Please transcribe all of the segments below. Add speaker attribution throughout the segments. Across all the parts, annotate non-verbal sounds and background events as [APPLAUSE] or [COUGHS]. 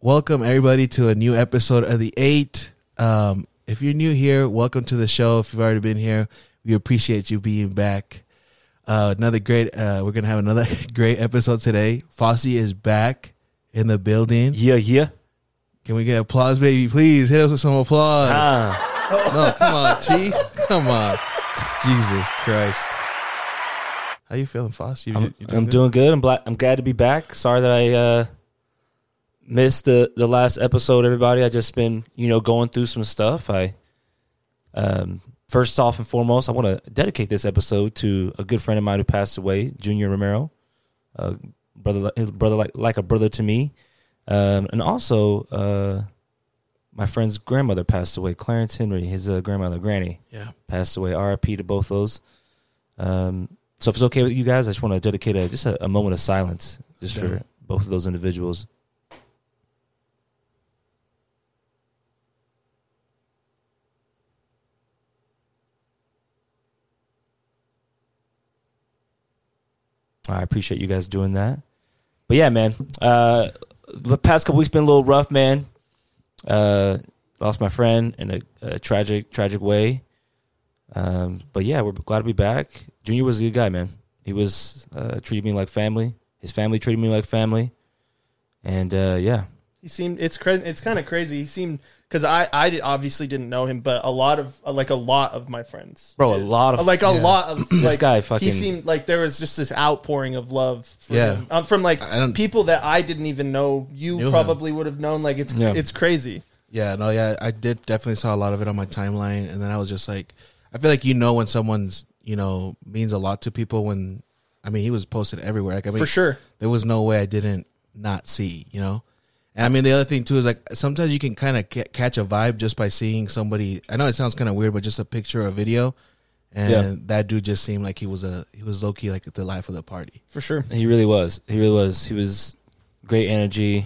Speaker 1: Welcome everybody to a new episode of the Eight. Um, if you're new here, welcome to the show. If you've already been here, we appreciate you being back. Uh, another great. Uh, we're gonna have another [LAUGHS] great episode today. Fossey is back in the building.
Speaker 2: Yeah, yeah.
Speaker 1: Can we get applause, baby? Please hit us with some applause.
Speaker 2: Ah,
Speaker 1: No, come on, Chi. Come on. Jesus Christ. How you feeling, Foss? You,
Speaker 2: I'm,
Speaker 1: you
Speaker 2: I'm doing good. I'm black. I'm glad to be back. Sorry that I uh, missed the the last episode. Everybody, I just been you know going through some stuff. I um, first off and foremost, I want to dedicate this episode to a good friend of mine who passed away, Junior Romero, uh, brother, li- his brother like like a brother to me, um, and also uh, my friend's grandmother passed away, Clarence Henry, his uh, grandmother, Granny.
Speaker 1: Yeah.
Speaker 2: passed away. RIP to both those. Um, so if it's okay with you guys, I just want to dedicate a, just a, a moment of silence just
Speaker 1: Yeah.
Speaker 2: for both of those individuals. I appreciate you guys doing that. But yeah, man, uh, the past couple weeks been a little rough, man. Uh, lost my friend in a, a tragic, tragic way. Um, but yeah, we're glad to be back. Junior was a good guy, man. He was uh, treated me like family. His family treated me like family, and uh, yeah,
Speaker 3: He seemed it's cra- it's kind of crazy. He seemed because I I did, obviously didn't know him, but a lot of uh, like a lot of my friends,
Speaker 2: bro, a lot of
Speaker 3: like a lot
Speaker 2: [CLEARS THROAT]
Speaker 3: of
Speaker 2: This
Speaker 3: like,
Speaker 2: guy fucking-
Speaker 3: He seemed like there was just this outpouring of love. For
Speaker 1: Yeah.
Speaker 3: him. Um, from like
Speaker 1: I don't-
Speaker 3: people that I didn't even know. You
Speaker 1: Knew him.
Speaker 3: probably would have known. Like it's
Speaker 2: Yeah.
Speaker 3: it's crazy.
Speaker 1: Yeah, no, yeah, I did definitely saw a lot of it on my timeline, and then I was just like, I feel like you know when someone's you know means a lot to people. When I mean, he was posted everywhere. Like, I mean,
Speaker 3: For sure.
Speaker 1: there was no way I didn't not see. You know, and I mean, the other thing too is like sometimes you can kind of ca- catch a vibe just by seeing somebody. I know it sounds kind of weird, but just a picture or a video, and
Speaker 2: Yeah.
Speaker 1: that dude just seemed like he was a he was low key like the life of the party.
Speaker 3: For sure.
Speaker 2: He really was. He really was. He was great energy,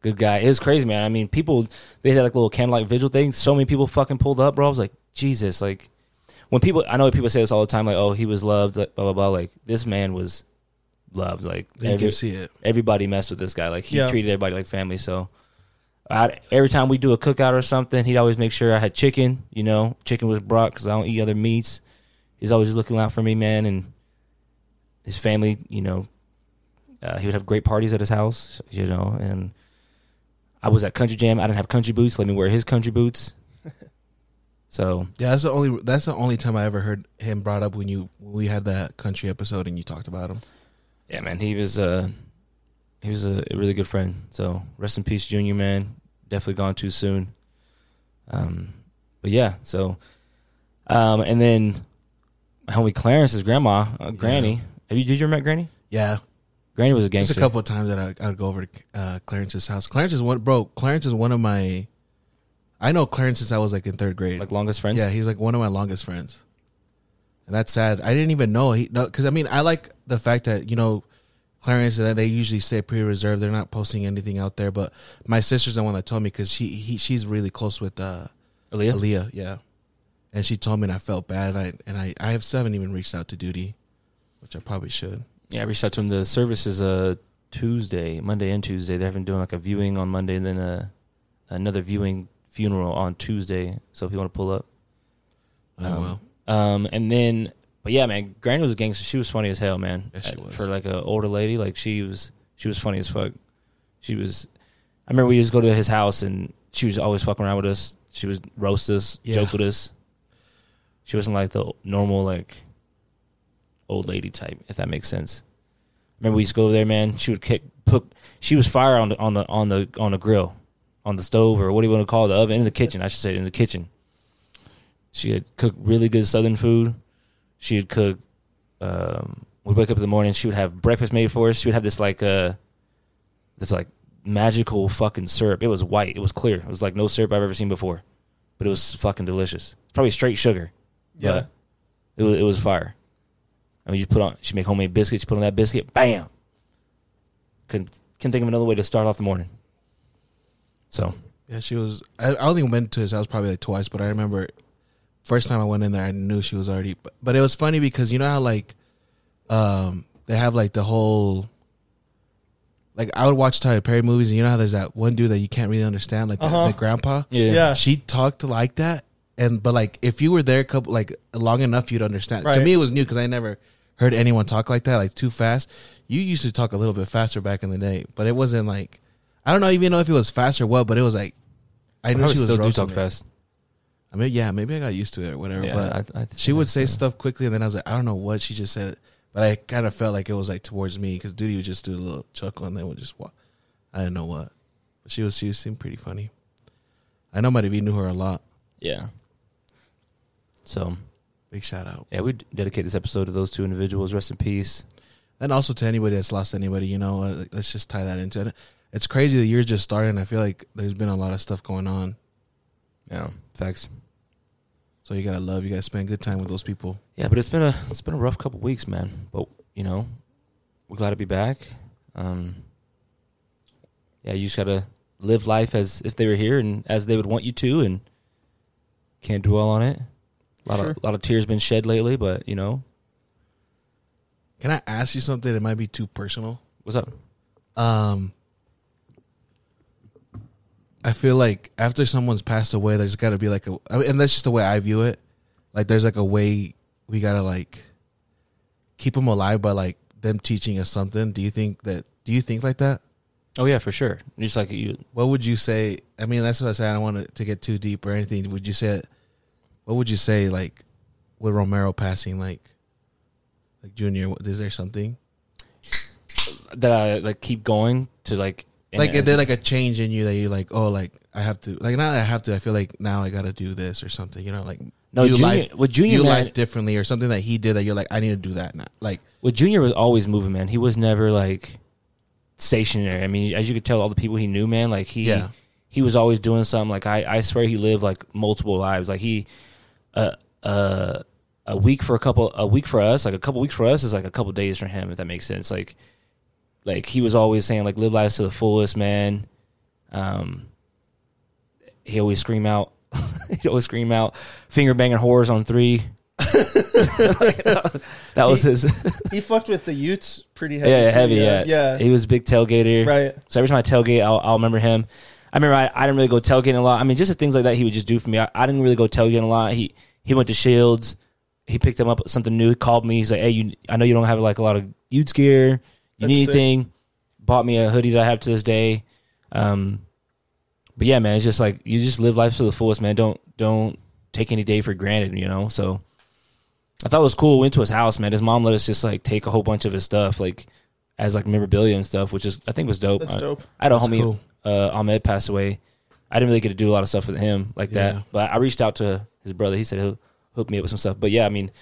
Speaker 2: good guy. It was crazy, man. I mean, people they had like little candlelight vigil thing. So many people fucking pulled up, bro. I was like, Jesus, like when people I know people say this all the time, like, oh, he was loved, like, blah blah blah. Like this man was loved. Like
Speaker 1: You
Speaker 2: every-
Speaker 1: can see it.
Speaker 2: everybody messed with this guy. Like he
Speaker 3: Yeah.
Speaker 2: treated everybody like family. So I, every time we do a cookout or something, he'd always make sure I had chicken. You know, chicken was brought because I don't eat other meats. He's always looking out for me, man, and his family. You know, uh, he would have great parties at his house. You know, and I was at Country Jam. I didn't have country boots. Let me wear his country boots. So
Speaker 1: Yeah, that's the only that's the only time I ever heard him brought up when you when we had that country episode and you talked about him.
Speaker 2: Yeah, man, he was uh he was a really good friend. So rest in peace, Junior man. Definitely gone too soon. Um, but yeah, so um, and then my homie Clarence's grandma, uh, Granny. Have you did you ever met Granny?
Speaker 1: Yeah,
Speaker 2: Granny was a
Speaker 1: There's
Speaker 2: gangster.
Speaker 1: a couple of times that I, I would go over to uh, Clarence's house. Clarence is one, bro. Clarence is one of my. I know Clarence since I was like in third grade.
Speaker 2: like longest friends.
Speaker 1: yeah, he's like one of my longest friends, and that's sad. I didn't even know he no, because I mean I like the fact that you know Clarence and they usually stay pretty reserved. They're not posting anything out there. But my sister's the one that told me because she he, she's really close with uh,
Speaker 2: Aaliyah?
Speaker 1: Aaliyah, yeah, and she told me and I felt bad. And I and I I have still haven't even reached out to duty, which I probably should.
Speaker 2: Yeah, I reached out to him. The service is uh Tuesday, Monday and Tuesday. They're having doing like a viewing on Monday and then uh another viewing funeral on Tuesday. So if you want to pull up.
Speaker 1: Oh,
Speaker 2: Um,
Speaker 1: well.
Speaker 2: Um, and then, but yeah, man, Granny was a gangster. She was funny as hell, man. Uh,
Speaker 1: Yeah, she was.
Speaker 2: For like an older lady, like she was, she was funny as fuck. She was. I remember we used to go to his house, and she was always fucking around with us. She was roast us,
Speaker 1: Yeah.
Speaker 2: joke with us. She wasn't like the normal like old lady type, if that makes sense. Remember we used to go over there, man. She would kick, cook. She was fire on the on the on the on the grill, on the stove, or what do you want to call it, the oven in the kitchen? I should say in the kitchen. She had cooked really good Southern food. She would cook. Um, we'd wake up in the morning. She would have breakfast made for us. She would have this like uh, this like magical fucking syrup. It was white. It was clear. It was like no syrup I've ever seen before, but it was fucking delicious. It's probably straight sugar.
Speaker 3: Yeah.
Speaker 2: but it was, it was fire. I mean, you put on. She make homemade biscuits. You put on that biscuit. Bam. Couldn't couldn't think of another way to start off the morning. So
Speaker 1: Yeah, she was. I, I only went to his house probably like twice, but I remember first time I went in there, I knew she was already. But, but it was funny because you know how like, um, they have like the whole. Like I would watch Tyler Perry movies, and you know how there's that one dude that you can't really understand, like the,
Speaker 3: Uh-huh.
Speaker 1: the grandpa.
Speaker 2: Yeah.
Speaker 3: Yeah.
Speaker 1: she talked like that, and but like if you were there a couple like long enough, you'd understand. To
Speaker 3: Right.
Speaker 1: me, it was new because I never heard anyone talk like that, like too fast. You used to talk a little bit faster back in the day, but it wasn't like I don't know even know if it was fast or what, but it was like I
Speaker 2: I
Speaker 1: knew
Speaker 2: probably
Speaker 1: she was
Speaker 2: still do
Speaker 1: roasting
Speaker 2: talk
Speaker 1: her.
Speaker 2: fast.
Speaker 1: I mean, yeah, maybe I got used to it or whatever.
Speaker 2: Yeah,
Speaker 1: but
Speaker 2: I- I think
Speaker 1: she would
Speaker 2: that's
Speaker 1: say stuff quickly, and then I was like, I don't know what she just said, but I kind of felt like it was like towards me because Duty would just do a little chuckle and then would just walk. I didn't know what, but she was she seemed pretty funny. I know Marivi knew her a lot.
Speaker 2: Yeah. So
Speaker 1: Big shout out,
Speaker 2: yeah, we d- dedicate this episode to those two individuals. Rest in peace.
Speaker 1: and also to anybody that's lost anybody. You know, uh, let's just tie that into it. It's crazy the year's just starting. I feel like there's been a lot of stuff going on,
Speaker 2: Yeah. Facts.
Speaker 1: so you gotta love. You gotta spend good time with those people.
Speaker 2: Yeah, but it's been a it's been a rough couple weeks, man. But you know, we're glad to be back. Um, yeah, you just gotta live life as if they were here and as they would want you to, and can't dwell on it. A lot
Speaker 3: Sure.
Speaker 2: of a lot of tears been shed lately, but you know,
Speaker 1: Can I ask you something? that might be too personal.
Speaker 2: what's up?
Speaker 1: um I feel like after someone's passed away, there's got to be like a, I mean, and that's just the way I view it. Like, there's like a way we gotta like keep them alive by like them teaching us something. Do you think that? Do you think like that?
Speaker 2: Oh yeah, for sure. Just like you,
Speaker 1: What would you say? I mean, that's what I said. I don't want it to get too deep or anything. Would you say? What would you say like with Romero passing? Like, like Junior, what- is there something
Speaker 2: that I like keep going to like and-
Speaker 1: like is there like a change in you that you're like oh like i have to like now that i have to i feel like now i gotta do this or something you know like
Speaker 2: no
Speaker 1: view
Speaker 2: junior
Speaker 1: life
Speaker 2: well junior
Speaker 1: view
Speaker 2: man,
Speaker 1: life differently or something that he did that you're like i need to do that now like
Speaker 2: well junior was always moving man he was never like stationary I mean as you could tell all the people he knew man like he
Speaker 1: Yeah.
Speaker 2: he was always doing something like I I swear he lived like multiple lives like he uh uh a week for a couple a week for us like a couple weeks for us is like a couple days for him if that makes sense like like he was always saying like live lives to the fullest man um he always scream out [LAUGHS] he'd always scream out finger banging whores on three [LAUGHS] that was his
Speaker 3: He fucked with the Utes pretty heavy.
Speaker 2: yeah heavy yeah.
Speaker 3: yeah.
Speaker 2: he was a big tailgater
Speaker 3: Right.
Speaker 2: so every time I tailgate I'll, I'll remember him I remember I, I didn't really go tailgating a lot I mean just the things like that he would just do for me I, I didn't really go tailgating a lot he he went to Shields he picked him up with something new he called me he's like hey you I know you don't have like a lot of Utes gear you
Speaker 3: That's
Speaker 2: need
Speaker 3: sick.
Speaker 2: anything bought me a hoodie that I have to this day um but yeah, man, it's just like you just live life to the fullest, man. Don't don't take any day for granted, you know. So I thought it was cool. Went to his house, man. His mom let us just like take a whole bunch of his stuff, like as like memorabilia and stuff, which is I think was dope.
Speaker 3: That's
Speaker 2: I-
Speaker 3: dope.
Speaker 2: I, had a
Speaker 1: That's
Speaker 2: homie
Speaker 1: cool.
Speaker 2: uh, Ahmed passed away. I didn't really get to do a lot of stuff with him like
Speaker 1: Yeah.
Speaker 2: that, but I reached out to his brother. He said he'll hook me up with some stuff. But yeah, I mean,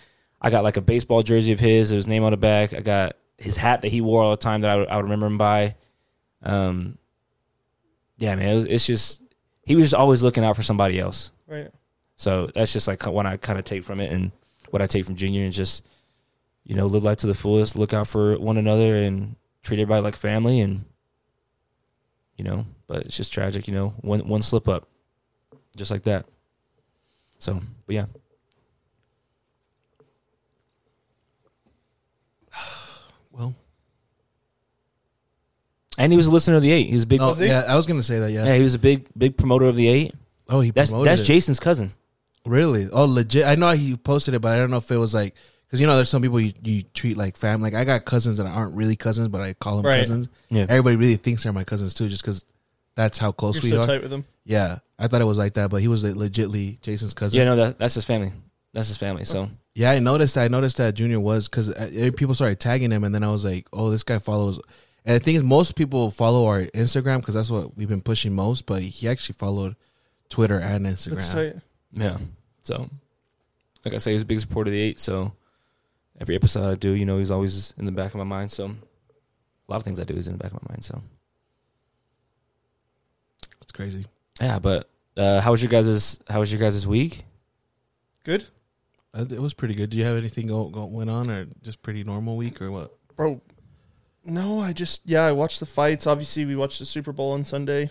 Speaker 2: I got like a baseball jersey of his, his name on the back. I got his hat that he wore all the time that I would, I would remember him by. Um, yeah, man, it was, it's just he was just always looking out for somebody else.
Speaker 3: Right.
Speaker 2: So that's just like what I kind of take from it and what I take from Junior and just, you know, live life to the fullest, look out for one another and treat everybody like family and, you know, but it's just tragic, you know, one, one slip up, just like that. So, but yeah.
Speaker 1: [SIGHS] well
Speaker 2: And he was a listener of the eight. He was a big,
Speaker 1: oh,
Speaker 3: Was he?
Speaker 1: yeah i was gonna say that yeah
Speaker 2: yeah, he was a big, big promoter of the eight.
Speaker 1: oh he
Speaker 2: That's,
Speaker 1: promoted
Speaker 2: that's
Speaker 1: it.
Speaker 2: Jason's cousin.
Speaker 1: really oh legit i know he posted it but i don't know if it was like because you know there's some people you, you treat like family like i got cousins that aren't really cousins but i call them
Speaker 3: Right.
Speaker 1: cousins
Speaker 2: Yeah.
Speaker 1: everybody really thinks they're my cousins too just because that's how close
Speaker 3: You're
Speaker 1: we
Speaker 3: so
Speaker 1: are
Speaker 3: tight with him.
Speaker 1: yeah i thought it was like that but he was like, legitly jason's cousin
Speaker 2: Yeah, no, that, that's his family. That's his family. So,
Speaker 1: Yeah, I noticed. I noticed that Junior was because people started tagging him, and then I was like, "Oh, this guy follows." And the thing is, most people follow our Instagram because that's what we've been pushing most. But he actually followed Twitter and Instagram.
Speaker 3: That's tight.
Speaker 2: Yeah. So, like I say, he's a big supporter of the eight. So, every episode I do, you know, he's always in the back of my mind. So, a lot of things I do is in the back of my mind. So,
Speaker 1: It's crazy.
Speaker 2: yeah. But uh, how was your guys' How was your guys' week?
Speaker 3: Good.
Speaker 1: Uh, It was pretty good. Do you have anything go, go went on, or just pretty normal week, or what?
Speaker 3: Bro. No, I just yeah, I watched the fights. Obviously, we watched the Super Bowl on Sunday.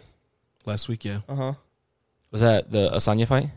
Speaker 1: Last week, yeah.
Speaker 3: Uh huh.
Speaker 2: Was that the Asanya fight?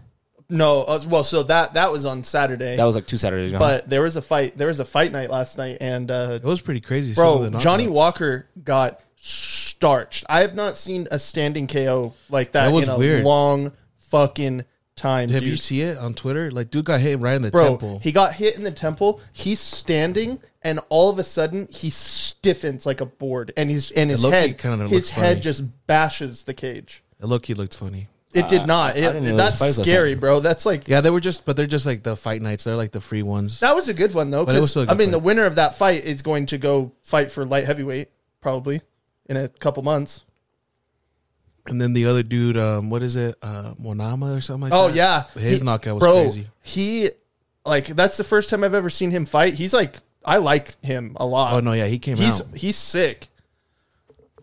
Speaker 3: No, uh, well, so that that was on Saturday.
Speaker 2: That was like two Saturdays ago.
Speaker 3: but there was a fight. There was a fight night last night, and uh,
Speaker 1: It was pretty crazy. some
Speaker 3: bro,
Speaker 1: of the
Speaker 3: Johnny
Speaker 1: knockouts.
Speaker 3: Walker got starched. I have not seen a standing KO like that,
Speaker 1: That was
Speaker 3: in a
Speaker 1: weird.
Speaker 3: long fucking time.
Speaker 1: Have
Speaker 3: dude.
Speaker 1: you see it on Twitter? Like, dude got hit right in the
Speaker 3: bro,
Speaker 1: temple.
Speaker 3: he got hit in the temple. He's standing, and all of a sudden he stiffens like a board, and he's and his
Speaker 1: low-key
Speaker 3: head
Speaker 1: kinda
Speaker 3: his
Speaker 1: looks
Speaker 3: head
Speaker 1: funny.
Speaker 3: just bashes the cage.
Speaker 1: It low key looked funny.
Speaker 3: It
Speaker 1: Uh,
Speaker 3: did not. It-
Speaker 2: didn't know
Speaker 3: that's
Speaker 2: those fights last
Speaker 3: scary,
Speaker 2: night.
Speaker 3: bro. That's like
Speaker 1: Yeah, they were just, but they're just like the fight nights. They're like the free ones.
Speaker 3: that was a good one though.
Speaker 1: But it was
Speaker 3: 'cause,
Speaker 1: still a
Speaker 3: I
Speaker 1: good
Speaker 3: mean,
Speaker 1: fight.
Speaker 3: the winner of that fight is going to go fight for light heavyweight probably in a couple months.
Speaker 1: And then the other dude, um, what is it, uh, Monama or something like
Speaker 3: Oh
Speaker 1: that?
Speaker 3: yeah,
Speaker 1: his knockout was
Speaker 3: bro,
Speaker 1: crazy.
Speaker 3: He like that's the first time I've ever seen him fight. He's like I like him a lot.
Speaker 1: Oh no, yeah, he came
Speaker 3: he's
Speaker 1: out.
Speaker 3: he's sick.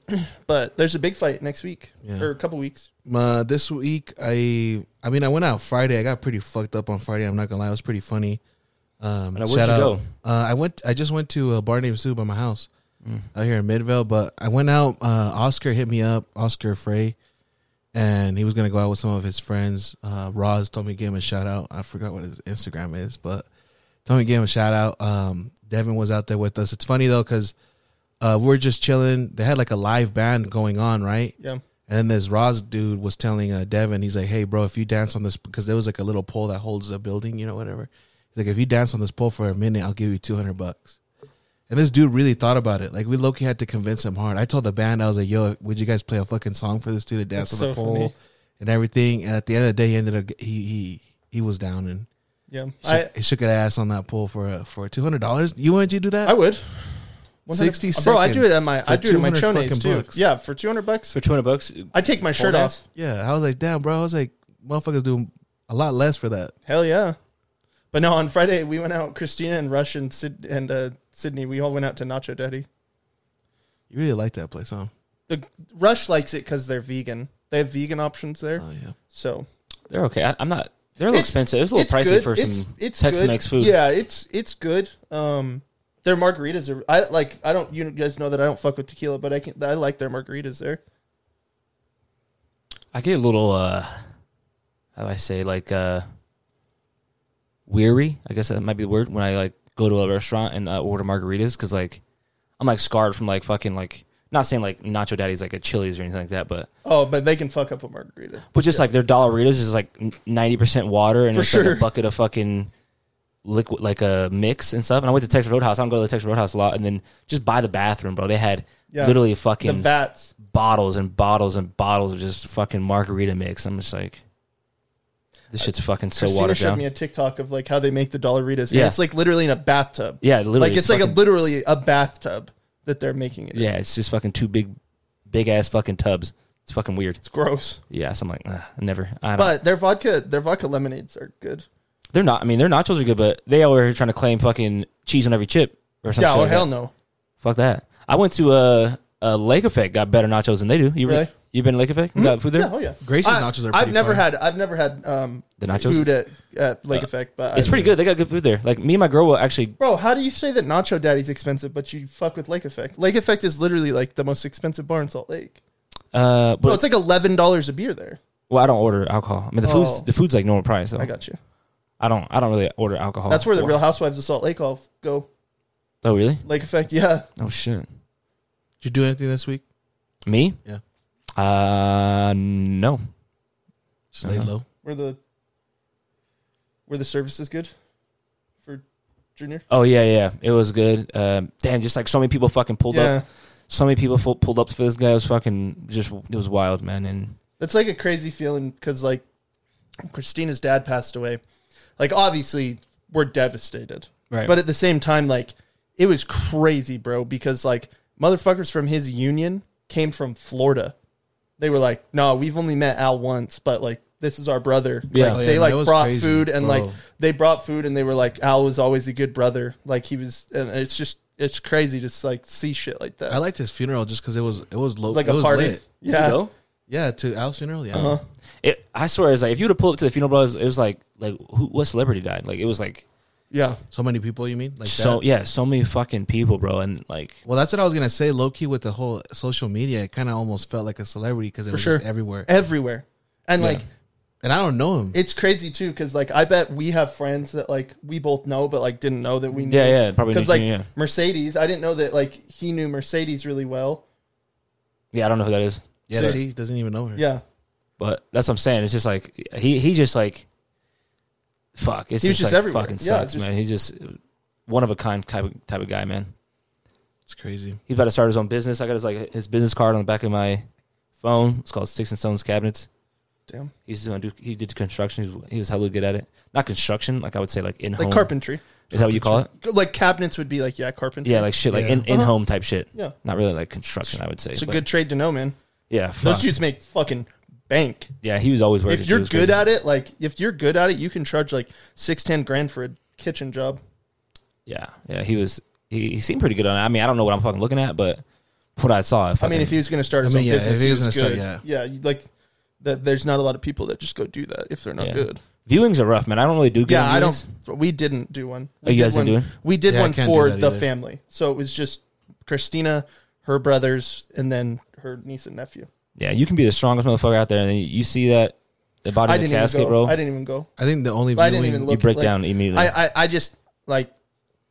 Speaker 3: [CLEARS THROAT] But there's a big fight next week
Speaker 1: Yeah.
Speaker 3: or a couple weeks.
Speaker 1: Uh, this week, I, I mean, I went out Friday. I got pretty fucked up on Friday. I'm not gonna lie, it was pretty funny. Um,
Speaker 2: Now, where'd
Speaker 1: shout
Speaker 2: you
Speaker 1: out.
Speaker 2: go?
Speaker 1: Uh, I went. I just went to a bar named Sue by my house
Speaker 2: Mm.
Speaker 1: out here in Midvale. But I went out. Uh, Oscar hit me up. Oscar Frey, and he was gonna go out with some of his friends. Uh, Roz told me to give him a shout out. I forgot what his Instagram is, but told me to give him a shout out. Um, Devin was out there with us. It's funny though because uh, we we're just chilling. They had like a live band going on, right?
Speaker 3: Yeah.
Speaker 1: And then this Roz dude was telling uh, Devin, he's like, "Hey, bro, if you dance on this, because there was like a little pole that holds a building, you know, whatever. He's like, if you dance on this pole for a minute, I'll give you two hundred bucks." And this dude really thought about it. Like we Loki had to convince him hard. I told the band, I was like, "Yo, would you guys play a fucking song for this dude to dance
Speaker 3: That's
Speaker 1: on the
Speaker 3: so
Speaker 1: pole
Speaker 3: funny.
Speaker 1: and everything?" And at the end of the day, he ended up he he he was down and
Speaker 3: Yeah. I
Speaker 1: shook, he shook an ass on that pole for uh, for two hundred dollars. You wouldn't you do that?
Speaker 3: I would. 100
Speaker 1: 60
Speaker 3: Bro, I do it at my
Speaker 1: seconds
Speaker 3: I do it at my
Speaker 1: for 200
Speaker 3: chones
Speaker 1: fucking
Speaker 3: too.
Speaker 1: bucks.
Speaker 3: Yeah, for 200 bucks.
Speaker 2: for two hundred bucks,
Speaker 3: I take my shirt
Speaker 2: Pole
Speaker 3: off.
Speaker 2: dance?
Speaker 1: yeah, I was like, "Damn, bro," I was like, "Motherfuckers doing a lot less for that."
Speaker 3: Hell yeah. But no, on Friday we went out Christina and Rush and Sid and uh, Sydney, we all went out to Nacho Daddy.
Speaker 1: You really like that place, huh?
Speaker 3: The Rush likes it cuz they're vegan. They have vegan options
Speaker 2: Uh,
Speaker 3: there.
Speaker 1: Oh yeah.
Speaker 3: So
Speaker 2: they're okay. I, I'm not. They're a little
Speaker 3: It's-
Speaker 2: expensive. It was a little pricey
Speaker 3: good.
Speaker 2: for some
Speaker 3: It's- it's
Speaker 2: Tex-Mex
Speaker 3: good.
Speaker 2: food.
Speaker 3: Yeah, it's it's good. Um, their margaritas are I like. I don't. You guys know that I don't fuck with tequila, but I can. I like their margaritas there.
Speaker 2: I get a little uh how do I say like uh weary, I guess that might be the word when I like go to a restaurant and uh, order margaritas cuz like I'm like scarred from like fucking like not saying like Nacho Daddy's like a Chili's or anything like that, but
Speaker 3: Oh, but they can fuck up a margarita.
Speaker 2: but just like their dollaritas is like ninety percent water and
Speaker 3: For
Speaker 2: it's
Speaker 3: sure.
Speaker 2: like a bucket of fucking liquid, like a mix and stuff. And I went to Texas Roadhouse. I don't go to the Texas Roadhouse a lot. And then just by the bathroom, bro, they had
Speaker 3: Yeah.
Speaker 2: literally
Speaker 3: The
Speaker 2: fucking
Speaker 3: vats.
Speaker 2: bottles and bottles and bottles of just fucking margarita mix. I'm just like, this shit's fucking so
Speaker 3: Christina
Speaker 2: watered
Speaker 3: showed
Speaker 2: down.
Speaker 3: me a TikTok of like how they make the dollaritas. Yeah,
Speaker 2: Yeah.
Speaker 3: it's like literally in a bathtub.
Speaker 2: yeah, literally.
Speaker 3: like it's, like a
Speaker 2: fucking-
Speaker 3: literally a bathtub that they're making it. in.
Speaker 2: yeah, it's just fucking two big, big ass fucking tubs. It's fucking weird.
Speaker 3: it's gross.
Speaker 2: Yeah, so I'm like, "Ugh, never. I don't.
Speaker 3: But their vodka, their vodka lemonades are good.
Speaker 2: they're not. I mean, their nachos are good, but they over here trying to claim fucking cheese on every chip or something.
Speaker 3: yeah. Oh hell no.
Speaker 2: Fuck that. I went to a, a Lake Effect, got better nachos than they do. You
Speaker 3: Really?
Speaker 2: You been to Lake Effect? You Got food there?
Speaker 3: Yeah. Oh yeah.
Speaker 1: Gracie's
Speaker 3: I-
Speaker 1: nachos are
Speaker 3: I've
Speaker 1: pretty
Speaker 3: never
Speaker 1: fire.
Speaker 3: had. I've never had um
Speaker 2: The nachos? Uh,
Speaker 3: food at, at Lake Effect, but
Speaker 2: It's
Speaker 3: I-
Speaker 2: pretty good. They got good food there. Like me and my girl will actually.
Speaker 3: Bro, how do you say that Nacho Daddy's expensive, but you fuck with Lake Effect? Lake Effect is literally like the most expensive bar in Salt Lake.
Speaker 2: Uh, but
Speaker 3: Bro, it's like eleven dollars a beer there.
Speaker 2: well, I don't order alcohol. I mean, the
Speaker 3: Oh.
Speaker 2: food's the food's like normal price. So.
Speaker 3: I got you.
Speaker 2: I don't. I don't really order alcohol.
Speaker 3: That's where the
Speaker 2: Or-
Speaker 3: Real Housewives of Salt Lake all f- go.
Speaker 2: Oh really?
Speaker 3: Lake Effect, [LAUGHS] yeah.
Speaker 2: Oh shit.
Speaker 1: Did you do anything this week?
Speaker 2: Me?
Speaker 1: Yeah.
Speaker 2: Uh no.
Speaker 1: Just lay
Speaker 2: Uh-huh.
Speaker 1: low.
Speaker 3: Where the where the service is good for junior.
Speaker 2: Oh yeah, yeah. It was good. Um, damn, just like so many people fucking pulled
Speaker 3: yeah,
Speaker 2: up. So many people fu- pulled up for this guy. It was fucking just. It was wild, man. And
Speaker 3: that's like a crazy feeling because like Christina's dad passed away. Like obviously we're devastated.
Speaker 2: right.
Speaker 3: But at the same time, like it was crazy, bro, because like motherfuckers from his union came from Florida. They were like, "No, we've only met Al once, but like this is our brother."
Speaker 2: Yeah.
Speaker 3: Like,
Speaker 1: Oh, yeah,
Speaker 3: they
Speaker 1: no,
Speaker 3: like
Speaker 1: that was
Speaker 3: brought
Speaker 1: crazy,
Speaker 3: food and
Speaker 1: bro.
Speaker 3: like they brought food and they were like, "Al was always a good brother." Like he was, and it's just it's crazy to like see shit like that,
Speaker 1: I liked his funeral just because it was it was low.
Speaker 3: like
Speaker 1: it
Speaker 3: a
Speaker 1: was
Speaker 3: party.
Speaker 1: lit.
Speaker 3: Yeah,
Speaker 2: You know?
Speaker 1: Yeah, to Al's funeral. Yeah.
Speaker 3: Uh-huh.
Speaker 2: It, I swear, it's like if you would have pulled up to the funeral, bro, it was, it was like like who what celebrity died? Like it was like
Speaker 3: yeah.
Speaker 1: So many people. You mean like
Speaker 2: so
Speaker 1: that?
Speaker 2: yeah, so many fucking people, bro, and like
Speaker 1: Well, that's what I was gonna say. Low key with the whole social media, it kind of almost felt like a celebrity because it was
Speaker 3: sure.
Speaker 1: just everywhere.
Speaker 3: everywhere. And like
Speaker 1: and I don't know him.
Speaker 3: It's crazy too, because like I bet we have friends that like we both know, but like didn't know that we knew.
Speaker 2: Yeah, yeah, probably
Speaker 3: Because
Speaker 2: knew
Speaker 3: like
Speaker 2: you, yeah.
Speaker 3: Mercedes, I didn't know that like he knew Mercedes really well.
Speaker 2: Yeah, I don't know who that is,
Speaker 1: yeah,
Speaker 3: Sure.
Speaker 1: see, he doesn't even know her.
Speaker 3: Yeah,
Speaker 2: but that's what I'm saying. It's just like he he just like fuck. It's
Speaker 3: He was
Speaker 2: just,
Speaker 3: just
Speaker 2: like,
Speaker 3: everywhere.
Speaker 2: Fucking
Speaker 3: Yeah,
Speaker 2: sucks,
Speaker 3: just-
Speaker 2: man. He's just one of a kind type of, type of guy, man.
Speaker 1: it's crazy.
Speaker 2: He's about to start his own business. I got his like his business card on the back of my phone. It's called Sticks and Stones Cabinets.
Speaker 3: damn,
Speaker 2: He's doing do he did construction. He was, he was hella good at it. Not construction, like I would say, like in
Speaker 3: like
Speaker 2: home.
Speaker 3: carpentry,
Speaker 2: Is that what you call it?
Speaker 3: like cabinets would be like yeah, carpentry.
Speaker 2: Yeah, like shit, like
Speaker 1: Yeah.
Speaker 2: in in home type shit.
Speaker 3: Yeah.
Speaker 2: not really like construction. I would say
Speaker 3: it's a
Speaker 2: but
Speaker 3: good trade to know, man.
Speaker 2: Yeah,
Speaker 3: Those
Speaker 2: fuck.
Speaker 3: dudes make fucking bank.
Speaker 2: yeah, he was always working.
Speaker 3: if you're good at it, like if you're good at it, you can charge like six ten grand for a kitchen job.
Speaker 2: yeah, yeah, he was. He, he seemed pretty good on it. I mean, I don't know what I'm fucking looking at, but from what I saw, I,
Speaker 3: I mean,
Speaker 2: fucking-
Speaker 3: if he was going to start
Speaker 1: I
Speaker 3: his
Speaker 1: mean,
Speaker 3: own
Speaker 1: yeah,
Speaker 3: business,
Speaker 1: if he
Speaker 3: he
Speaker 1: was
Speaker 3: was,
Speaker 1: gonna
Speaker 3: good.
Speaker 1: start-
Speaker 3: yeah, you- like that. There's not a lot of people that just go do that if they're not
Speaker 2: Yeah.
Speaker 3: good.
Speaker 2: viewings are rough, man. I don't really do.
Speaker 3: Yeah,
Speaker 2: game
Speaker 3: I
Speaker 2: viewings.
Speaker 3: don't. We didn't do one.
Speaker 2: Oh,
Speaker 3: We
Speaker 2: you
Speaker 3: did
Speaker 2: guys didn't
Speaker 3: one,
Speaker 2: do it?
Speaker 3: We did
Speaker 1: Yeah, I
Speaker 3: one
Speaker 1: can't do
Speaker 3: for
Speaker 1: that
Speaker 3: the
Speaker 1: either.
Speaker 3: family, so it was just Christina, her brothers, and then her niece and nephew.
Speaker 2: Yeah, you can be the strongest motherfucker out there, and then you see that the body
Speaker 3: I
Speaker 2: in the
Speaker 3: didn't
Speaker 2: casket,
Speaker 3: even
Speaker 2: bro.
Speaker 3: go. I didn't even go.
Speaker 1: I think the only
Speaker 3: I didn't
Speaker 1: viewing-
Speaker 3: even
Speaker 2: you
Speaker 3: look,
Speaker 2: break
Speaker 3: like-
Speaker 2: down immediately.
Speaker 3: I, I I just like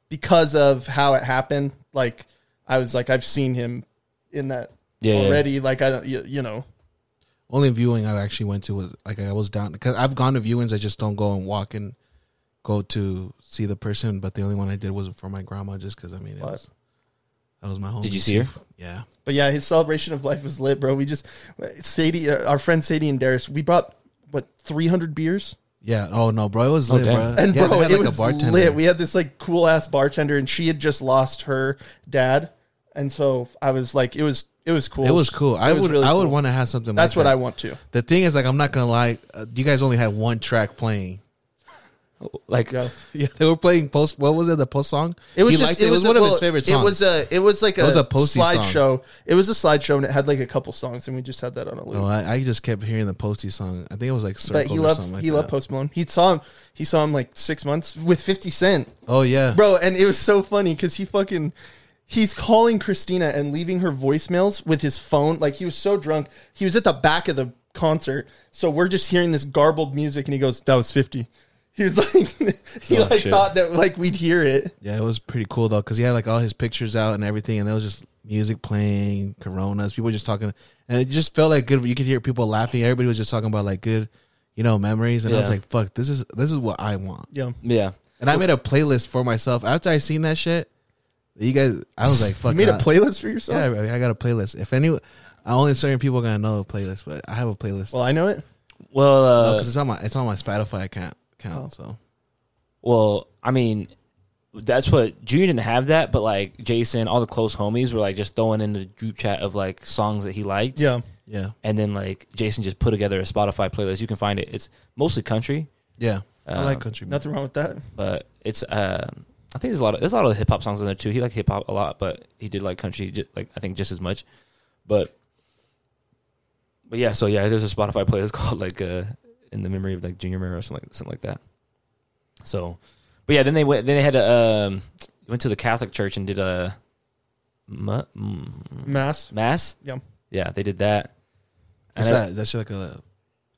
Speaker 3: because of how it happened. Like I was like I've seen him in that
Speaker 2: Yeah, yeah.
Speaker 3: already. Like I don't you, you know
Speaker 1: only viewing I actually went to was like I was down because I've gone to viewings. I just don't go and walk and go to see the person. But the only one I did was for my grandma, just because I mean, it
Speaker 3: What?
Speaker 1: was, that was my home.
Speaker 2: Did you see her?
Speaker 1: Yeah,
Speaker 3: But yeah, his celebration of life was lit, bro. We just Sadie, uh, our friend Sadie and Darius, we brought what 300 beers,
Speaker 1: yeah. Oh no, bro, it was
Speaker 2: Oh,
Speaker 1: lit,
Speaker 2: damn.
Speaker 1: bro.
Speaker 3: [LAUGHS] and
Speaker 1: yeah,
Speaker 3: bro,
Speaker 1: they had,
Speaker 3: it
Speaker 1: like,
Speaker 3: was lit. We had this like cool ass bartender, and she had just lost her dad, and so I was like, it was it was cool.
Speaker 1: it was cool. I
Speaker 3: was
Speaker 1: would,
Speaker 3: really
Speaker 1: I would
Speaker 3: cool.
Speaker 1: want to have something.
Speaker 3: That's
Speaker 1: like
Speaker 3: what I
Speaker 1: that.
Speaker 3: want to.
Speaker 1: The thing is, like, I'm not gonna lie. Uh, you guys only had one track playing. [LAUGHS]
Speaker 2: like,
Speaker 3: Yeah.
Speaker 1: Yeah, they were playing post. What was it? The post song.
Speaker 3: It was
Speaker 1: He
Speaker 3: just
Speaker 1: liked
Speaker 3: it, was,
Speaker 1: one
Speaker 3: a-
Speaker 1: of
Speaker 3: well,
Speaker 1: his favorite songs.
Speaker 3: It was a it was like a,
Speaker 1: was a Posey song.
Speaker 3: slideshow. It was a slideshow, and it had like a couple songs, and we just had that on a loop.
Speaker 1: Oh, I, I just kept hearing the posty song. I think it was like Circle
Speaker 3: but he
Speaker 1: or
Speaker 3: loved
Speaker 1: something like
Speaker 3: he
Speaker 1: that.
Speaker 3: loved Post Malone. He saw him he saw him like six months with Fifty Cent.
Speaker 1: Oh yeah,
Speaker 3: bro and it was so funny because he fucking he's calling christina and leaving her voicemails with his phone like he was so drunk he was at the back of the concert so we're just hearing this garbled music and he goes that was 50 he was [LAUGHS] like he
Speaker 2: Oh,
Speaker 3: like
Speaker 2: shit.
Speaker 3: thought that like we'd hear it
Speaker 1: Yeah, it was pretty cool though, because he had like all his pictures out and everything, and there was just music playing, Coronas, people just talking, and it just felt like good. You could hear people laughing. Everybody was just talking about like good, you know, memories, and I was
Speaker 2: Yeah.
Speaker 1: like, "Fuck, this is this is what I want."
Speaker 3: yeah
Speaker 2: yeah,
Speaker 1: And I made a playlist for myself after I seen that shit. You guys, I was
Speaker 2: [LAUGHS]
Speaker 1: like, "Fuck."
Speaker 3: you made a
Speaker 1: I-
Speaker 3: playlist for yourself
Speaker 1: Yeah, I I got a playlist. If any, I only certain people are gonna know the playlist, but I have a playlist
Speaker 3: well i know it
Speaker 2: Well, uh, oh.
Speaker 1: because it's on my it's on my Spotify account. Count so
Speaker 2: well, I mean, that's what Junior didn't have that, but like Jason, all the close homies were like just throwing in the group chat of like songs that he liked.
Speaker 3: yeah
Speaker 1: yeah,
Speaker 2: and then like Jason just put together a Spotify playlist. You can find it. It's mostly country,
Speaker 1: yeah. I
Speaker 2: Um,
Speaker 1: like country. music.
Speaker 3: nothing wrong with that
Speaker 2: but it's uh, I think there's a lot of there's a lot of hip hop songs in there too. He liked hip hop a lot, but he did like country, ju- like I think just as much. But but yeah, so yeah, there's a Spotify playlist [LAUGHS] called like uh, in the memory of like Junior Mirror or something like something like that. So, but yeah, then they went. Then they had a um, went to the Catholic church and did a mu- mm,
Speaker 3: mass
Speaker 2: mass.
Speaker 3: Yeah.
Speaker 2: yeah, they did that. And
Speaker 1: What's
Speaker 2: I-
Speaker 1: that? That's like a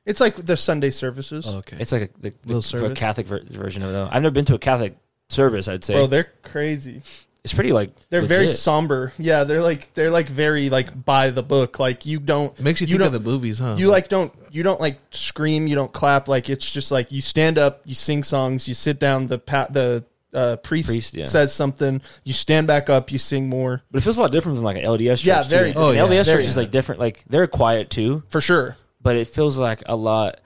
Speaker 3: it's like the sunday services
Speaker 1: oh, okay.
Speaker 2: It's like a, the,
Speaker 1: Little
Speaker 2: the, for a
Speaker 1: service?
Speaker 2: Catholic ver- version of them. I've never been to a Catholic service. I'd say
Speaker 3: bro they're crazy
Speaker 2: it's pretty like
Speaker 3: they're very
Speaker 2: legit.
Speaker 3: somber yeah they're like they're like very like by the book like you don't
Speaker 1: It makes you,
Speaker 3: you
Speaker 1: think
Speaker 3: don't
Speaker 1: of the movies, huh?
Speaker 3: you like don't you don't like scream you don't clap like it's just like you stand up you sing songs you sit down the pa- the uh, priest,
Speaker 2: Priest, yeah.
Speaker 3: says something you stand back up you sing more
Speaker 2: but it feels a lot different than like an LDS church.
Speaker 3: Yeah,
Speaker 2: Too.
Speaker 3: very different.
Speaker 1: Oh,
Speaker 2: An
Speaker 1: yeah,
Speaker 2: LDS
Speaker 1: very
Speaker 2: church is like different. Like they're quiet too,
Speaker 3: for sure
Speaker 2: but it feels like a lot.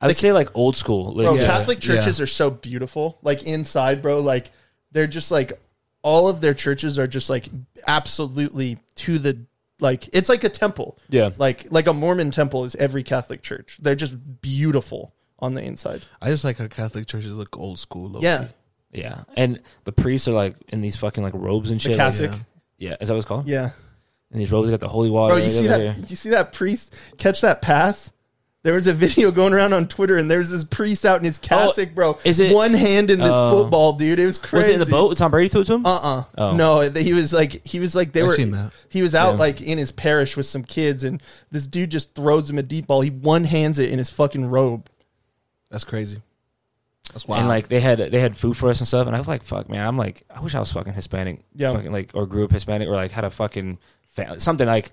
Speaker 2: I would say like old school. Like,
Speaker 3: bro
Speaker 2: yeah.
Speaker 3: catholic churches are so beautiful like inside bro like they're just like all of their churches are just like absolutely to the like it's like a temple
Speaker 2: Yeah.
Speaker 3: like like a mormon temple is every catholic church they're just beautiful on the inside
Speaker 1: I just like how Catholic churches look old school. low-key.
Speaker 3: yeah
Speaker 2: yeah, and the priests are like in these fucking like robes and shit.
Speaker 3: the
Speaker 2: like-
Speaker 3: cassock
Speaker 2: yeah, is that what it's called?
Speaker 3: yeah.
Speaker 2: And these robes they Oh, got the holy water.
Speaker 3: Bro, you
Speaker 2: right
Speaker 3: see
Speaker 2: over
Speaker 3: that?
Speaker 2: here.
Speaker 3: You see that priest catch that pass? There was a [LAUGHS] video going around on Twitter, and there was this priest out in his cassock, bro.
Speaker 2: Oh, is it-
Speaker 3: one hand in this
Speaker 2: Oh.
Speaker 3: football, dude? It was
Speaker 2: Was
Speaker 3: crazy.
Speaker 2: it in the boat? Tom Brady threw it to him.
Speaker 3: Uh uh
Speaker 2: Oh.
Speaker 3: No, th- he was like he was like they
Speaker 1: I've
Speaker 3: were.
Speaker 1: seen that.
Speaker 3: He was out like in his parish with some kids, and this dude just throws him a deep ball. He one hands it in his fucking robe.
Speaker 1: That's crazy. That's wild.
Speaker 2: And like they had they had food for us and stuff, and I was like, "Fuck, man!" I'm like, I wish I was fucking Hispanic,
Speaker 3: Yeah.
Speaker 2: fucking like or grew up Hispanic or like had a fucking fa- something like.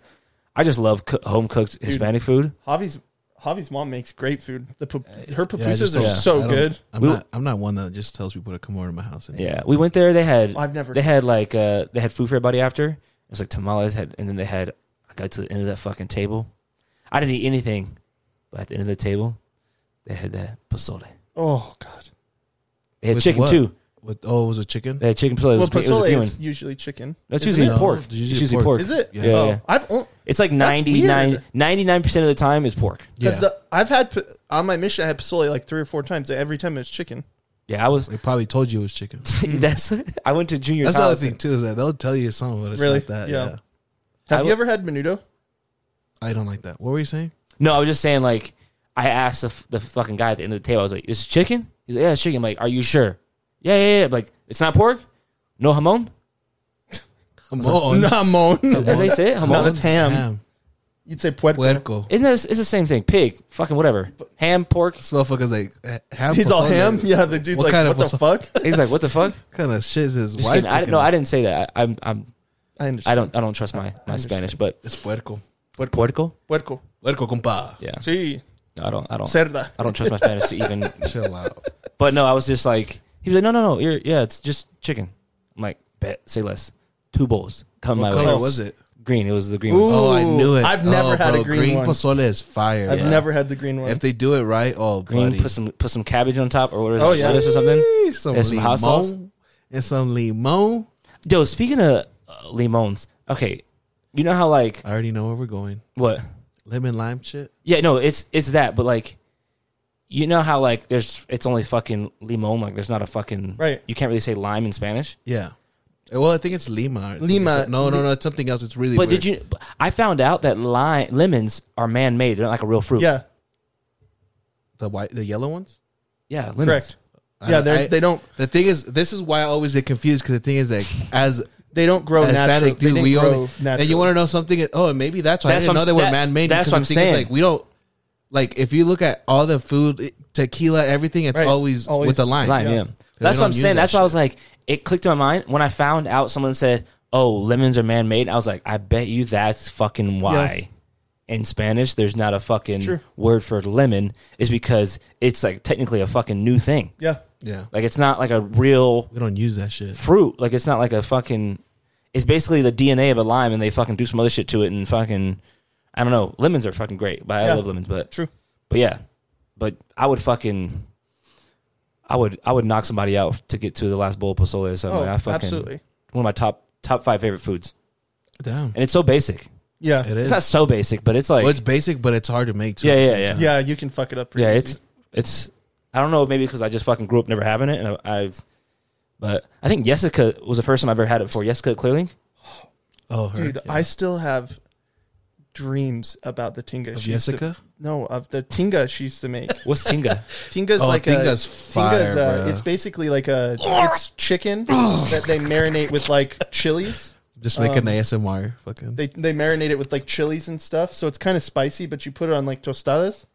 Speaker 2: I just love co- home cooked Hispanic food.
Speaker 3: Javi's Javi's mom makes great food. The pup- her
Speaker 1: Yeah, I just
Speaker 3: pupusas are
Speaker 1: don't- I
Speaker 3: so
Speaker 1: don't-
Speaker 3: good.
Speaker 1: I'm
Speaker 2: We-
Speaker 1: not. I'm not one that just tells people to come over to my house. And
Speaker 2: Yeah, we went there. They had
Speaker 3: I've never.
Speaker 2: they had like uh they had food for everybody after. It was like tamales had, and then they had. I got to the end of that fucking table. I didn't eat anything, but at the end of the table, they had that pozole.
Speaker 3: oh god.
Speaker 2: They had
Speaker 1: With
Speaker 2: chicken
Speaker 1: what?
Speaker 2: too.
Speaker 1: With oh, it was a chicken.
Speaker 2: They had chicken pozole. It
Speaker 3: Well,
Speaker 2: was, it was
Speaker 3: pozole
Speaker 2: appealing.
Speaker 3: is usually chicken.
Speaker 2: No, it's
Speaker 3: isn't
Speaker 2: usually
Speaker 1: it?
Speaker 2: pork.
Speaker 1: No,
Speaker 2: It's
Speaker 1: it's usually pork.
Speaker 2: usually pork.
Speaker 3: Is it?
Speaker 1: Yeah.
Speaker 2: Yeah,
Speaker 3: oh,
Speaker 2: yeah.
Speaker 3: I've only
Speaker 2: It's like
Speaker 3: That's
Speaker 2: 99
Speaker 3: weird.
Speaker 2: 99 percent of the time is pork.
Speaker 1: Yeah,
Speaker 3: because I've had p- on my mission I had pasole like three or four times. Every time it's chicken.
Speaker 2: Yeah, I was.
Speaker 1: they probably told you it was
Speaker 3: [LAUGHS]
Speaker 1: chicken.
Speaker 2: [LAUGHS] that's. I went to junior's
Speaker 1: That's the other
Speaker 2: house.
Speaker 1: thing too is that they'll tell you something, but it's
Speaker 3: Really?
Speaker 1: not that.
Speaker 3: Yeah.
Speaker 1: Yeah.
Speaker 3: Have
Speaker 2: I
Speaker 3: you
Speaker 2: w-
Speaker 3: ever had menudo?
Speaker 1: I don't like that. What were you saying?
Speaker 2: No, I was just saying like I asked the, the fucking guy at the end of the table. I was like, "Is this chicken?" He's like, "Yeah, it's chicken." I'm like, "Are you sure?" Yeah, yeah, yeah. I'm like, it's not pork. No hamon.
Speaker 1: Come
Speaker 3: [LAUGHS]
Speaker 1: on, [LAUGHS]
Speaker 3: Nah, mon.
Speaker 2: As they say, it,
Speaker 1: Come on,
Speaker 2: hamon.
Speaker 3: that's ham. You'd say puerco.
Speaker 1: Puerco.
Speaker 2: Isn't that, it's the same thing? Pig, fucking whatever. Ham, pork.
Speaker 1: This motherfucker's like eh, ham.
Speaker 3: [LAUGHS] He's all
Speaker 1: pozole.
Speaker 3: ham. Yeah, the dude's
Speaker 1: What
Speaker 3: like,
Speaker 1: kind
Speaker 3: what
Speaker 1: of
Speaker 3: the fuck? [LAUGHS]
Speaker 2: He's like, "What
Speaker 1: [LAUGHS]
Speaker 2: the fuck?"
Speaker 1: What kind of shit is his
Speaker 2: Just
Speaker 1: wife?
Speaker 2: kidding. I didn't.
Speaker 1: cooking?
Speaker 2: No, I didn't say that. I, I'm. I'm.
Speaker 3: I understand.
Speaker 2: I don't. I don't trust my my Spanish. But
Speaker 1: It's puerco.
Speaker 2: puerco.
Speaker 3: Puerco.
Speaker 1: Puerco, compa.
Speaker 2: Yeah.
Speaker 3: Sí.
Speaker 2: No, I don't. I don't.
Speaker 3: Cerda.
Speaker 1: Oh,
Speaker 2: I don't trust my Spanish
Speaker 1: [LAUGHS]
Speaker 2: to even [LAUGHS]
Speaker 1: Chill out.
Speaker 2: But no, I was just like, he was like, no, no, no, you're, yeah, it's just chicken. I'm like, bet, say less. Two bowls, come
Speaker 1: What
Speaker 2: my
Speaker 1: color
Speaker 2: way.
Speaker 1: was it?
Speaker 2: Green. It was the green one.
Speaker 1: Oh, I knew it.
Speaker 3: I've never
Speaker 1: Oh,
Speaker 3: had
Speaker 1: bro,
Speaker 3: a green, one.
Speaker 1: pozole is fire.
Speaker 3: I've
Speaker 1: bro.
Speaker 3: never had the green one.
Speaker 1: If they do it right, oh,
Speaker 2: Green.
Speaker 1: buddy.
Speaker 2: Put some put some cabbage on top or what is
Speaker 3: Oh,
Speaker 2: oh,
Speaker 3: yeah.
Speaker 2: yeah. lettuce or something.
Speaker 1: Eee, some
Speaker 2: And some hot sauce.
Speaker 1: limon. And some limon.
Speaker 2: Yo, speaking of uh, limons, okay, you know how like
Speaker 1: I already know where we're going.
Speaker 2: what?
Speaker 1: Lemon lime shit.
Speaker 2: Yeah, no, it's it's that, but like, you know how like there's it's only fucking limon. Like there's not a fucking
Speaker 3: Right.
Speaker 2: You can't really say lime in Spanish.
Speaker 1: Yeah. Eh, Well, I think it's Lima. I think
Speaker 3: Lima.
Speaker 1: it's- no, no, no. It's something else. It's really.
Speaker 2: But
Speaker 1: weird.
Speaker 2: did you? I found out that lime lemons are man made. They're not like a real fruit.
Speaker 3: yeah,
Speaker 1: the white, the yellow ones?
Speaker 2: yeah, lemons.
Speaker 3: correct.
Speaker 1: I-
Speaker 3: yeah, they're-
Speaker 1: I-
Speaker 3: they don't
Speaker 1: The thing is, this is why I always get confused because the thing is, like, as
Speaker 3: they don't grow
Speaker 1: as
Speaker 3: naturally.
Speaker 1: Hispanic,
Speaker 3: They
Speaker 1: dude,
Speaker 3: didn't
Speaker 1: we
Speaker 3: grow
Speaker 1: only
Speaker 3: naturally.
Speaker 1: and you want to know something? Oh, and maybe that's why
Speaker 2: That's
Speaker 1: I didn't
Speaker 2: what
Speaker 1: know
Speaker 2: I'm-
Speaker 1: they were
Speaker 2: that-
Speaker 1: man made.
Speaker 2: that's what I'm saying.
Speaker 1: like we don't like if you look at all the food, it- tequila, everything, it's
Speaker 3: Right.
Speaker 1: always,
Speaker 3: Always
Speaker 1: with a line.
Speaker 2: Lime,
Speaker 3: Yeah.
Speaker 2: yeah.
Speaker 1: They
Speaker 2: That's what
Speaker 1: don't
Speaker 2: I'm
Speaker 1: use
Speaker 2: saying.
Speaker 1: that
Speaker 2: That's why I was like, it clicked in my mind when I found out someone said, "Oh, lemons are man-made." I was like, I bet you that's fucking why. In Spanish, there's not a
Speaker 3: true.
Speaker 2: fucking word for lemon. Is because it's like technically a fucking new thing.
Speaker 3: yeah,
Speaker 1: Yeah,
Speaker 2: Like it's not like a real
Speaker 1: we don't use that shit.
Speaker 2: fruit. Like it's not like a fucking. It's basically the DNA of a lime, and they fucking do some other shit to it, and fucking. I don't know. Lemons are fucking great, but
Speaker 3: Yeah.
Speaker 2: I love lemons. But
Speaker 3: true.
Speaker 2: but yeah, but I would fucking, I would I would knock somebody out to get to the last bowl of pozole or something.
Speaker 3: Oh,
Speaker 2: I fucking,
Speaker 3: absolutely.
Speaker 2: One of my top top five favorite foods,
Speaker 1: Damn,
Speaker 2: and it's so basic.
Speaker 3: Yeah,
Speaker 1: it
Speaker 2: It's
Speaker 1: is.
Speaker 2: not so basic, but it's like
Speaker 1: well, it's basic, but it's hard to make. Too
Speaker 2: yeah,
Speaker 1: at the
Speaker 2: yeah,
Speaker 1: same
Speaker 2: yeah,
Speaker 1: time.
Speaker 3: yeah. You can fuck it up. Pretty
Speaker 2: yeah.
Speaker 3: easy.
Speaker 2: It's it's I don't know maybe because I just fucking grew up never having it, and I, I've. But I think Jessica was the first time I've ever had it before. Jessica Clearling.
Speaker 1: Oh, her.
Speaker 3: dude.
Speaker 1: yeah.
Speaker 3: I still have dreams about the tinga.
Speaker 1: Of
Speaker 3: she used to-
Speaker 1: Jessica.
Speaker 3: no, of the tinga she used to make.
Speaker 2: What's
Speaker 3: [LAUGHS]
Speaker 2: tinga?
Speaker 3: Tinga's
Speaker 1: Oh,
Speaker 3: like
Speaker 1: tinga's
Speaker 3: a
Speaker 1: fire,
Speaker 3: uh,
Speaker 1: bro.
Speaker 3: it's basically like a it's chicken that they marinate with like chilies.
Speaker 1: Just make an ASMR. Fucking.
Speaker 3: um, They they marinate it with like chilies and stuff, so it's kind of spicy. But you put it on like tostadas,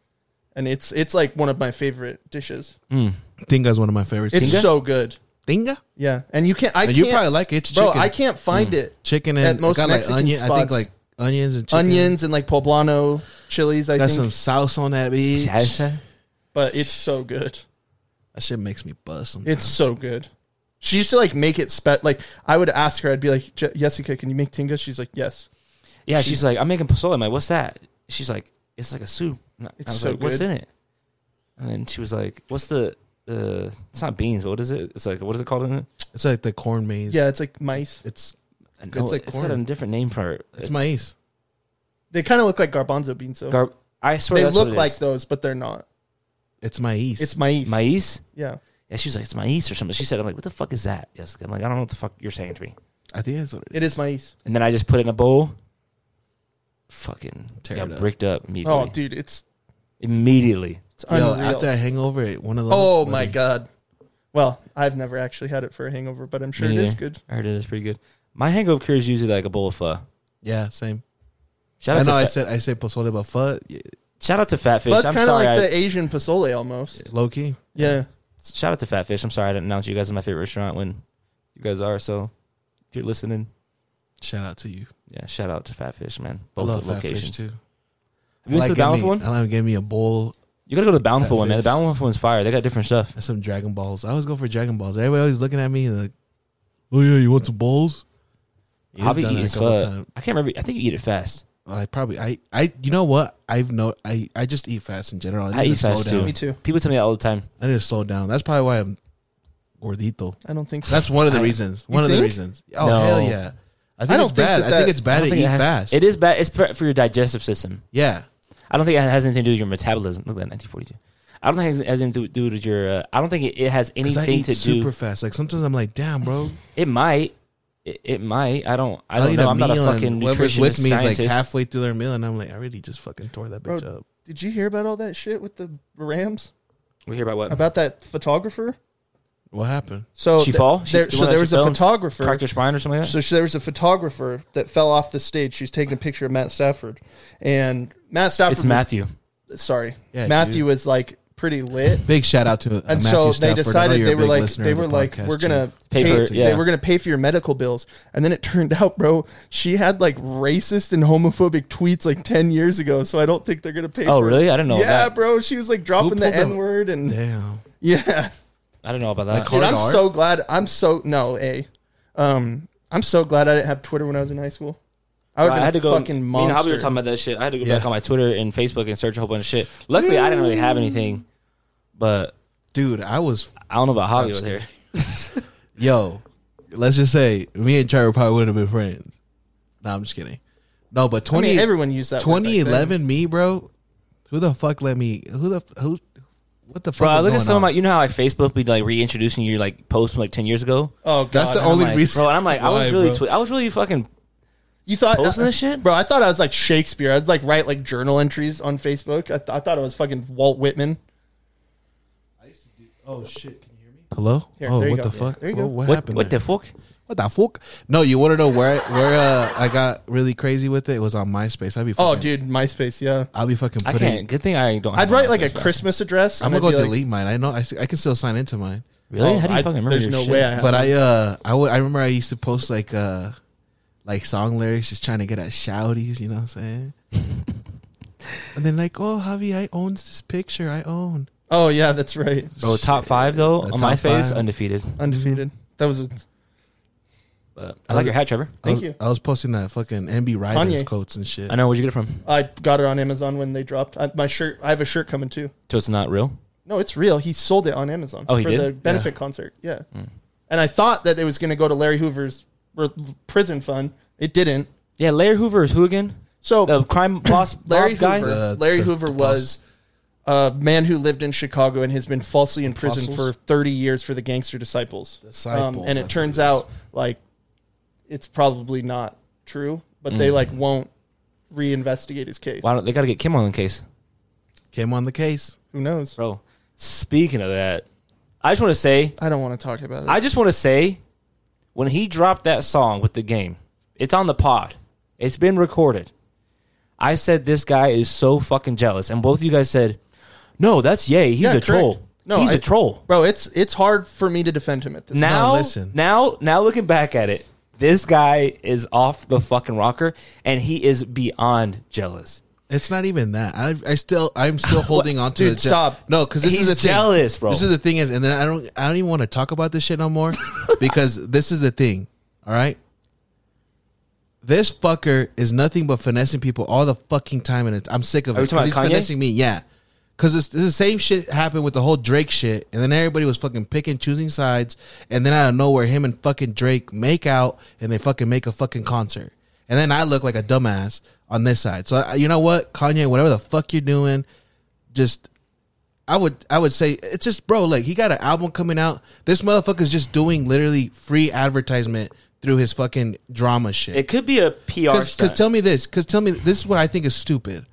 Speaker 3: and it's it's like one of my favorite dishes.
Speaker 1: Tinga is one of my favorites.
Speaker 3: It's so good.
Speaker 1: Tinga.
Speaker 3: Yeah, and you can't. I
Speaker 1: You
Speaker 3: can't-
Speaker 1: probably like it. It's
Speaker 3: bro.
Speaker 1: chicken. Mm.
Speaker 3: I can't find it.
Speaker 1: chicken and
Speaker 3: At
Speaker 1: it
Speaker 3: most
Speaker 1: got like
Speaker 3: Mexican
Speaker 1: onion. I think
Speaker 3: spots.
Speaker 1: like onions and chicken.
Speaker 3: Onions and like poblano chilies. I
Speaker 1: Got
Speaker 3: think,
Speaker 1: some sauce on that bitch.
Speaker 2: Salsa?
Speaker 3: but it's so good.
Speaker 1: That shit makes me buzz. Sometimes.
Speaker 3: It's so good. She used to like make it spe- like I would ask her. I'd be like, "Je- Jessica, can you make tinga? She's like, yes.
Speaker 2: Yeah, she's, like, I'm making pozole. I'm like, what's that? She's like, it's like a soup. And I
Speaker 3: It's
Speaker 2: I was
Speaker 3: so
Speaker 2: like, what's
Speaker 3: good.
Speaker 2: in it? And then she was like, what's the, uh, it's not beans. What is it? It's like, what is it called in it?
Speaker 1: It's like the corn maze.
Speaker 3: Yeah, it's like mice.
Speaker 1: It's
Speaker 2: I
Speaker 1: It's
Speaker 2: know
Speaker 1: like
Speaker 2: it's got a
Speaker 1: corn.
Speaker 2: different name for it.
Speaker 1: it's, maize.
Speaker 3: They kind of look like garbanzo beans, though.
Speaker 2: Gar- I swear
Speaker 3: they
Speaker 2: that's
Speaker 3: look
Speaker 2: what it
Speaker 3: like
Speaker 2: is.
Speaker 3: those, but they're not.
Speaker 1: It's maize.
Speaker 3: It's mice.
Speaker 2: maize.
Speaker 3: yeah,
Speaker 2: Yeah, she was like, it's maize or something. She said, I'm like, what the fuck is that? Yes. I'm like, I don't know what the fuck you're saying to me.
Speaker 1: I think that's what it is.
Speaker 3: it is mice.
Speaker 2: And then I just put it in a bowl. Fucking
Speaker 1: Tear
Speaker 2: got
Speaker 1: it up.
Speaker 2: bricked up immediately.
Speaker 3: Oh, dude, it's
Speaker 2: Immediately.
Speaker 3: it's
Speaker 1: Yo,
Speaker 3: unreal.
Speaker 1: after I hang over it, one of those.
Speaker 3: oh
Speaker 1: buddy.
Speaker 3: my god. Well, I've never actually had it for a hangover, but I'm sure
Speaker 2: Me
Speaker 3: it is
Speaker 2: neither.
Speaker 3: good.
Speaker 2: I heard it is pretty good. My hangover cure is usually like a bowl of pho.
Speaker 1: Yeah, same.
Speaker 2: Shout out
Speaker 1: I know.
Speaker 2: to
Speaker 1: I
Speaker 2: pho-
Speaker 1: said I said pozole, but pho. yeah,
Speaker 2: Shout out to Fat Fish.
Speaker 3: That's
Speaker 2: I'm
Speaker 3: kind of
Speaker 2: sorry.
Speaker 3: like
Speaker 2: I,
Speaker 3: the Asian pozole almost.
Speaker 1: Low key.
Speaker 3: Yeah.
Speaker 2: shout out to Fat Fish. I'm sorry I didn't announce you guys in my favorite restaurant when you guys are. So if you're listening,
Speaker 1: Shout out to you.
Speaker 2: yeah, shout out to Fat Fish, man.
Speaker 1: I
Speaker 2: Both
Speaker 1: love
Speaker 2: the
Speaker 1: Fat Fish
Speaker 2: locations.
Speaker 1: too.
Speaker 2: Have you been to the
Speaker 1: giving
Speaker 2: Bountiful
Speaker 1: me,
Speaker 2: one?
Speaker 1: I like giving me a bowl
Speaker 2: You gotta go to the Bountiful
Speaker 1: Fat
Speaker 2: one, man. The
Speaker 1: Fish.
Speaker 2: Bountiful one's fire. They got different stuff.
Speaker 1: and some Dragon Balls. I always go for Dragon Balls. Everybody always looking at me and like, oh yeah, you want some balls? You've
Speaker 2: Javi
Speaker 1: done it a
Speaker 2: eats
Speaker 1: couple
Speaker 2: fuck.
Speaker 1: times.
Speaker 2: I can't remember. I think you eat it fast.
Speaker 1: I probably I I you know what I've no I I just eat fast in general. I, need
Speaker 2: I
Speaker 1: to
Speaker 2: eat
Speaker 1: slow
Speaker 2: fast,
Speaker 1: down.
Speaker 2: too.
Speaker 3: Me too.
Speaker 2: People tell me that all the time.
Speaker 1: I need to slow down. That's probably why I'm gordito.
Speaker 3: I don't think so.
Speaker 1: That's one of the
Speaker 2: I-
Speaker 1: reasons. One of the
Speaker 3: think?
Speaker 1: reasons. Oh
Speaker 2: No.
Speaker 1: hell yeah! I think
Speaker 3: don't
Speaker 1: it's
Speaker 3: think
Speaker 1: bad.
Speaker 3: that
Speaker 1: I
Speaker 3: that-
Speaker 1: think it's
Speaker 2: I
Speaker 1: bad
Speaker 2: don't
Speaker 1: to
Speaker 2: think
Speaker 1: eat
Speaker 2: it has-
Speaker 1: fast.
Speaker 2: It is bad. It's for, for your digestive system.
Speaker 1: yeah,
Speaker 2: I don't think it has anything to do with your metabolism. Look at that 1942. I don't think it has anything to do with your. Uh, I don't think it, it has
Speaker 1: because I
Speaker 2: anything
Speaker 1: eat
Speaker 2: to
Speaker 1: super
Speaker 2: do.
Speaker 1: fast. Like sometimes I'm like, damn, bro.
Speaker 2: It might. It, it might. I don't. I
Speaker 1: I'll
Speaker 2: don't
Speaker 1: eat
Speaker 2: know. I'm not a
Speaker 1: meal and
Speaker 2: fucking
Speaker 1: whoever's
Speaker 2: nutritionist
Speaker 1: with me
Speaker 2: scientist.
Speaker 1: is like halfway through their meal, and I'm like, I already just fucking tore that
Speaker 3: Bro,
Speaker 1: bitch up.
Speaker 3: Did you hear about all that shit with the Rams?
Speaker 2: we hear about what?
Speaker 3: About that photographer?
Speaker 1: What happened?
Speaker 3: So
Speaker 2: she
Speaker 3: th-
Speaker 2: fall? She,
Speaker 3: there-
Speaker 2: the
Speaker 3: so
Speaker 2: one that
Speaker 3: there
Speaker 2: she
Speaker 3: was a
Speaker 2: fell and
Speaker 3: photographer.
Speaker 2: Cracked her spine or something like that.
Speaker 3: So she, there was a photographer that fell off the stage. She was taking a picture of Matt Stafford, and Matt Stafford.
Speaker 2: it's Matthew. Oh,
Speaker 3: was- Sorry,
Speaker 1: Yeah,
Speaker 3: Matthew
Speaker 1: dude.
Speaker 3: was like pretty lit,
Speaker 1: Big shout out to uh,
Speaker 3: and
Speaker 1: Matthew
Speaker 3: so
Speaker 1: Stafford. I
Speaker 3: they
Speaker 1: know
Speaker 3: decided
Speaker 1: you're a
Speaker 3: they were
Speaker 1: big
Speaker 3: like
Speaker 1: listener
Speaker 3: they
Speaker 1: of the
Speaker 3: were like
Speaker 1: podcast,
Speaker 3: we're gonna
Speaker 1: Chief.
Speaker 2: Pay
Speaker 3: pay,
Speaker 2: for- yeah.
Speaker 3: they were gonna pay for your medical bills, and then it turned [LAUGHS] out, bro, she had like racist and homophobic tweets like ten years ago. So I don't think they're gonna pay.
Speaker 2: Oh
Speaker 3: for
Speaker 2: really? I didn't know
Speaker 3: Yeah,
Speaker 2: that.
Speaker 3: bro. She was like dropping the
Speaker 1: pulled them?
Speaker 3: N word and
Speaker 1: Damn.
Speaker 3: [LAUGHS] yeah.
Speaker 2: I didn't know about
Speaker 1: Like,
Speaker 2: that.
Speaker 1: call-
Speaker 3: Dude, I'm
Speaker 1: Hard R?
Speaker 3: so glad. I'm so no a. Um, I'm so glad I didn't have Twitter when I was in high school. I would
Speaker 2: I
Speaker 3: have
Speaker 2: had to
Speaker 3: been a
Speaker 2: go.
Speaker 3: fucking
Speaker 2: Me and Javi
Speaker 3: monster.
Speaker 2: were talking about that shit. I had to go
Speaker 1: Yeah.
Speaker 2: back on my Twitter and Facebook and search a whole bunch of shit. Luckily, I didn't really have anything, but
Speaker 1: Dude, I was
Speaker 2: I don't know about Javi
Speaker 1: just
Speaker 2: over here.
Speaker 1: yo, let's just say me and Trevor probably wouldn't have been friends. No, I'm just kidding. No, but
Speaker 3: I
Speaker 1: 20,
Speaker 3: mean, everyone used that. word back then.
Speaker 1: 2011 me, bro. Who the fuck let me? Who the f- who? What the fuck?
Speaker 2: Bro, I
Speaker 1: is
Speaker 2: look at
Speaker 1: going
Speaker 2: some of
Speaker 1: on?
Speaker 2: my, you know how like Facebook be like reintroducing your like posts from like ten years ago.
Speaker 3: Oh god,
Speaker 1: That's the
Speaker 2: I'm
Speaker 1: only
Speaker 2: like,
Speaker 1: reason.
Speaker 2: bro. And I'm like, I
Speaker 1: why,
Speaker 2: was really,
Speaker 1: bro.
Speaker 2: twi- I was really fucking.
Speaker 3: you thought uh,
Speaker 2: posting this shit?
Speaker 3: bro. I thought I was like Shakespeare. I'd like write like journal entries on Facebook. I, th- I thought I was fucking Walt Whitman.
Speaker 1: Oh shit! Can you hear me? Hello.
Speaker 3: Here,
Speaker 1: oh,
Speaker 3: there you
Speaker 1: what
Speaker 3: go.
Speaker 1: the fuck?
Speaker 3: There you
Speaker 1: Whoa,
Speaker 3: go.
Speaker 1: What,
Speaker 2: What,
Speaker 1: happened?
Speaker 2: what
Speaker 1: there?
Speaker 2: the fuck?
Speaker 1: what the fuck? No, you want to know where I, where uh, I got really crazy with it? It was on MySpace. I'd be fucking,
Speaker 3: Oh, dude, MySpace. Yeah,
Speaker 1: I'll be fucking
Speaker 2: I
Speaker 1: putting.
Speaker 2: can't. Good thing I don't.
Speaker 3: I'd
Speaker 2: have
Speaker 3: write
Speaker 2: my
Speaker 3: like a
Speaker 2: Facebook.
Speaker 3: Christmas address.
Speaker 1: I'm
Speaker 3: and
Speaker 1: gonna go
Speaker 3: I'd be like,
Speaker 1: delete mine. I know I, s- I can still sign into mine,
Speaker 2: Really?
Speaker 3: oh,
Speaker 2: How do you
Speaker 3: I-
Speaker 2: fucking remember?
Speaker 3: There's
Speaker 2: your
Speaker 3: no
Speaker 2: shit?
Speaker 3: way. I have
Speaker 1: but
Speaker 3: it.
Speaker 1: I uh I would I remember I used to post like uh like song lyrics just trying to get at shouties. You know what I'm
Speaker 2: [LAUGHS]
Speaker 1: saying? and then like, oh Javi, I owns this picture. I own.
Speaker 3: oh yeah, that's right.
Speaker 2: Bro, top five though
Speaker 1: The
Speaker 2: on
Speaker 1: top
Speaker 2: MySpace,
Speaker 1: five.
Speaker 2: undefeated.
Speaker 3: Undefeated. That was a,
Speaker 2: But I like your hat, Trevor.
Speaker 1: I
Speaker 3: Thank
Speaker 1: was,
Speaker 3: you.
Speaker 1: I was posting that fucking MB Riders
Speaker 3: Kanye.
Speaker 1: quotes and shit.
Speaker 2: I know where'd you get it from.
Speaker 3: I got it on Amazon when they dropped I, my shirt. I have a shirt coming too.
Speaker 2: So it's not real.
Speaker 3: No, it's real. He sold it on Amazon
Speaker 2: Oh, he
Speaker 3: for
Speaker 2: did? Hmm.
Speaker 3: the benefit concert. Yeah. And I thought that it was going to go to Larry Hoover's r- prison fund. It didn't.
Speaker 2: Yeah, Larry Hoover is who again?
Speaker 3: So
Speaker 2: The [COUGHS] crime boss,
Speaker 3: Larry
Speaker 2: Bob guy.
Speaker 3: Hoover,
Speaker 1: Uh,
Speaker 3: Larry
Speaker 1: the-
Speaker 3: Hoover
Speaker 1: the boss.
Speaker 3: was a man who lived in Chicago and has been falsely imprisoned
Speaker 1: Apostles?
Speaker 3: for 30 years for the Gangster Disciples. Um,
Speaker 1: Disciples,
Speaker 3: and it
Speaker 1: that's
Speaker 3: turns
Speaker 1: what it is.
Speaker 3: out like it's probably not true, but
Speaker 1: Mm.
Speaker 3: they like won't reinvestigate his case.
Speaker 2: Why don't they got to get Kim on the case,
Speaker 1: Came on the case.
Speaker 3: Who knows?
Speaker 2: bro? Speaking of that, I just want to say,
Speaker 3: I don't want to talk about it.
Speaker 2: I just want to say, when he dropped that song with the game, it's on the pod. It's been recorded. I said this guy is so fucking jealous, and both of you guys said, "No, that's Yay. He's
Speaker 3: Yeah,
Speaker 2: a
Speaker 3: correct.
Speaker 2: troll. No, he's
Speaker 3: I-
Speaker 2: a troll."
Speaker 3: Bro, it's it's hard for me to defend him at this.
Speaker 2: Now,
Speaker 1: No, listen.
Speaker 2: now, now, looking back at it, this guy is off the fucking rocker, and he is beyond jealous.
Speaker 1: It's not even that. I I still I'm
Speaker 2: [LAUGHS]
Speaker 1: still holding on to
Speaker 3: Dude,
Speaker 1: the je-
Speaker 3: stop.
Speaker 1: No, because this
Speaker 2: He's
Speaker 1: is the thing.
Speaker 2: jealous, bro.
Speaker 1: This is the thing is, and then I don't I don't even want to talk about this shit no
Speaker 2: [LAUGHS]
Speaker 1: more because this is the thing. All right, this fucker is nothing but finessing people all the fucking time, and it's, I'm sick of
Speaker 2: Are
Speaker 1: it.
Speaker 2: we talking
Speaker 1: 'cause he's
Speaker 2: about Kanye?
Speaker 1: finessing me, yeah. Because the same shit happened with the whole Drake shit, and then everybody was fucking picking, choosing sides, and then out of nowhere, him and fucking Drake make out, and they fucking make a fucking concert, and then I look like a dumbass on this side. So I- you know what, Kanye, whatever the fuck you're doing, just I would I would say it's just bro like he got an album coming out. This motherfucker's just doing literally free advertisement through his fucking drama shit.
Speaker 2: It could be a PR
Speaker 1: Because
Speaker 2: stunt.
Speaker 1: tell me this. Because tell me this is what I think is stupid.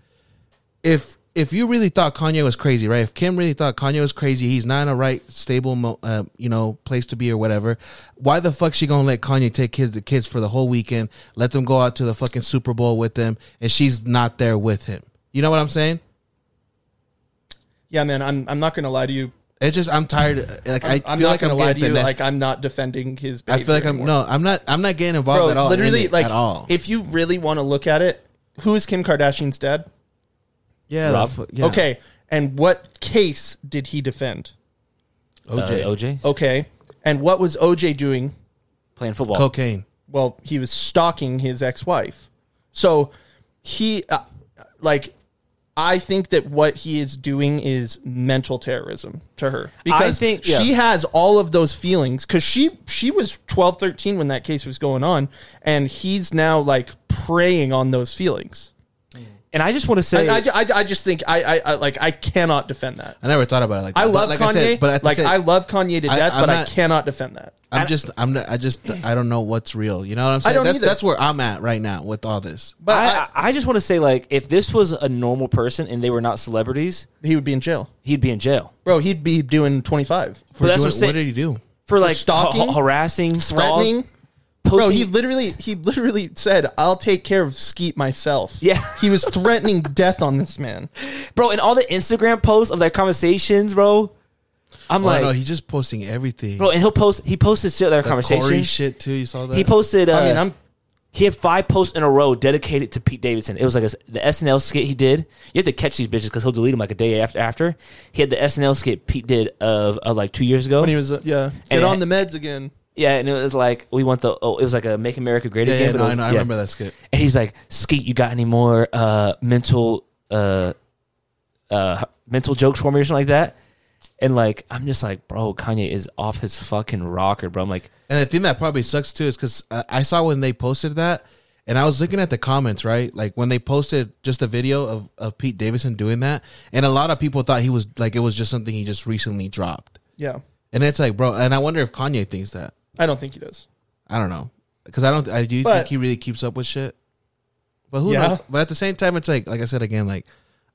Speaker 1: If if you really thought Kanye was crazy, right? If Kim really thought Kanye was crazy, he's not in a right stable, mo- uh, you know, place to be or whatever. Why the fuck she gonna let Kanye take kids the kids for the whole weekend? Let them go out to the fucking Super Bowl with them, and she's not there with him. You know what I'm saying?
Speaker 3: yeah, man, I'm I'm not gonna lie to you.
Speaker 1: It's just I'm
Speaker 3: [LAUGHS]
Speaker 1: tired. Like
Speaker 3: I'm,
Speaker 1: i
Speaker 3: I'm
Speaker 1: feel
Speaker 3: not
Speaker 1: like
Speaker 3: gonna
Speaker 1: I'm
Speaker 3: lie
Speaker 1: getting
Speaker 3: to you.
Speaker 1: finessed.
Speaker 3: Like I'm not defending his.
Speaker 1: I feel like I'm
Speaker 3: behavior anymore.
Speaker 1: no, I'm not. I'm not getting involved
Speaker 3: Bro,
Speaker 1: at all. in
Speaker 3: literally,
Speaker 1: it
Speaker 3: like
Speaker 1: at all.
Speaker 3: If you really want to look at it, who is Kim Kardashian's dad?
Speaker 1: yeah,
Speaker 2: Rob?
Speaker 1: the fu- yeah.
Speaker 3: Okay, and what case did he defend?
Speaker 1: OJ,
Speaker 2: Uh, OJ
Speaker 3: Okay, and what was OJ doing?
Speaker 2: playing football.
Speaker 1: cocaine.
Speaker 3: Well, he was stalking his ex-wife. So he, uh, like, I think that what he is doing is mental terrorism to her because
Speaker 2: think- yeah.
Speaker 3: she has all of those feelings because she she was 12, 13 when that case was going on, and he's now like preying on those feelings.
Speaker 2: And I just want to say,
Speaker 3: I, I, I, I just think I, I I like I cannot defend that.
Speaker 1: I never thought about it like that.
Speaker 3: I
Speaker 1: But
Speaker 3: love
Speaker 1: like
Speaker 3: Kanye,
Speaker 1: I said, but like I
Speaker 3: like
Speaker 1: said,
Speaker 3: I love Kanye to
Speaker 1: I-
Speaker 3: death,
Speaker 1: I'm
Speaker 3: but
Speaker 1: not-
Speaker 3: I cannot defend that.
Speaker 1: I'm just, I'm not, I just, I don't know what's real. You know what I'm saying?
Speaker 3: don't
Speaker 1: that's,
Speaker 3: either.
Speaker 1: that's where I'm at right now with all this.
Speaker 3: But
Speaker 2: I,
Speaker 3: I,
Speaker 2: I, I just want to say, like, if this was a normal person and they were not celebrities,
Speaker 3: he would be in jail,
Speaker 2: he'd be in jail
Speaker 3: bro. He'd be doing twenty five,
Speaker 1: For
Speaker 2: that's
Speaker 1: doing-
Speaker 2: what I'm saying.
Speaker 1: What did he do?
Speaker 2: for like
Speaker 3: stalking,
Speaker 2: ha- harassing,
Speaker 3: threatening.
Speaker 2: stalking,
Speaker 3: Bro,
Speaker 2: posting.
Speaker 3: he literally he literally said, "I'll take care of Skeet myself."
Speaker 2: Yeah.
Speaker 3: he
Speaker 1: [LAUGHS]
Speaker 3: was threatening death on this man.
Speaker 2: bro, and all the Instagram posts of their conversations, bro.
Speaker 3: Oh,
Speaker 2: I'm
Speaker 1: Well,
Speaker 2: like,
Speaker 1: Oh, no, he's just posting everything.
Speaker 2: bro, and he'll post. He posted shit of their
Speaker 1: Corey
Speaker 2: conversations.
Speaker 1: shit too. You saw that?
Speaker 2: He posted. Uh,
Speaker 3: I mean, I'm
Speaker 2: He had five posts in a row dedicated to Pete Davidson. It was like a, the SNL skit he did. You have to catch these bitches because he'll delete them like a day after. After he had the SNL skit Pete did of, of like two years ago.
Speaker 3: when he was uh, yeah, get
Speaker 2: And-
Speaker 3: on the meds again.
Speaker 2: yeah, and it was like we want the. Oh, it was like a Make America Great
Speaker 1: yeah,
Speaker 2: Again.
Speaker 1: yeah,
Speaker 2: but
Speaker 1: no,
Speaker 2: it
Speaker 1: I
Speaker 2: was-
Speaker 1: know. I
Speaker 2: yeah.
Speaker 1: remember that skit.
Speaker 2: And he's like, Skeet, you got any more uh, mental uh, uh, mental jokes for me or something like that? And like, I'm just like, bro, Kanye is off his fucking rocker, bro. I'm like,
Speaker 1: And the thing that probably sucks too is because uh, I saw when they posted that, and I was looking at the comments, right? Like when they posted just a video of, of Pete Davidson doing that, and a lot of people thought he was like it was just something he just recently dropped.
Speaker 3: Yeah,
Speaker 1: And it's like, bro, and I wonder if Kanye thinks that.
Speaker 3: I don't think he does.
Speaker 1: I don't know because I don't. I do you
Speaker 3: But-
Speaker 1: think he really keeps up with shit. But who
Speaker 3: Yeah.
Speaker 1: knows? But at the same time, it's like, like I said again, like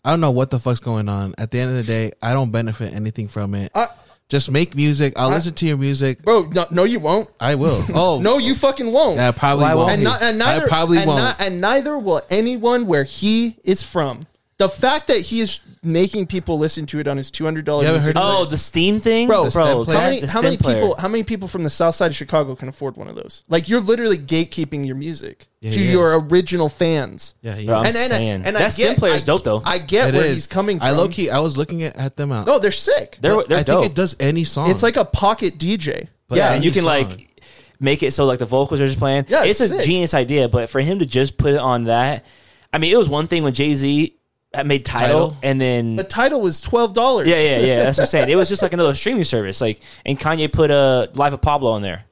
Speaker 1: I don't know what the fuck's going on. At the end of the day, I don't benefit anything from it.
Speaker 3: I,
Speaker 1: Just make music. I'll listen to your music.
Speaker 3: bro, no, no, you won't.
Speaker 1: I
Speaker 3: [LAUGHS]
Speaker 1: will. Oh
Speaker 3: No, you fucking won't.
Speaker 1: I probably
Speaker 2: Why
Speaker 1: won't.
Speaker 2: won't
Speaker 3: and not and neither
Speaker 1: I probably
Speaker 3: and
Speaker 1: won't.
Speaker 3: not- and neither will anyone where he is from. The fact that he is making people listen to it on his two hundred dollars.
Speaker 1: You haven't heard of
Speaker 2: oh, the Steam thing, bro,
Speaker 3: Bro, the
Speaker 2: bro.
Speaker 1: stem
Speaker 2: that-
Speaker 1: player.
Speaker 3: how many
Speaker 2: the
Speaker 3: how many
Speaker 2: stem player.
Speaker 3: people how many people from the south side of Chicago can afford one of those? Like you're literally gatekeeping your music
Speaker 1: Yeah,
Speaker 3: to
Speaker 1: he
Speaker 3: your original fans.
Speaker 1: yeah, he
Speaker 2: Bro, I'm
Speaker 1: is.
Speaker 3: And, and, I-
Speaker 2: saying.
Speaker 3: and I
Speaker 2: That stem
Speaker 3: get,
Speaker 2: player is
Speaker 3: I-
Speaker 2: dope, though.
Speaker 3: I get
Speaker 1: It
Speaker 3: where
Speaker 1: is.
Speaker 3: he's coming from.
Speaker 1: I low key. I was looking at, at them out.
Speaker 3: No, they're sick.
Speaker 2: They're they're
Speaker 1: I
Speaker 2: dope.
Speaker 1: think it does any song.
Speaker 3: it's like a pocket DJ.
Speaker 1: But
Speaker 3: yeah,
Speaker 1: I-
Speaker 2: and you
Speaker 1: any
Speaker 2: can
Speaker 1: song.
Speaker 2: like make it so like the vocals are just playing.
Speaker 3: Yeah,
Speaker 2: it's,
Speaker 3: it's
Speaker 2: a
Speaker 3: sick.
Speaker 2: genius idea, but for him to just put it on that, I mean, it was one thing when Jay Z made title,
Speaker 1: Tidal.
Speaker 2: and then
Speaker 3: the title was twelve dollars.
Speaker 2: Yeah, yeah, yeah. That's what I'm saying. It was just like another streaming service. Like, and Kanye put a uh, Life of Pablo on there,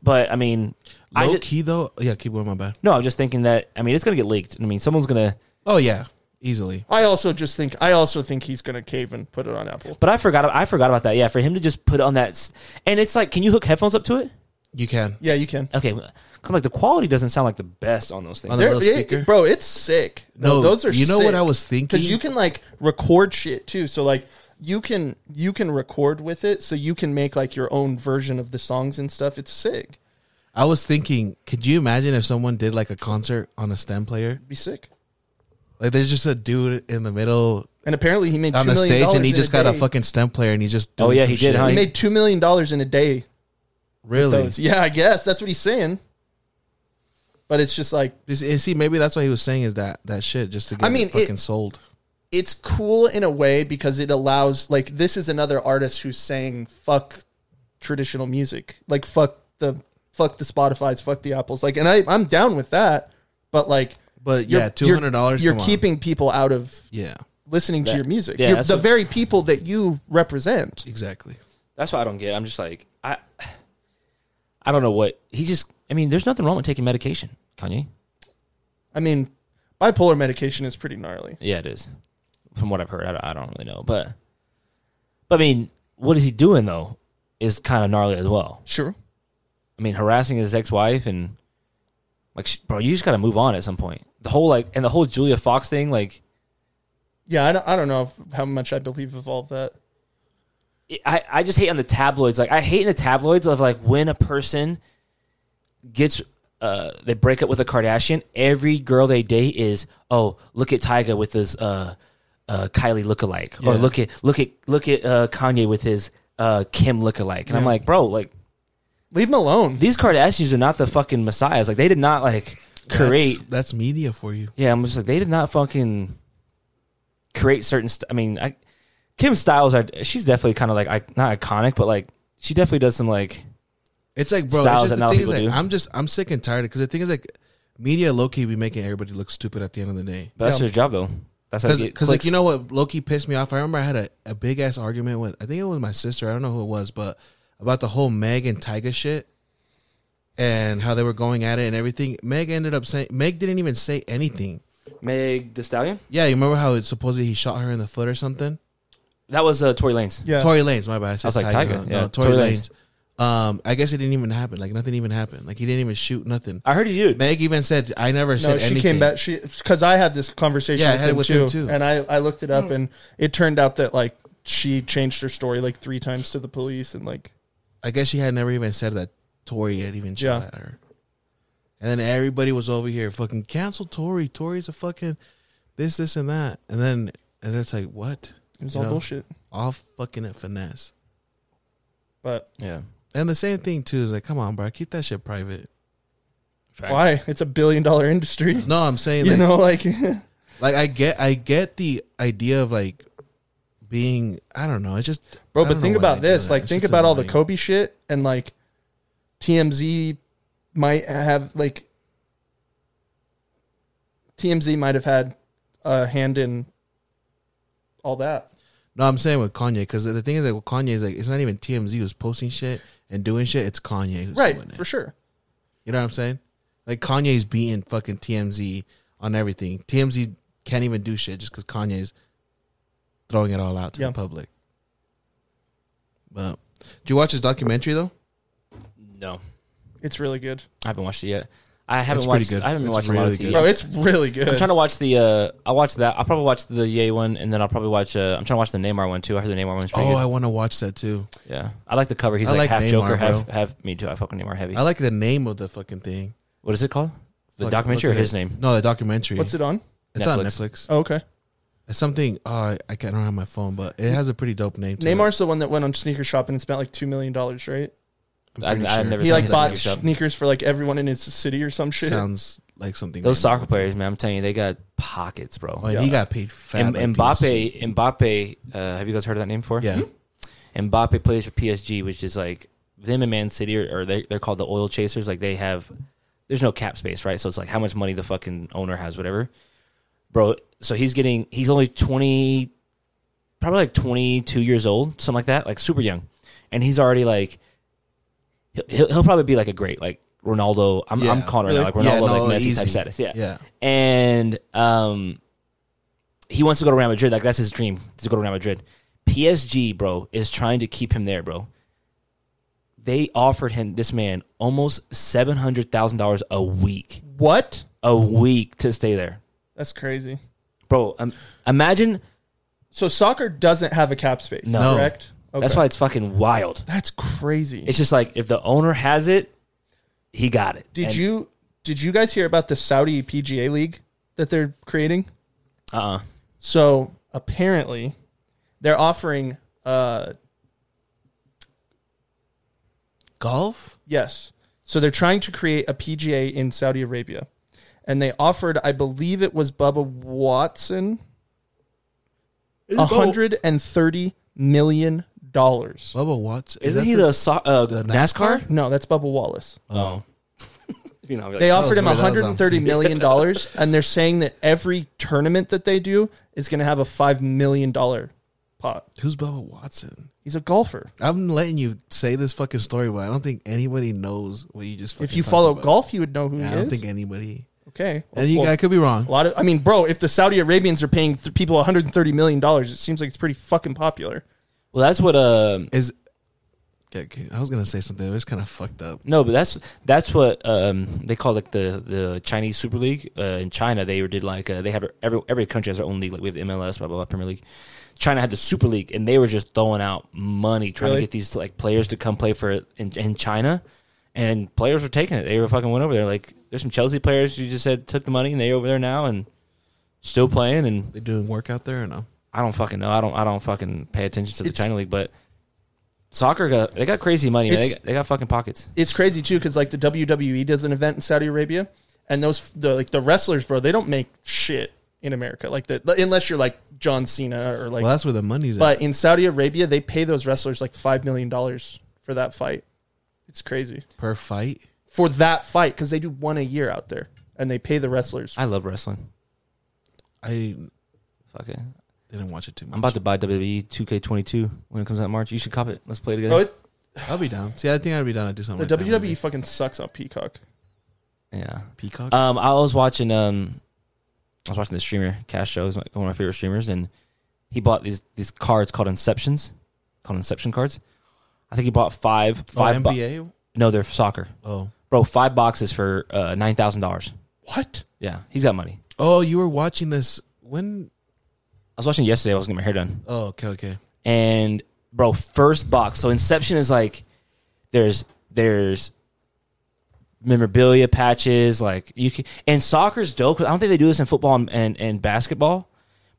Speaker 2: but I mean, I
Speaker 1: low
Speaker 2: just,
Speaker 1: key though. Yeah, keep going. My bad.
Speaker 2: no, I'm just thinking that I mean it's gonna get leaked. I mean, someone's gonna.
Speaker 1: Oh yeah, easily.
Speaker 3: I also just think I also think he's gonna cave and put it on Apple.
Speaker 2: But I forgot. I forgot about that. Yeah, for him to just put on that, s- and it's like, can you hook headphones up to it?
Speaker 1: You can.
Speaker 3: Yeah, you can.
Speaker 2: Okay, i like the quality doesn't sound like the best on those things.
Speaker 1: On the
Speaker 3: They're-
Speaker 1: little
Speaker 3: it-
Speaker 1: speaker?
Speaker 3: bro, it's sick. No,
Speaker 1: No,
Speaker 3: those are.
Speaker 1: you know
Speaker 3: sick.
Speaker 1: what I was thinking?
Speaker 3: because you can like record shit too. So like you can you can record with it, so you can make like your own version of the songs and stuff. It's sick.
Speaker 1: I was thinking. Could you imagine if someone did like a concert on a stem player?
Speaker 3: It'd be sick.
Speaker 1: Like there's just a dude in the middle
Speaker 3: And apparently he made
Speaker 1: on
Speaker 3: $2
Speaker 1: the
Speaker 3: million
Speaker 1: stage and he
Speaker 3: in
Speaker 1: just got a
Speaker 3: day.
Speaker 1: fucking stem player and he's just
Speaker 2: Oh,
Speaker 1: doing
Speaker 2: yeah,
Speaker 1: some
Speaker 2: he did,
Speaker 1: shit.
Speaker 2: huh?
Speaker 3: He made two million dollars in a day.
Speaker 1: really
Speaker 3: Those. Yeah, I guess that's what he's saying. But it's just like
Speaker 1: You see- you see maybe that's what he was saying is that that shit just to get
Speaker 3: I mean,
Speaker 1: it fucking
Speaker 3: it-
Speaker 1: sold
Speaker 3: it's cool in a way because it allows like this is another artist who's saying fuck traditional music like fuck the fuck the spotify's fuck the apples like and I, i'm down with that but like
Speaker 1: but
Speaker 3: you're-
Speaker 1: yeah
Speaker 3: you're-
Speaker 1: $200
Speaker 3: you're,
Speaker 1: come on.
Speaker 3: keeping people out of
Speaker 1: yeah
Speaker 3: listening to your music
Speaker 2: yeah,
Speaker 3: You're
Speaker 2: that's
Speaker 3: the
Speaker 2: what-
Speaker 3: very people that you represent
Speaker 1: exactly
Speaker 2: That's what I don't get. I'm just like I. I don't know what he just. I mean, there's nothing wrong with taking medication, Kanye.
Speaker 3: i mean bipolar medication is pretty gnarly
Speaker 2: Yeah, it is. From what I've heard, I don't, I don't really know, but, but I mean, what is he doing though? Is kind of gnarly as well.
Speaker 3: sure
Speaker 2: I mean, harassing his ex-wife and like, sh- bro, you just got to move on at some point. The whole like and the whole Julia Fox thing, like,
Speaker 3: yeah i don't, I don't know how much i believe of all of that
Speaker 2: I I just hate on the tabloids. Like, I hate in the tabloids of like when a person gets. Uh, they break up with a Kardashian. Every girl they date is, oh, look at Tyga with his uh, uh, Kylie lookalike, or
Speaker 1: Yeah.
Speaker 2: look at look at look at uh, Kanye with his uh, Kim lookalike, and I'm like, bro, like
Speaker 3: Leave him alone.
Speaker 2: these Kardashians are not the fucking messiahs. Like they did not like create.
Speaker 1: That's, that's media for you.
Speaker 2: yeah, I'm just like they did not fucking create certain. St- I mean, I, Kim Styles, are, she's definitely kind of like I, not iconic, but like she definitely does some like
Speaker 1: It's like, bro,
Speaker 2: Styles
Speaker 1: it's just
Speaker 2: that
Speaker 1: the
Speaker 2: now
Speaker 1: thing is,
Speaker 2: people
Speaker 1: like,
Speaker 2: do.
Speaker 1: I'm just, I'm sick and tired because the thing is, like, media low key be making everybody look stupid at the end of the day.
Speaker 2: but that's
Speaker 3: Yeah.
Speaker 2: her job though. That's how you get
Speaker 1: Because, like,
Speaker 2: clicks.
Speaker 1: you know what, Loki pissed me off. I remember I had a, a big ass argument with, I think it was my sister. I don't know who it was, but about the whole Meg and Tyga shit and how they were going at it and everything. Meg ended up saying, Meg didn't even say anything.
Speaker 2: Meg the Stallion.
Speaker 1: Yeah, you remember how it supposedly he shot her in the foot or something?
Speaker 2: That was uh, Tory Lanez.
Speaker 3: Yeah.
Speaker 1: Tory Lanez, my bad. I, said
Speaker 2: was like,
Speaker 1: Tyga.
Speaker 2: Tyga,
Speaker 1: No,
Speaker 2: yeah,
Speaker 1: Tory,
Speaker 2: Tory
Speaker 1: Lanez. Um, I guess it didn't even happen. Like, nothing even happened. Like, he didn't even shoot nothing.
Speaker 2: I heard he did.
Speaker 1: Meg even said, "I never
Speaker 3: No,
Speaker 1: said
Speaker 3: she
Speaker 1: anything."
Speaker 3: came back. She because I had this conversation
Speaker 1: Yeah, I
Speaker 3: with,
Speaker 1: had it
Speaker 3: him,
Speaker 1: with
Speaker 3: too,
Speaker 1: him, too.
Speaker 3: and I I looked it up, and it turned out that like she changed her story like three times to the police, and like
Speaker 1: I guess she had never even said that Tori had even shot
Speaker 3: Yeah.
Speaker 1: at her. And then everybody was over here fucking cancel Tori. Tori's a fucking this, this, and that. And then and it's like what?
Speaker 3: it was
Speaker 1: You
Speaker 3: all
Speaker 1: know?
Speaker 3: bullshit.
Speaker 1: All fucking at finesse.
Speaker 3: But
Speaker 2: Yeah.
Speaker 1: And the same thing too is like, come on, bro, keep that shit private.
Speaker 2: Facts.
Speaker 3: why? It's a billion
Speaker 1: [LAUGHS]
Speaker 3: dollar industry.
Speaker 1: No, I'm saying
Speaker 3: You
Speaker 1: like,
Speaker 3: know, like [LAUGHS]
Speaker 1: like I get I get the idea of like being I don't know. It's just
Speaker 3: bro.
Speaker 1: I don't
Speaker 3: But
Speaker 1: know
Speaker 3: think
Speaker 1: why
Speaker 3: about
Speaker 1: they do
Speaker 3: this.
Speaker 1: that.
Speaker 3: Like
Speaker 1: It's
Speaker 3: think
Speaker 1: just
Speaker 3: about all the
Speaker 1: annoying.
Speaker 3: Kobe shit, and like TMZ might have like TMZ might have had a hand in all that.
Speaker 1: No, I'm saying with Kanye because the thing is like with Kanye is like it's not even TMZ who's posting shit and doing shit. It's Kanye who's
Speaker 3: Right,
Speaker 1: doing it.
Speaker 3: for sure.
Speaker 1: You know what I'm saying? Like Kanye's beating fucking TMZ on everything. TMZ can't even do shit just because Kanye's throwing it all out to
Speaker 3: Yeah.
Speaker 1: the public. But did you watch his documentary though?
Speaker 2: No,
Speaker 3: It's really good,
Speaker 2: I haven't watched it yet. I haven't
Speaker 1: It's pretty
Speaker 2: watched.
Speaker 1: good.
Speaker 2: I haven't been
Speaker 1: It's
Speaker 2: watching a lot
Speaker 1: really
Speaker 2: of TV.
Speaker 1: good. Oh,
Speaker 3: bro. It's really good.
Speaker 2: I'm trying to watch the. uh I watched that. I'll probably watch the Yay one, and then I'll probably watch. Uh, I'm trying to watch the Neymar one too. I heard the Neymar one's pretty
Speaker 1: Oh,
Speaker 2: good.
Speaker 1: I want to watch that too.
Speaker 2: yeah, I like the cover. He's
Speaker 1: I
Speaker 2: like,
Speaker 1: like
Speaker 2: half
Speaker 1: Neymar,
Speaker 2: Joker, half
Speaker 1: bro.
Speaker 2: half me too. I fucking Neymar heavy.
Speaker 1: I like the name of the fucking thing.
Speaker 2: what is it called? The
Speaker 1: Fuck,
Speaker 2: documentary or
Speaker 1: look at
Speaker 2: his
Speaker 1: it.
Speaker 2: name?
Speaker 1: No, the documentary.
Speaker 3: What's it on?
Speaker 1: It's on Netflix.
Speaker 3: Oh, okay.
Speaker 1: It's something. Oh, I, I can't I don't have my phone, but it has a pretty dope name. To it.
Speaker 3: Neymar's the one that went on sneaker shop and spent like two million dollars, right?
Speaker 1: I'm
Speaker 2: I-
Speaker 1: pretty
Speaker 2: I've never
Speaker 3: He
Speaker 2: seen
Speaker 3: like
Speaker 2: his
Speaker 3: bought
Speaker 2: sneaker shop.
Speaker 3: sneakers for like everyone in his city or some shit.
Speaker 1: Sounds like something.
Speaker 2: Those
Speaker 1: Neymar
Speaker 2: soccer
Speaker 1: would-
Speaker 2: players, man. I'm telling you, they got pockets, bro.
Speaker 1: Oh, and he got paid fat.
Speaker 2: and,
Speaker 1: by PSG.
Speaker 2: Mbappe, Mbappe. Uh, have you guys heard of that name before?
Speaker 3: Hmm?
Speaker 1: Yeah.
Speaker 2: Mbappe plays for PSG, which is like them and Man City, are, or they, they're called the oil chasers. Like they have, there's no cap space, right? So it's like how much money the fucking owner has, whatever. Bro, so he's getting, he's only 20, probably like 22 years old, something like that, like super young. And he's already like, he'll, he'll, he'll probably be like a great, like Ronaldo. I'm, I'm
Speaker 1: Yeah.
Speaker 2: calling right now, like
Speaker 3: Like-
Speaker 2: Ronaldo,
Speaker 1: Yeah, no,
Speaker 2: like Messi
Speaker 1: easy.
Speaker 2: type status. Yeah.
Speaker 1: Yeah.
Speaker 2: And, um, he wants to go to Real Madrid. Like that's his dream to go to Real Madrid. PSG, bro, is trying to keep him there, bro. They offered him this man almost seven hundred thousand dollars a week,
Speaker 3: What?
Speaker 2: a week to stay there,
Speaker 3: That's crazy.
Speaker 2: bro. Um, imagine
Speaker 3: So soccer doesn't have a cap space,
Speaker 2: No.
Speaker 3: correct? Okay.
Speaker 2: that's why it's fucking wild.
Speaker 3: That's crazy.
Speaker 2: It's just like if the owner has it, he got it.
Speaker 3: did you did you guys hear about the Saudi PGA League that they're creating?
Speaker 2: Uh, uh
Speaker 3: So apparently, they're offering uh
Speaker 1: Golf?
Speaker 3: Yes. So they're trying to create a PGA in Saudi Arabia. And they offered, I believe it was Bubba Watson, $130 million. No,
Speaker 1: Bubba Watts. is
Speaker 2: isn't
Speaker 1: that
Speaker 2: he the, so- uh, NASCAR?
Speaker 3: that's Bubba Wallace.
Speaker 1: Oh.
Speaker 2: You know, like,
Speaker 3: They offered
Speaker 1: was
Speaker 3: him
Speaker 1: weird. That was
Speaker 3: $130 million, dollars, [LAUGHS] and they're saying that every tournament that they do is going to have a $5 million pot.
Speaker 1: Who's Bubba Watson?
Speaker 3: He's a golfer.
Speaker 1: I'm letting you say this fucking story, but I don't think anybody knows what you just.
Speaker 3: If
Speaker 1: fucking
Speaker 3: you
Speaker 1: talked
Speaker 3: follow
Speaker 1: about.
Speaker 3: golf, you would know who
Speaker 1: Yeah, I
Speaker 3: he
Speaker 1: don't
Speaker 3: is.
Speaker 1: think anybody.
Speaker 3: okay.
Speaker 1: And you,
Speaker 3: Well,
Speaker 1: I could be wrong.
Speaker 3: A lot of, I mean, bro, if the Saudi Arabians are paying th- people 130 million dollars, it seems like it's pretty fucking popular.
Speaker 2: well, that's what um,
Speaker 1: Is okay, okay, I was gonna say something. but It's kind of fucked up.
Speaker 2: No, but that's that's what um, they call like the, the Chinese Super League uh, in China. They did like uh, they have every every country has their own league. Like we have the MLS, blah blah blah, Premier League. China had the Super League, and they were just throwing out money trying to
Speaker 3: Really?
Speaker 2: get these like players to come play for it in, in China, and players were taking it. They were fucking went over there. Like there's some Chelsea players who just said took the money, and they over there now and still playing. And
Speaker 1: They doing work out there or no?
Speaker 2: I don't fucking know. I don't I don't fucking pay attention to the
Speaker 3: It's-
Speaker 2: China league, but soccer got they got crazy money. man. They
Speaker 3: It's-
Speaker 2: got, they got fucking pockets.
Speaker 3: it's crazy too because like the WWE does an event in Saudi Arabia, and those the like the wrestlers, bro, they don't make shit in America like that unless you're like John Cena or like.
Speaker 1: Well, that's where the money's at.
Speaker 3: but in Saudi Arabia, they pay those wrestlers like five million dollars for that fight. It's crazy
Speaker 1: per fight.
Speaker 3: for that fight because they do one a year out there, and they pay the wrestlers.
Speaker 2: I love wrestling.
Speaker 1: I didn't,
Speaker 2: Fuck it.
Speaker 1: didn't watch it too much.
Speaker 2: I'm about to buy E WWE 2K22 when it comes out in March. You should cop it. Let's play together.
Speaker 3: Bro, it,
Speaker 1: I'll be down. See, I think I'd be down to do
Speaker 3: the E
Speaker 1: something. like that one
Speaker 3: WWE
Speaker 1: day.
Speaker 3: fucking sucks on Peacock.
Speaker 2: yeah.
Speaker 1: Peacock.
Speaker 3: Uh,
Speaker 2: Um, I was watching um, I was watching the streamer Castro, who's my- one of my favorite streamers, and he bought these these cards called Inceptions, called Inception cards. I think he bought five five.
Speaker 1: oh,
Speaker 2: bo-
Speaker 1: NBA.
Speaker 2: no, they're soccer,
Speaker 1: oh,
Speaker 2: bro. Five boxes for uh, nine thousand dollars.
Speaker 3: What?
Speaker 2: Yeah, he's got money.
Speaker 1: oh, you were watching this when?
Speaker 2: I was watching it yesterday. I was getting my hair done,
Speaker 1: Oh, okay, okay.
Speaker 2: and bro, first box. So Inception is like there's there's memorabilia patches like you can and soccer's dope. 'cause I don't think they do this in football and, and, and basketball.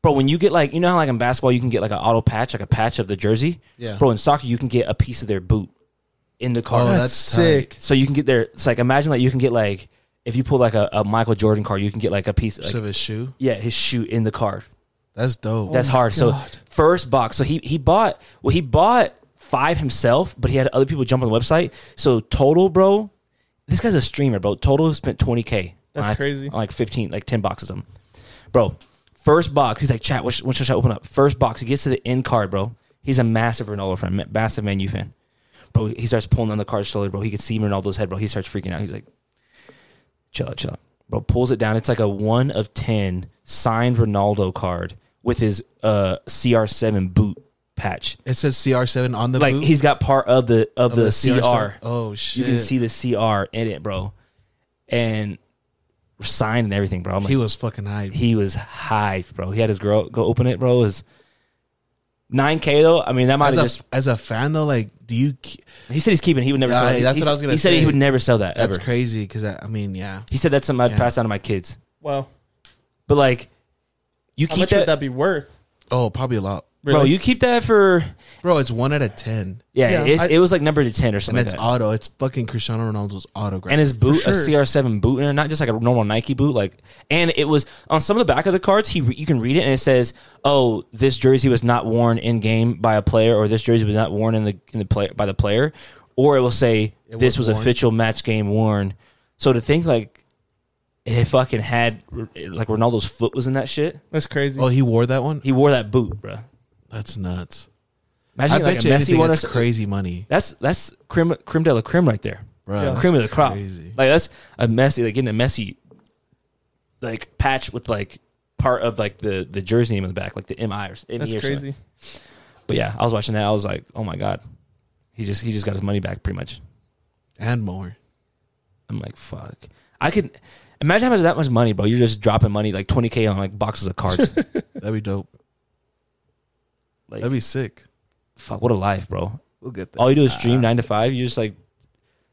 Speaker 2: Bro, when you get like you know how like in basketball you can get like an auto patch, like a patch of the jersey.
Speaker 1: Yeah.
Speaker 2: Bro, in soccer you can get a piece of their boot in the car.
Speaker 1: Oh, that's,
Speaker 3: That's
Speaker 1: sick.
Speaker 3: sick.
Speaker 2: so you can get their. It's like imagine like you can get like if you pull like a, a Michael Jordan card, you can get like a piece. Like,
Speaker 1: of his shoe.
Speaker 2: yeah, his shoe in the card.
Speaker 1: That's dope.
Speaker 2: That's hard.
Speaker 3: God.
Speaker 2: So first box. So he he bought well he bought five himself, but he had other people jump on the website. So total, bro, this guy's a streamer, bro. Total spent twenty k.
Speaker 3: That's crazy.
Speaker 2: like fifteen, like ten boxes of them, bro. First box, he's like, chat. What should, what should I open up? First box, he gets to the end card, bro. He's a massive Ronaldo fan, ma- massive Man U fan, bro. He starts pulling on the card slowly, bro. He can see Ronaldo's head, bro. He starts freaking out. He's like, chill out, chill out. Bro pulls it down. It's like a one of ten signed Ronaldo card with his uh CR7 boot patch.
Speaker 1: it says CR7 on the
Speaker 2: Like
Speaker 1: boot
Speaker 2: he's got part of the of,
Speaker 1: of
Speaker 2: the,
Speaker 1: CR7.
Speaker 2: CR.
Speaker 1: Oh shit!
Speaker 2: You can see the CR in it, bro, and signed and everything, bro. I'm like,
Speaker 1: he was fucking hype.
Speaker 2: he was hyped, bro. He had his girl go open it, bro. It was nine k though. I mean, that might
Speaker 1: as
Speaker 2: have
Speaker 1: a
Speaker 2: just.
Speaker 1: as a fan though, like, do you? ke-
Speaker 2: He said he's keeping. it. He would never.
Speaker 1: Yeah,
Speaker 2: sell it.
Speaker 1: that's
Speaker 2: He-
Speaker 1: what I was gonna
Speaker 2: He said
Speaker 1: say.
Speaker 2: he would never sell that
Speaker 1: That's
Speaker 2: ever.
Speaker 1: crazy because I, I mean, yeah,
Speaker 2: He said that's something I'd
Speaker 1: Yeah.
Speaker 2: pass down to my kids.
Speaker 3: Wow.
Speaker 2: But like, you
Speaker 3: How
Speaker 2: keep
Speaker 3: much would that be worth?
Speaker 1: oh, probably a lot,
Speaker 2: Bro,
Speaker 3: Really?
Speaker 2: you keep that for
Speaker 1: bro. It's one out of ten,
Speaker 2: yeah.
Speaker 3: Yeah,
Speaker 2: it's,
Speaker 3: I-
Speaker 2: it was like number to ten or
Speaker 1: and
Speaker 2: something.
Speaker 1: it's
Speaker 2: like that.
Speaker 1: auto. It's fucking Cristiano Ronaldo's autograph.
Speaker 2: and his boot,
Speaker 3: sure.
Speaker 2: a CR7 boot, and not just like a normal Nike boot. Like, and it was on some of the back of the cards. He, re- you can read it, and it says, "Oh, this jersey was not worn in game by a player, or this jersey was not worn in the in the player by the player, or it will say this was,
Speaker 1: was worn.
Speaker 2: official match game worn." So to think like it fucking had like Ronaldo's foot was in that shit.
Speaker 3: That's crazy.
Speaker 1: oh, he wore that one.
Speaker 2: He wore that boot, bro.
Speaker 1: That's nuts.
Speaker 2: Imagine
Speaker 1: I
Speaker 2: like
Speaker 1: bet
Speaker 2: a
Speaker 1: you
Speaker 2: Messi
Speaker 1: anything
Speaker 2: one. or
Speaker 1: it's
Speaker 2: so-
Speaker 1: crazy money,
Speaker 2: That's that's creme, creme de la creme right there.
Speaker 1: bro.
Speaker 3: Yeah.
Speaker 1: That's
Speaker 2: cream of the crop.
Speaker 1: Crazy.
Speaker 2: Like that's a messy, like getting a messy, like patch with like part of like the the jersey name in the back, like the MI or ME or
Speaker 3: That's
Speaker 2: something.
Speaker 3: crazy.
Speaker 2: But yeah, I was watching that. I was like, oh my god, he just he just got his money back pretty much.
Speaker 1: and more.
Speaker 2: I'm like, fuck, I could imagine how much that much money, bro. You're just dropping money like 20k on like boxes of
Speaker 3: [LAUGHS]
Speaker 2: cards.
Speaker 1: That'd be dope.
Speaker 2: [LAUGHS] like,
Speaker 1: That'd be sick.
Speaker 2: fuck, what a life, bro.
Speaker 1: We'll get there.
Speaker 2: All Oh, you do is stream nine to five. You just like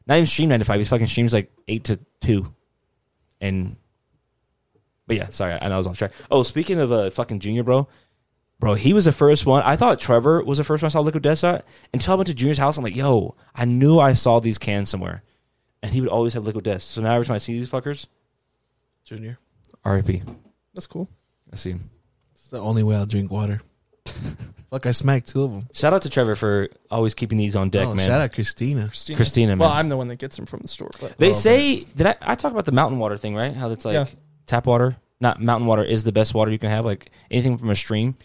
Speaker 2: not even stream nine to five. He's fucking streams like eight to two, and but yeah, sorry, I know I was off track. Oh, speaking of uh, fucking junior, bro, bro, he was the first one. I thought Trevor was the first one I saw Liquid Death at until I went to Junior's house. I'm like, yo, I knew I saw these cans somewhere, and he would always have Liquid Death. So now every time I see these fuckers,
Speaker 1: Junior.
Speaker 2: R.I.P.
Speaker 3: That's cool.
Speaker 2: I see him.
Speaker 1: It's the only way I'll drink
Speaker 2: [LAUGHS]
Speaker 1: water. Fuck, I smacked two of them.
Speaker 2: Shout out to Trevor for always keeping these on deck,
Speaker 1: oh,
Speaker 2: man.
Speaker 1: Shout out Christina.
Speaker 2: Christina, man.
Speaker 3: Well, I'm the one that gets them from the store. But
Speaker 2: They
Speaker 1: Oh,
Speaker 2: say did I, I talk about the mountain water thing, right? How that's like
Speaker 3: Yeah.
Speaker 2: tap water, not mountain water is the best water you can have. Like anything from a stream,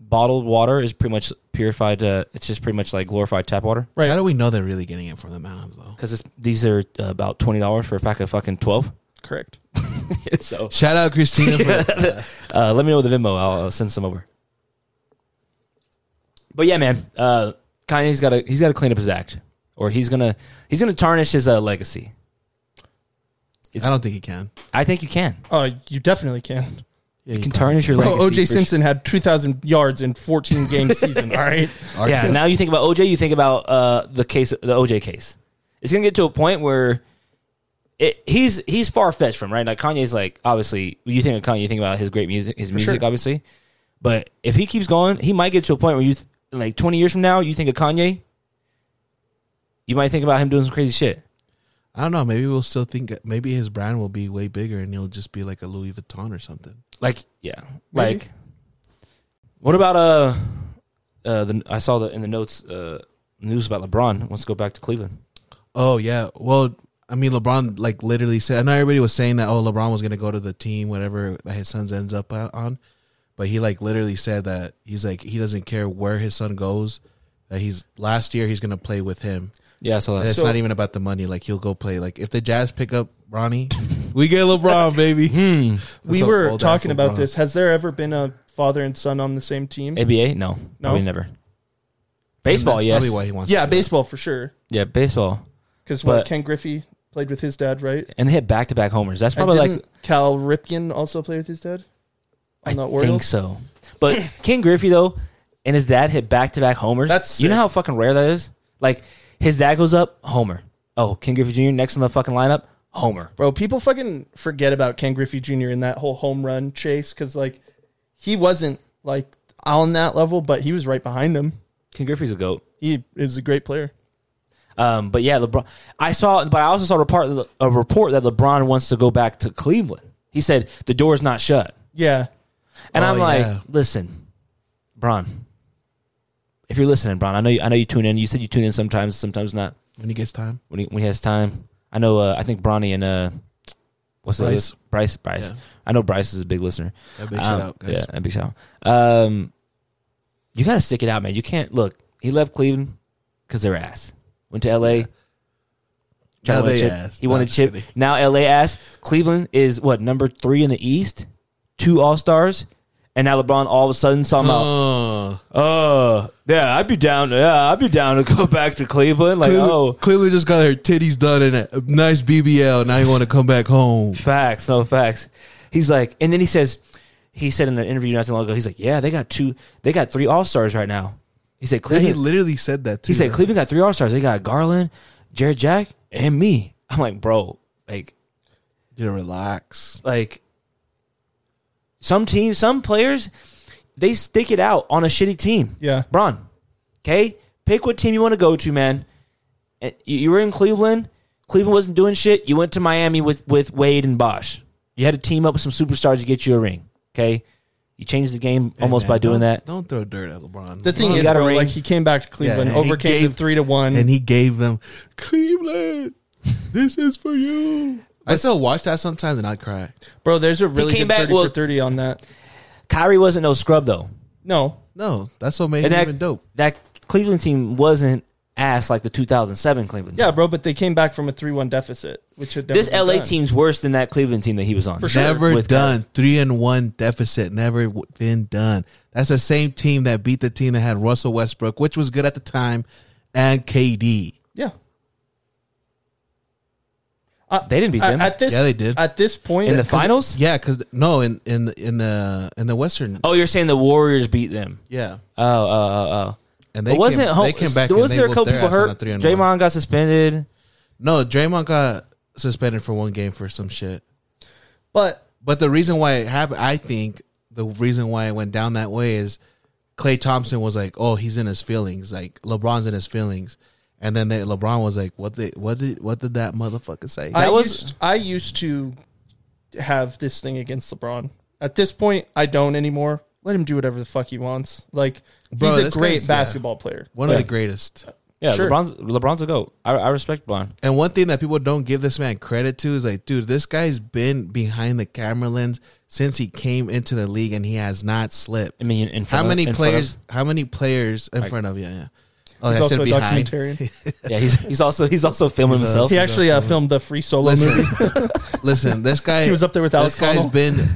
Speaker 2: bottled water is pretty much purified. Uh, it's just pretty much like glorified tap water
Speaker 1: Right. How do we know they're really getting it from the mountains though?
Speaker 2: because these are uh, about twenty dollars for a pack of fucking twelve. [LAUGHS]
Speaker 3: correct.
Speaker 2: so [LAUGHS]
Speaker 1: Shout out Christina. For,
Speaker 2: uh, let me know the Venmo. I'll uh, send some over. But yeah, man, uh, Kanye's got to he's got to clean up his act, or he's gonna he's gonna tarnish his uh, legacy.
Speaker 1: I don't think he can.
Speaker 2: I think you can.
Speaker 3: Uh, you
Speaker 2: [LAUGHS]
Speaker 3: definitely can.
Speaker 1: Yeah,
Speaker 2: You can tarnish
Speaker 3: [LAUGHS]
Speaker 2: your
Speaker 3: Bro,
Speaker 2: legacy.
Speaker 3: OJ
Speaker 2: for sure.
Speaker 3: Oh, Simpson had 2,000 yards
Speaker 2: [LAUGHS]
Speaker 3: in 14 game season. All right.
Speaker 2: Yeah, now you think about OJ, you think about uh, the case, the OJ case. It's gonna get to a point where it, he's he's far fetched from right. Like Kanye's like obviously when you think of Kanye, you think about his great music, his music
Speaker 3: sure.
Speaker 2: obviously, But if he keeps going, he might get to a point where you, th- like, 20 years from now, you think of Kanye, you might think about him doing some crazy shit.
Speaker 1: I don't know. Maybe we'll still think. Maybe his brand will be way bigger, and he'll just be like a Louis Vuitton or something.
Speaker 2: Like, yeah.
Speaker 3: Maybe.
Speaker 2: Like, what about, uh, uh, the, I saw the, in the notes, uh, news about LeBron wants to go back to Cleveland.
Speaker 1: Oh yeah. Well, I mean, LeBron like literally said. I know everybody was saying that. Oh, LeBron was gonna go to the team, whatever that his sons ends up uh, on. But he like literally said that he's like he doesn't care where his son goes. That he's last year he's gonna play with him.
Speaker 2: Yeah, I saw
Speaker 1: And
Speaker 2: that.
Speaker 1: it's not even about the money. Like he'll go play. Like if the Jazz pick up Ronnie, [LAUGHS] we get LeBron, baby.
Speaker 3: We
Speaker 1: So
Speaker 3: were
Speaker 1: old-ass
Speaker 3: talking about
Speaker 1: LeBron.
Speaker 3: this. Has there ever been a father and son on the same team?
Speaker 2: ABA? No.
Speaker 3: No?
Speaker 2: Probably never. Baseball,
Speaker 1: That's
Speaker 2: yes.
Speaker 1: Probably why he wants.
Speaker 3: yeah,
Speaker 1: to do it.
Speaker 3: baseball for sure.
Speaker 2: Yeah, baseball.
Speaker 3: Because what
Speaker 2: But-
Speaker 3: Ken Griffey played with his dad, right?
Speaker 2: And they had back to back homers. That's
Speaker 3: And
Speaker 2: probably like
Speaker 3: didn't Cal Ripken also play with his dad on
Speaker 2: I
Speaker 3: the
Speaker 2: think
Speaker 3: Orioles.
Speaker 2: so.
Speaker 3: [CLEARS THROAT]
Speaker 2: But Ken Griffey though, and his dad hit back to back homers.
Speaker 3: That's
Speaker 2: you know
Speaker 3: sick.
Speaker 2: how fucking rare that is. Like his dad goes up homer. Oh, Ken Griffey Jr. next on the fucking lineup homer.
Speaker 3: Bro, people fucking forget about Ken Griffey Jr. in that whole home run chase because like he wasn't like on that level, but he was right behind him.
Speaker 2: Ken Griffey's a goat.
Speaker 3: He is a great player.
Speaker 2: Um, but yeah, LeBron. I saw, but I also saw a report, a report that LeBron wants to go back to Cleveland. He said the door's not shut,
Speaker 3: Yeah,
Speaker 2: and
Speaker 1: Oh,
Speaker 2: I'm like,
Speaker 1: yeah.
Speaker 2: listen, Bron, if you're listening, Bron, I know you, I know you tune in. You said you tune in sometimes, sometimes not.
Speaker 1: when he gets time.
Speaker 2: when he when he has time. I know. Uh, I think Bronny and uh, what's
Speaker 1: Bryce.
Speaker 2: the list? Bryce? Bryce.
Speaker 1: Yeah.
Speaker 2: I know Bryce is a big listener.
Speaker 1: Yeah, big shout out, guys.
Speaker 2: Um, Yeah, a big shout out. Um, you gotta stick it out, man. You can't look. He left Cleveland because they're ass. Went to L.A. Trying
Speaker 1: Now
Speaker 2: to win a
Speaker 1: they
Speaker 2: chip.
Speaker 1: ass.
Speaker 2: He
Speaker 1: No,
Speaker 2: won a
Speaker 1: I'm just
Speaker 2: chip.
Speaker 1: kidding.
Speaker 2: Now L.A. ass. Cleveland is what number three in the East. Two All Stars. And now LeBron all of a sudden saw him out.
Speaker 1: Oh,
Speaker 2: Oh, yeah, I'd be down. Yeah, I'd be down to go [LAUGHS] back to Cleveland. Like,
Speaker 1: Cleveland,
Speaker 2: oh,
Speaker 1: Cleveland just got her titties done and a nice BBL. Now you want to come back home.
Speaker 2: Facts, no facts. He's like, and then he says, he said in an interview not too long ago, he's like, yeah, they got two, they got three all stars right now. He said
Speaker 1: Yeah, he
Speaker 2: Cleveland,
Speaker 1: literally said that too.
Speaker 2: he said Cleveland got three all stars. They got Garland, Jared Jack, and me. I'm like, bro, like,
Speaker 1: You relax.
Speaker 2: like, some teams, some players, they stick it out on a shitty team.
Speaker 3: yeah.
Speaker 2: Bron, okay, pick what team you want to go to, man. And you, you were in Cleveland. Cleveland wasn't doing shit. You went to Miami with with Wade and Bosch. You had to team up with some superstars to get you a ring. Okay, you changed the game almost by doing that.
Speaker 1: Don't throw dirt at LeBron.
Speaker 3: The thing
Speaker 2: He
Speaker 3: is,
Speaker 2: got a
Speaker 3: bro,
Speaker 2: ring.
Speaker 3: like he came back to Cleveland,
Speaker 1: Yeah, and he
Speaker 3: overcame
Speaker 1: gave-
Speaker 3: the three to one.
Speaker 1: and he gave them Cleveland. this is for you. I still watch that sometimes and I cry.
Speaker 3: bro, there's a really
Speaker 2: came
Speaker 3: good
Speaker 2: back-
Speaker 3: thirty
Speaker 2: well-
Speaker 3: for thirty on that.
Speaker 2: Kyrie wasn't no scrub though,
Speaker 3: No,
Speaker 1: No, that's what made
Speaker 2: and
Speaker 1: him
Speaker 2: that
Speaker 1: even dope.
Speaker 2: that Cleveland team wasn't ass like the 2007 Cleveland. team.
Speaker 3: yeah, bro, but they came back from a three one deficit, which had never
Speaker 2: this
Speaker 3: been
Speaker 2: LA
Speaker 3: done.
Speaker 2: team's worse than that Cleveland team that he was on.
Speaker 3: For sure.
Speaker 1: Never
Speaker 2: With
Speaker 1: done three and one deficit. Never w- been done. That's the same team that beat the team that had Russell Westbrook, which was good at the time, and KD.
Speaker 3: Yeah,
Speaker 2: They didn't beat
Speaker 3: at,
Speaker 2: them
Speaker 3: at this
Speaker 1: Yeah, they did.
Speaker 3: at this point
Speaker 2: in the finals.
Speaker 1: Yeah, because no, in in in the in the Western.
Speaker 2: Oh, you're saying the Warriors beat them?
Speaker 1: Yeah,
Speaker 2: Oh, oh, oh, oh.
Speaker 1: and
Speaker 2: But wasn't
Speaker 1: came,
Speaker 2: it home?
Speaker 1: they came back. and
Speaker 2: Was
Speaker 1: they
Speaker 2: there a
Speaker 1: whooped
Speaker 2: couple
Speaker 1: their
Speaker 2: people
Speaker 1: ass on a
Speaker 2: hurt?
Speaker 1: three and
Speaker 2: Draymond
Speaker 1: one.
Speaker 2: got suspended.
Speaker 1: No, Draymond got suspended for one game for some shit.
Speaker 3: but
Speaker 1: But the reason why it happened, I think, the reason why it went down that way is Clay Thompson was like, "Oh, he's in his feelings. Like LeBron's in his feelings." And then they, LeBron was like, "What did what did what did that motherfucker say?"
Speaker 3: I
Speaker 2: was-
Speaker 3: used I used to have this thing against LeBron. At this point, I don't anymore. Let him do whatever the fuck he wants. Like
Speaker 1: Bro,
Speaker 3: he's
Speaker 1: this
Speaker 3: a great
Speaker 1: guy's- yeah.
Speaker 3: basketball player.
Speaker 1: One of
Speaker 3: Like,
Speaker 1: the greatest.
Speaker 2: Yeah,
Speaker 3: Sure.
Speaker 2: LeBron's LeBron's a goat. I, I respect LeBron.
Speaker 1: And one thing that people don't give this man credit to is like, dude, this guy's been behind the camera lens since he came into the league, and he has not slipped.
Speaker 2: I mean, in front
Speaker 1: How
Speaker 2: of-
Speaker 1: many
Speaker 2: in front of-
Speaker 1: players? How many players in front of you? Yeah. Oh,
Speaker 3: he's
Speaker 1: I said
Speaker 3: also a
Speaker 1: behind. [LAUGHS]
Speaker 3: documentarian.
Speaker 2: yeah, he's he's also he's also filming
Speaker 1: He's a-
Speaker 2: himself.
Speaker 3: He actually uh, filmed the free solo movie. [LAUGHS]
Speaker 1: Listen, [LAUGHS] listen, this guy.
Speaker 3: He was up there with Alex
Speaker 1: This guy's
Speaker 3: Honnold.
Speaker 1: been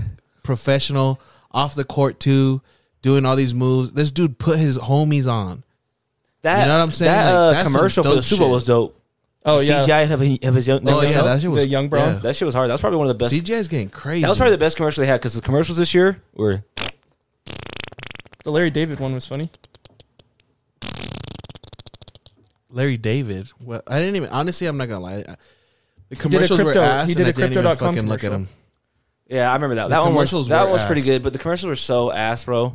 Speaker 1: professional, off the court too, doing all these moves. This dude put his homies on.
Speaker 2: that
Speaker 1: You know what I'm saying? Like,
Speaker 2: That uh,
Speaker 1: that's some
Speaker 2: commercial for
Speaker 1: dope
Speaker 2: the Super Bowl
Speaker 1: shit.
Speaker 2: was dope.
Speaker 3: Oh
Speaker 2: The
Speaker 3: yeah,
Speaker 2: CGI of, his- of his young.
Speaker 1: Oh yeah, that shit was
Speaker 3: the young Bron?
Speaker 2: that shit was hard. That was probably one of the
Speaker 1: Yeah.
Speaker 2: best.
Speaker 1: CGI's getting crazy.
Speaker 2: that was probably the best commercial they had because the commercials this year were
Speaker 3: the Larry David one was funny.
Speaker 1: Larry David. Well, I didn't even. Honestly, I'm not gonna lie. I- The
Speaker 3: did a
Speaker 1: commercials were
Speaker 3: crypto-
Speaker 1: ass,
Speaker 3: he
Speaker 1: and
Speaker 3: did
Speaker 1: I
Speaker 3: a
Speaker 1: didn't even
Speaker 3: crypto.com
Speaker 1: fucking look at
Speaker 3: commercial.
Speaker 1: him.
Speaker 2: yeah, I remember that.
Speaker 1: The
Speaker 2: that one was
Speaker 1: commercials
Speaker 2: that
Speaker 1: were
Speaker 2: was pretty
Speaker 1: ass.
Speaker 2: good, but the commercials were so ass, bro.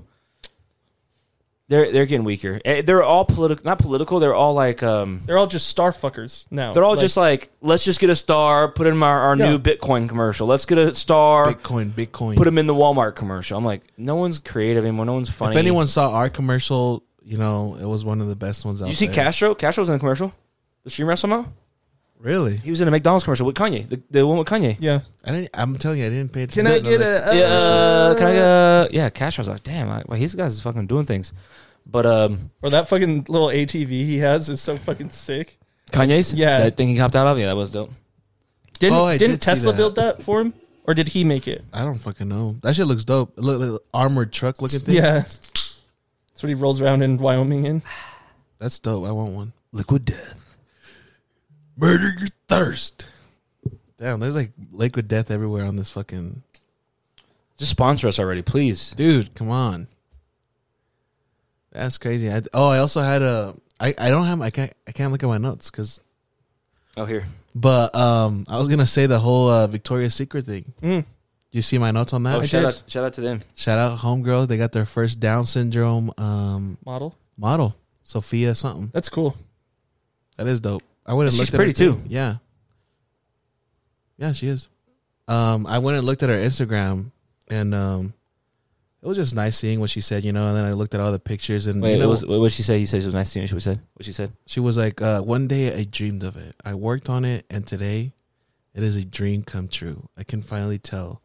Speaker 2: They're they're getting weaker. Eh, They're all political, not political. They're all like um.
Speaker 3: They're all just star fuckers now.
Speaker 2: They're all just like let's just get a star, put in our, our
Speaker 3: Yeah.
Speaker 2: new Bitcoin commercial. Let's get a star,
Speaker 1: Bitcoin, Bitcoin.
Speaker 2: put them in the Walmart commercial. I'm like, no one's creative anymore. No one's funny.
Speaker 1: if anyone saw our commercial, you know it was one of the best ones out
Speaker 2: Did you see
Speaker 1: there.
Speaker 2: Castro? Castro was in a commercial. The stream wrestle somehow.
Speaker 1: Really?
Speaker 2: He was in a McDonald's commercial with Kanye. The, the one with Kanye.
Speaker 3: yeah.
Speaker 1: I didn't. I'm telling you, I didn't pay attention.
Speaker 3: Can I get
Speaker 1: like,
Speaker 3: a? Uh,
Speaker 2: Yeah, uh, can I, uh, yeah. Castro was like, damn, I, well, these guys is fucking doing things. But um,
Speaker 3: Or that fucking little ATV he has is so fucking sick.
Speaker 2: Kanye's,
Speaker 3: Yeah.
Speaker 2: that thing he hopped out of, yeah, that was dope.
Speaker 3: Didn't
Speaker 1: Oh, I
Speaker 3: didn't
Speaker 1: did see
Speaker 3: Tesla
Speaker 1: that.
Speaker 3: build that for him, or did he make it?
Speaker 1: I don't fucking know. That shit looks dope. Look, look armored truck looking thing.
Speaker 3: Yeah, that's what he rolls around in Wyoming in.
Speaker 1: that's dope. I want one.
Speaker 2: Liquid death.
Speaker 1: Murder your thirst. Damn, there's like liquid death everywhere on this fucking
Speaker 2: Just sponsor us already, please.
Speaker 1: dude. Come on, that's crazy. I, oh, I also had a. I, I don't have. I can't. I can't look at my notes because.
Speaker 2: Oh, here.
Speaker 1: But um, I was gonna say the whole uh, Victoria's Secret thing.
Speaker 3: Mm.
Speaker 1: You see my notes on that?
Speaker 2: Oh, shout
Speaker 3: did.
Speaker 2: out, shout out to them.
Speaker 1: Shout out Homegirl. They got their first Down syndrome um,
Speaker 3: Model.
Speaker 1: model, Sophia something.
Speaker 3: That's cool.
Speaker 1: That is dope. I would have
Speaker 2: She's
Speaker 1: looked at
Speaker 2: pretty,
Speaker 1: her thing.
Speaker 2: too.
Speaker 1: Yeah. Yeah, she is. Um, I went and looked at her Instagram and um it was just nice seeing what she said, you know, and then I looked at all the pictures and
Speaker 2: Wait,
Speaker 1: you know,
Speaker 2: what was, what did she say? You said she was nice to you. She was said what she said.
Speaker 1: she was like, uh, one day I dreamed of it. I worked on it and today it is a dream come true. I can finally tell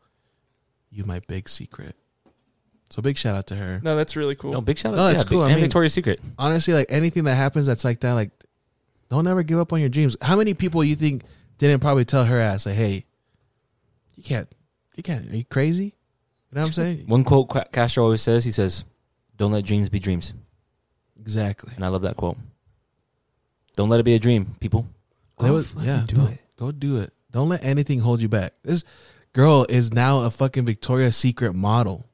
Speaker 1: you my big secret. So big shout out to her.
Speaker 3: No, that's really cool.
Speaker 2: No, big shout out.
Speaker 1: No, it's
Speaker 2: yeah,
Speaker 1: Oh, cool.
Speaker 2: Big,
Speaker 1: I
Speaker 2: and
Speaker 1: mean-
Speaker 2: Victoria's Secret.
Speaker 1: honestly, like anything that happens that's like that, like don't ever give up on your dreams. How many people you think didn't probably tell her ass like, hey, you can't, you can't, are you crazy? You know what I'm
Speaker 2: [LAUGHS]
Speaker 1: saying?
Speaker 2: One quote Qua- Castro always says, he says, "Don't let dreams be dreams,"
Speaker 1: exactly.
Speaker 2: and I love that quote. Don't let it be a dream, people.
Speaker 1: That was-
Speaker 2: fucking
Speaker 1: yeah,
Speaker 2: do
Speaker 1: go,
Speaker 2: it.
Speaker 1: Go do it. Don't let anything hold you back. This girl is now a fucking Victoria's Secret model.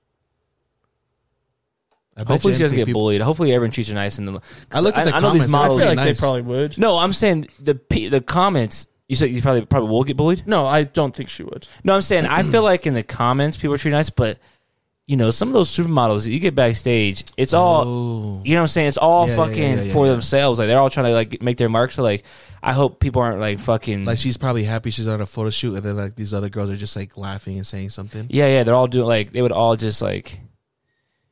Speaker 1: I bet
Speaker 2: Hopefully
Speaker 1: you
Speaker 2: she doesn't
Speaker 1: anything
Speaker 2: get
Speaker 1: people-
Speaker 2: bullied. Hopefully everyone treats her nice. And the,
Speaker 1: I looked at the
Speaker 2: I, know
Speaker 1: comments. I Oh,
Speaker 2: these
Speaker 3: I feel
Speaker 2: models.
Speaker 1: yeah,
Speaker 3: like
Speaker 1: nice.
Speaker 3: they probably would.
Speaker 2: no, I'm saying the pe- the comments. You said you probably probably will get bullied.
Speaker 3: No, I don't think she would.
Speaker 2: No, I'm
Speaker 1: [CLEARS THROAT]
Speaker 2: saying I feel like in the comments people are treated nice, but you know some of those supermodels you get backstage, it's all
Speaker 1: Oh,
Speaker 2: you know what I'm saying. It's all
Speaker 1: Yeah, yeah,
Speaker 2: fucking
Speaker 1: yeah, yeah,
Speaker 2: for
Speaker 1: yeah.
Speaker 2: themselves. Like they're all trying to like make their mark. So like I hope people aren't like fucking
Speaker 1: like she's probably happy she's on a photo shoot, and then like these other girls are just like laughing and saying something.
Speaker 2: Yeah, yeah, they're all doing like they would all just like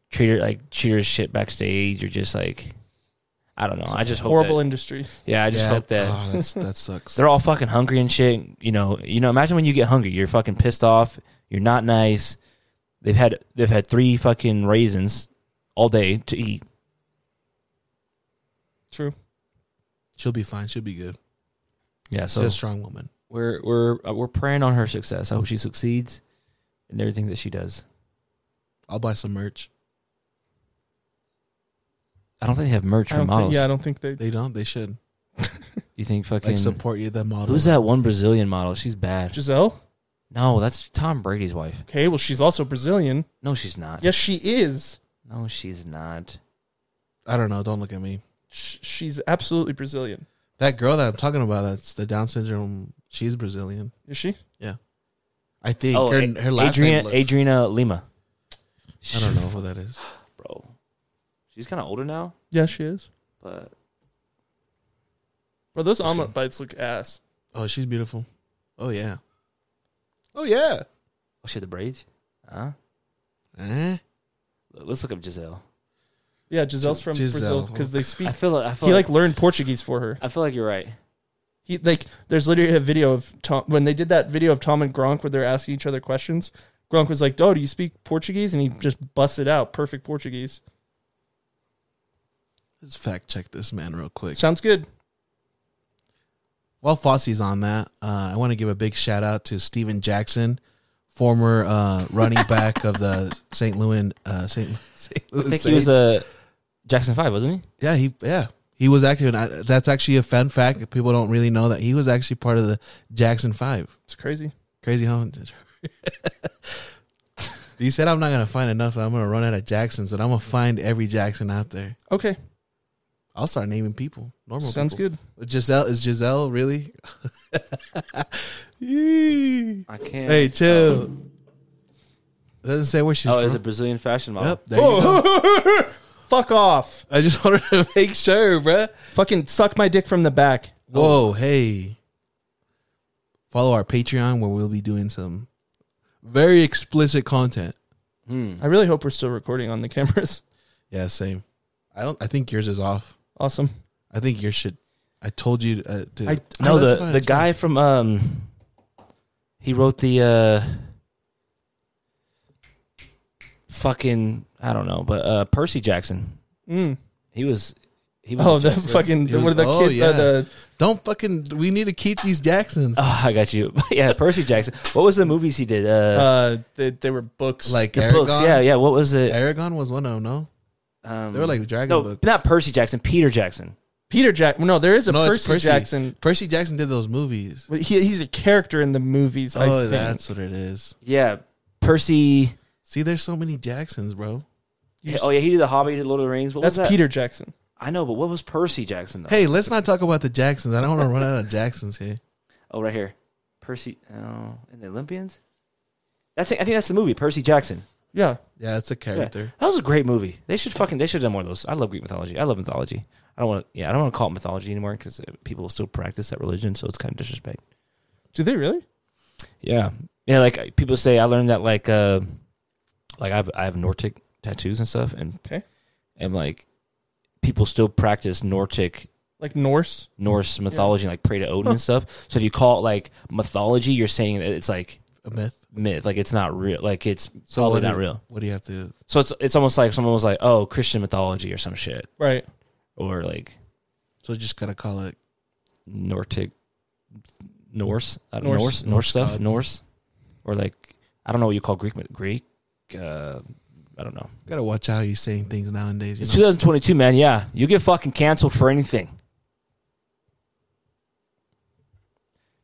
Speaker 2: treat her like treat her as shit backstage or just like I don't know. I just hope
Speaker 3: Horrible
Speaker 2: That,
Speaker 3: industry.
Speaker 2: yeah, I just
Speaker 1: Yeah,
Speaker 2: hope that
Speaker 1: oh, that's,
Speaker 2: [LAUGHS]
Speaker 1: that sucks.
Speaker 2: they're all fucking hungry and shit. You know, you know. Imagine when you get hungry, you're fucking pissed off. You're not nice. They've had they've had three fucking raisins all day to eat.
Speaker 3: True.
Speaker 1: She'll be fine. She'll be good.
Speaker 2: Yeah,
Speaker 1: She's
Speaker 2: so
Speaker 1: a strong woman.
Speaker 2: we're we're uh, we're praying on her success. I hope she succeeds in everything that she does.
Speaker 1: I'll buy some merch.
Speaker 2: I don't think they have merch
Speaker 3: I
Speaker 2: for
Speaker 3: don't
Speaker 2: models.
Speaker 3: think, yeah, I don't think they. [LAUGHS]
Speaker 1: They don't. They should
Speaker 2: You think fucking
Speaker 1: like support you. The model.
Speaker 2: who's that one Brazilian model? She's bad.
Speaker 3: Giselle.
Speaker 2: No, that's Tom Brady's wife.
Speaker 3: Okay, well she's also Brazilian.
Speaker 2: No, she's not.
Speaker 3: Yes, she is.
Speaker 2: No, she's not.
Speaker 1: I don't know. Don't look at me.
Speaker 3: Sh- She's absolutely Brazilian.
Speaker 1: That girl that I'm talking about. That's the Down syndrome. She's Brazilian.
Speaker 3: Is she?
Speaker 1: I think.
Speaker 2: Oh,
Speaker 1: her,
Speaker 2: A-
Speaker 1: her last
Speaker 2: Adriana,
Speaker 1: name. looks-
Speaker 2: Adriana Lima.
Speaker 1: I don't know who that is.
Speaker 2: bro. She's kind of older now,
Speaker 3: Yeah, she is.
Speaker 2: but
Speaker 3: Bro, those
Speaker 2: Is she?
Speaker 3: omelet bites look ass.
Speaker 1: Oh, she's beautiful. Oh yeah. Oh yeah.
Speaker 2: oh, she had the braids. Huh?
Speaker 1: Eh?
Speaker 2: Let's look up Giselle.
Speaker 3: Yeah, Giselle's from
Speaker 1: Giselle.
Speaker 3: Brazil because they speak.
Speaker 2: I feel like I feel
Speaker 3: He
Speaker 2: like,
Speaker 3: like learned Portuguese for her.
Speaker 2: I feel like you're right.
Speaker 3: He like there's literally a video of Tom when they did that video of Tom and Gronk where they're asking each other questions. Gronk was like, "Oh, do you speak Portuguese?" And he just busted out perfect Portuguese.
Speaker 1: Let's fact check this man real quick.
Speaker 3: Sounds good.
Speaker 1: While Fosse's on that, uh, I want to give a big shout out to Steven Jackson, former uh, [LAUGHS] running back of the St. Louis uh, St. St. Louis
Speaker 2: I think he was
Speaker 1: Saints.
Speaker 2: a Jackson Five, wasn't he?
Speaker 1: Yeah, he yeah he was actually. An, that's actually a fun fact. People don't really know that he was actually part of the Jackson Five.
Speaker 3: It's crazy.
Speaker 1: Crazy, huh? [LAUGHS] you said I'm not gonna find enough. that I'm gonna run out of Jacksons, but I'm gonna find every Jackson out there.
Speaker 3: Okay,
Speaker 1: I'll start naming people. Normal.
Speaker 3: sounds good.
Speaker 1: good. Giselle is Giselle really? [LAUGHS] Yee.
Speaker 2: I can't.
Speaker 1: hey, chill. It doesn't say where she's
Speaker 2: oh, it's
Speaker 1: from.
Speaker 2: a Brazilian fashion model.
Speaker 1: yep, there you go.
Speaker 3: Fuck off.
Speaker 1: I just wanted to make sure, bruh.
Speaker 3: Fucking suck my dick from the back.
Speaker 1: Whoa, hey. Follow our Patreon where we'll be doing some very explicit content.
Speaker 2: Hmm.
Speaker 3: I really hope we're still recording on the cameras. [LAUGHS]
Speaker 1: Yeah, same. I don't. I think yours is off.
Speaker 3: Awesome.
Speaker 1: I think yours should. I told you uh, to.
Speaker 3: I-
Speaker 2: No,
Speaker 1: Oh,
Speaker 2: the
Speaker 1: that's fine,
Speaker 2: the
Speaker 1: that's fine.
Speaker 2: guy from um, he wrote the uh, fucking I don't know, but uh, Percy Jackson.
Speaker 3: Mm.
Speaker 2: He was he was.
Speaker 3: Oh,
Speaker 2: a
Speaker 3: the
Speaker 2: Jackson.
Speaker 3: fucking
Speaker 1: It
Speaker 3: the,
Speaker 1: was-
Speaker 3: what are the
Speaker 1: oh,
Speaker 3: kid
Speaker 1: yeah.
Speaker 3: uh, the
Speaker 1: Don't fucking. We need to keep these Jacksons.
Speaker 2: [LAUGHS] Oh, I got you. [LAUGHS] yeah, Percy Jackson. What was the movies he did? Uh,
Speaker 3: uh they, they were books.
Speaker 1: like
Speaker 2: the
Speaker 1: Aragon.
Speaker 2: books. Yeah, yeah. What was it?
Speaker 1: Aragon was one of them. No,
Speaker 2: Um,
Speaker 1: they were like dragon
Speaker 2: no,
Speaker 1: books.
Speaker 2: not Percy Jackson. Peter Jackson.
Speaker 3: Peter Jack. No, there is a
Speaker 1: No, it's
Speaker 3: Percy,
Speaker 1: Percy.
Speaker 3: Jackson.
Speaker 1: Percy Jackson did those movies.
Speaker 3: He, he's a character in the movies. I
Speaker 1: oh,
Speaker 3: think.
Speaker 1: that's what it is.
Speaker 2: Yeah, Percy.
Speaker 1: See, there's so many Jacksons, bro.
Speaker 3: You
Speaker 2: oh yeah, he did the Hobbit. He did Lord of the Rings. What
Speaker 3: That's
Speaker 2: was that?
Speaker 3: Peter Jackson.
Speaker 2: I know, but what was Percy Jackson though?
Speaker 1: Hey, let's not talk about the Jacksons. I don't want to run out of Jacksons here.
Speaker 2: Oh, right here, Percy. Oh, in the Olympians. That's it. I think that's the movie Percy Jackson.
Speaker 3: Yeah.
Speaker 1: Yeah, it's a character.
Speaker 2: That was a great movie. They should fucking they should have done more of those. I love Greek mythology. I love mythology. I don't want to. Yeah, I don't want to call it mythology anymore because people still practice that religion, so it's kind of disrespect.
Speaker 3: Do they really?
Speaker 2: Yeah, yeah. Like I- people say, I learned that like uh, like I've I have Nordic tattoos and stuff, and
Speaker 3: Okay.
Speaker 2: and like people still practice Nordic
Speaker 3: Like Norse?
Speaker 2: Norse mythology, and like pray to Odin and stuff. So if you call it like mythology, you're saying that it's like
Speaker 1: A myth.
Speaker 2: myth, like it's not real, like it's
Speaker 1: So
Speaker 2: probably
Speaker 1: what
Speaker 2: not
Speaker 1: do-
Speaker 2: real.
Speaker 1: What do you have to?
Speaker 2: So it's it's almost like someone was like, oh, Christian mythology or some shit,
Speaker 3: Right.
Speaker 2: or like
Speaker 1: So just gotta call it.
Speaker 2: Nordic, Norse, uh,
Speaker 3: Norse.
Speaker 2: Norse, Norse,
Speaker 1: Norse
Speaker 2: stuff,
Speaker 1: gods.
Speaker 2: Norse, or like I don't know what you call Greek myth- Greek. Uh, I don't know.
Speaker 1: Gotta watch out how you saying things nowadays. You
Speaker 2: It's
Speaker 1: know?
Speaker 2: 2022, man. Yeah, you get fucking canceled for anything.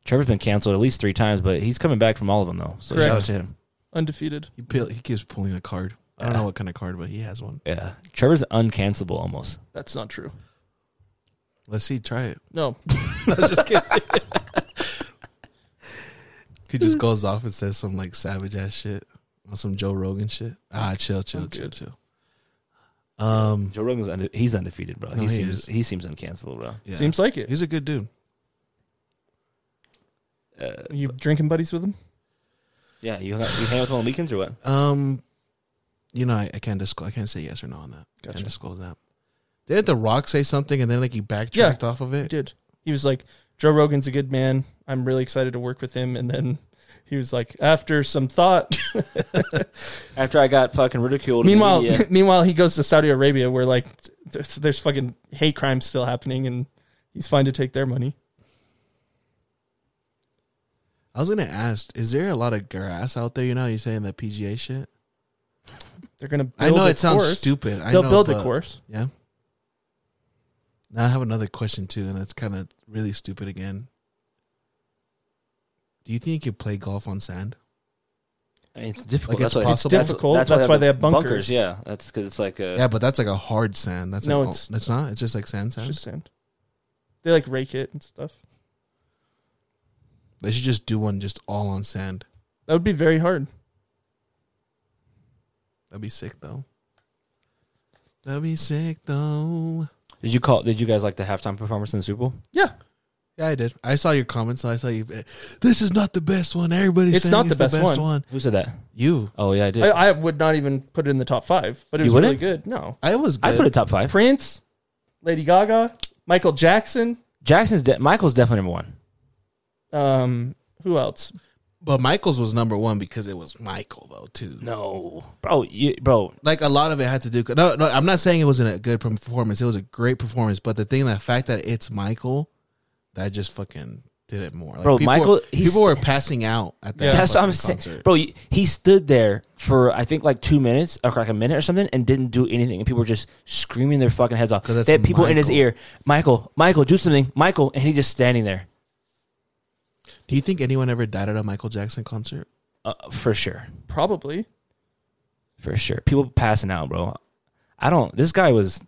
Speaker 2: Trevor's been canceled at least three times, but he's coming back from all of them though. So
Speaker 3: Correct.
Speaker 2: shout out to him.
Speaker 3: Undefeated.
Speaker 1: He, peel- he keeps pulling a card. I don't
Speaker 2: Yeah.
Speaker 1: know what kind of card, but he has one.
Speaker 2: Yeah, Trevor's uncancelable almost. [LAUGHS]
Speaker 3: That's not true.
Speaker 1: Let's see. Try it.
Speaker 3: No.
Speaker 1: No, just kidding. he
Speaker 3: [LAUGHS]
Speaker 1: just goes off and says some like savage ass shit on some Joe Rogan shit. Ah, chill, chill,
Speaker 3: I'm
Speaker 1: chill,
Speaker 3: good.
Speaker 1: chill. Um,
Speaker 2: Joe Rogan's unde- he's undefeated, bro.
Speaker 1: No,
Speaker 2: he,
Speaker 1: he
Speaker 2: seems
Speaker 1: is.
Speaker 2: he seems uncancelable, bro.
Speaker 1: yeah.
Speaker 3: Seems like it.
Speaker 1: he's a good dude.
Speaker 2: Uh,
Speaker 3: You drinking buddies with him?
Speaker 2: yeah, you, you hang out with him on weekends or what?
Speaker 1: Um, you know, I, I can't disclose. I can't say yes or no on that.
Speaker 3: Gotcha.
Speaker 1: Can't disclose that. Didn't The Rock say something and then like he backtracked off of
Speaker 3: He
Speaker 1: it?
Speaker 3: did. He was like, Joe Rogan's a good man. I'm really excited to work with him. And then he was like, after some thought.
Speaker 2: After I got fucking ridiculed. uh, in the
Speaker 3: meanwhile,
Speaker 2: media.
Speaker 3: [LAUGHS] meanwhile, he goes to Saudi Arabia where like there's, there's fucking hate crimes still happening and he's fine to take their money.
Speaker 1: I was gonna ask: Is there a lot of grass out there? You know, you're saying that PGA shit.
Speaker 3: They're going to
Speaker 1: I know
Speaker 3: a
Speaker 1: it sounds
Speaker 3: course.
Speaker 1: stupid. I
Speaker 3: They'll
Speaker 1: know,
Speaker 3: build a
Speaker 1: but-
Speaker 3: course.
Speaker 1: Yeah. Now I have another question too, and it's kind of really stupid again. Do you think you could play golf on sand?
Speaker 2: I mean, it's difficult.
Speaker 1: Like,
Speaker 2: that's
Speaker 1: it's
Speaker 2: why,
Speaker 1: possible? It's
Speaker 3: difficult. That's why they have bunkers.
Speaker 2: Yeah, that's because it's like uh, a.
Speaker 1: yeah, but that's like a hard sand. That's
Speaker 3: No,
Speaker 1: like,
Speaker 3: it's-
Speaker 1: it's that's not. It's just like sand
Speaker 3: It's
Speaker 1: sand.
Speaker 3: just sand. They like rake it and stuff.
Speaker 1: they should just do one just all on sand.
Speaker 3: That would be very hard.
Speaker 1: That'd be sick though. That'd be sick though.
Speaker 2: Did you call? Did you guys like the halftime performance in the Super Bowl?
Speaker 3: Yeah.
Speaker 1: Yeah, I did. I saw your comments, so I saw you. eh, This is not the best one. Everybody's
Speaker 3: It's
Speaker 1: saying
Speaker 3: not
Speaker 1: it's
Speaker 3: the best one."
Speaker 2: Who said that?
Speaker 1: You,
Speaker 2: Oh yeah, I did.
Speaker 3: I,
Speaker 2: I,
Speaker 3: I would not even put it in the top five, but it
Speaker 2: You
Speaker 3: was really
Speaker 2: wouldn't?
Speaker 3: good. No.
Speaker 1: I was. Good.
Speaker 2: put a top five.
Speaker 3: Prince, Lady Gaga, Michael Jackson,
Speaker 2: Jackson's de- Michael's definitely number one.
Speaker 3: um, who else?
Speaker 1: but Michael's was number one because it was Michael though too.
Speaker 2: No, bro, you, bro.
Speaker 1: like a lot of it had to do. No, no, I'm not saying it wasn't a good performance. It was a great performance, but the thing, the fact that it's Michael, that just fucking did it more. Like
Speaker 2: Bro,
Speaker 1: people
Speaker 2: Michael-
Speaker 1: were,
Speaker 2: he's-
Speaker 1: people were passing out at that.
Speaker 3: Yeah.
Speaker 2: That's what I'm
Speaker 1: fucking
Speaker 2: saying,
Speaker 1: concert.
Speaker 2: bro. you- He stood there for I think like two minutes, or like a minute or something, and didn't do anything. And people were just screaming their fucking heads off.
Speaker 1: 'Cause that's
Speaker 2: They had people in his
Speaker 1: Michael.
Speaker 2: ear, Michael, Michael, do something, Michael, and he just standing there
Speaker 1: Do you think anyone ever died at a Michael Jackson concert?
Speaker 2: uh, for sure.
Speaker 3: Probably.
Speaker 2: for sure. People passing out, bro. I don't. This guy was,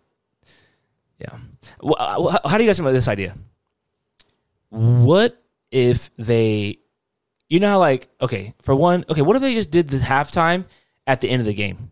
Speaker 2: yeah. Wh- wh- How do you guys think about this idea? What if they, you know, how like okay, for one, okay, what if they just did the halftime at the end of the game?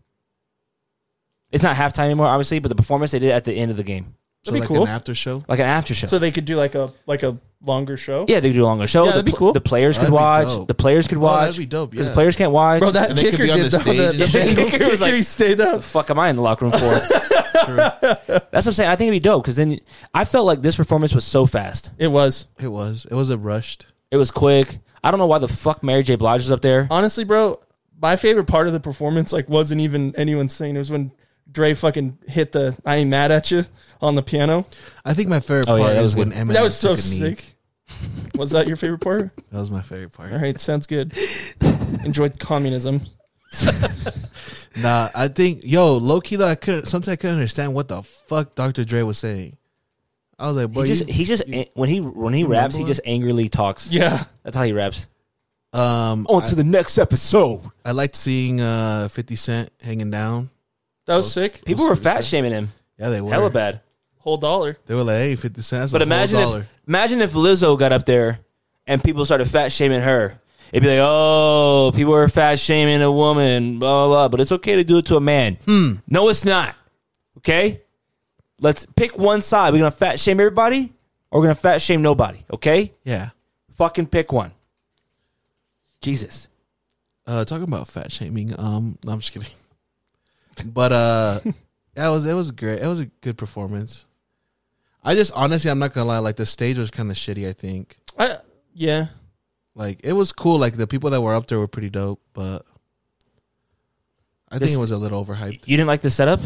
Speaker 2: It's not halftime anymore, obviously, but the performance they did at the end of the game,
Speaker 1: So
Speaker 3: That'd be
Speaker 1: like
Speaker 3: cool.
Speaker 1: an after show.
Speaker 2: like an after show.
Speaker 3: So they could do like a like a longer show.
Speaker 2: yeah, they could do a longer show.
Speaker 3: Yeah,
Speaker 2: the,
Speaker 3: that'd be
Speaker 2: pl-
Speaker 3: cool.
Speaker 2: The players could
Speaker 1: Oh, That'd be
Speaker 2: watch.
Speaker 1: dope.
Speaker 2: The players could
Speaker 1: Oh,
Speaker 2: watch.
Speaker 1: that'd be dope,
Speaker 2: Because
Speaker 1: yeah.
Speaker 2: the players can't watch.
Speaker 3: Bro, that
Speaker 1: And they could
Speaker 3: kicker
Speaker 1: be on
Speaker 3: did
Speaker 1: the
Speaker 3: the,
Speaker 1: [LAUGHS]
Speaker 3: the,
Speaker 1: stage and shit.
Speaker 3: Bengals
Speaker 2: Kicker was
Speaker 3: kicker,
Speaker 2: like-
Speaker 3: he stayed up.
Speaker 2: the fuck am I in the locker room [LAUGHS] for? That's what I'm saying. I think it'd be dope because then I felt like this performance was so fast.
Speaker 3: It was
Speaker 1: It was. It was a rushed.
Speaker 2: It was quick. I don't know why the fuck Mary J. Blige was up there.
Speaker 3: honestly, bro. My favorite part of the performance like wasn't even anyone singing. It was when Dre fucking hit the "I ain't mad at you" on the piano.
Speaker 1: I think my favorite
Speaker 2: Oh, yeah,
Speaker 1: part
Speaker 2: that
Speaker 1: was
Speaker 2: was
Speaker 1: when
Speaker 2: good.
Speaker 1: Eminem
Speaker 3: that was so
Speaker 1: took a knee.
Speaker 3: sick. was that your favorite
Speaker 1: [LAUGHS]
Speaker 3: part?
Speaker 1: That was my favorite part.
Speaker 3: All right, sounds good. Enjoyed communism.
Speaker 1: Nah, I think yo low key though I couldn't. Sometimes I couldn't understand what the fuck Dr. Dre was saying. I was like, boy,
Speaker 2: he just
Speaker 1: you-
Speaker 2: he just when he when he raps, he
Speaker 1: remember
Speaker 2: just angrily talks.
Speaker 3: Yeah,
Speaker 2: That's how he raps.
Speaker 1: um,
Speaker 2: On to the next episode.
Speaker 1: I liked seeing uh 50 Cent hanging down.
Speaker 3: that was sick.
Speaker 2: People were fat shaming him.
Speaker 1: Yeah, they were.
Speaker 2: Hella bad.
Speaker 3: Whole dollar.
Speaker 1: They were like, hey, 50 Cent. That's
Speaker 2: But
Speaker 1: a imagine
Speaker 2: imagine
Speaker 1: whole dollar.
Speaker 2: if imagine if Lizzo got up there and people started fat shaming her. It'd be like, oh, people are fat shaming a woman, blah blah. blah. But it's okay to do it to a man.
Speaker 1: Hmm.
Speaker 2: No, it's not. Okay, let's pick one side. We're gonna fat shame everybody, or we're gonna fat shame nobody. Okay,
Speaker 1: yeah.
Speaker 2: fucking pick one. Jesus,
Speaker 1: Uh, talking about fat shaming. Um, no, I'm just kidding. [LAUGHS] But
Speaker 2: [LAUGHS]
Speaker 1: uh, that was it was great. It was a good performance. I just honestly, I'm not gonna lie. Like the stage was kind of shitty. I think
Speaker 3: I, yeah,
Speaker 1: like it was cool. Like the people that were up there were pretty dope, but I think
Speaker 2: This-
Speaker 1: it was a little overhyped.
Speaker 2: you didn't like the setup?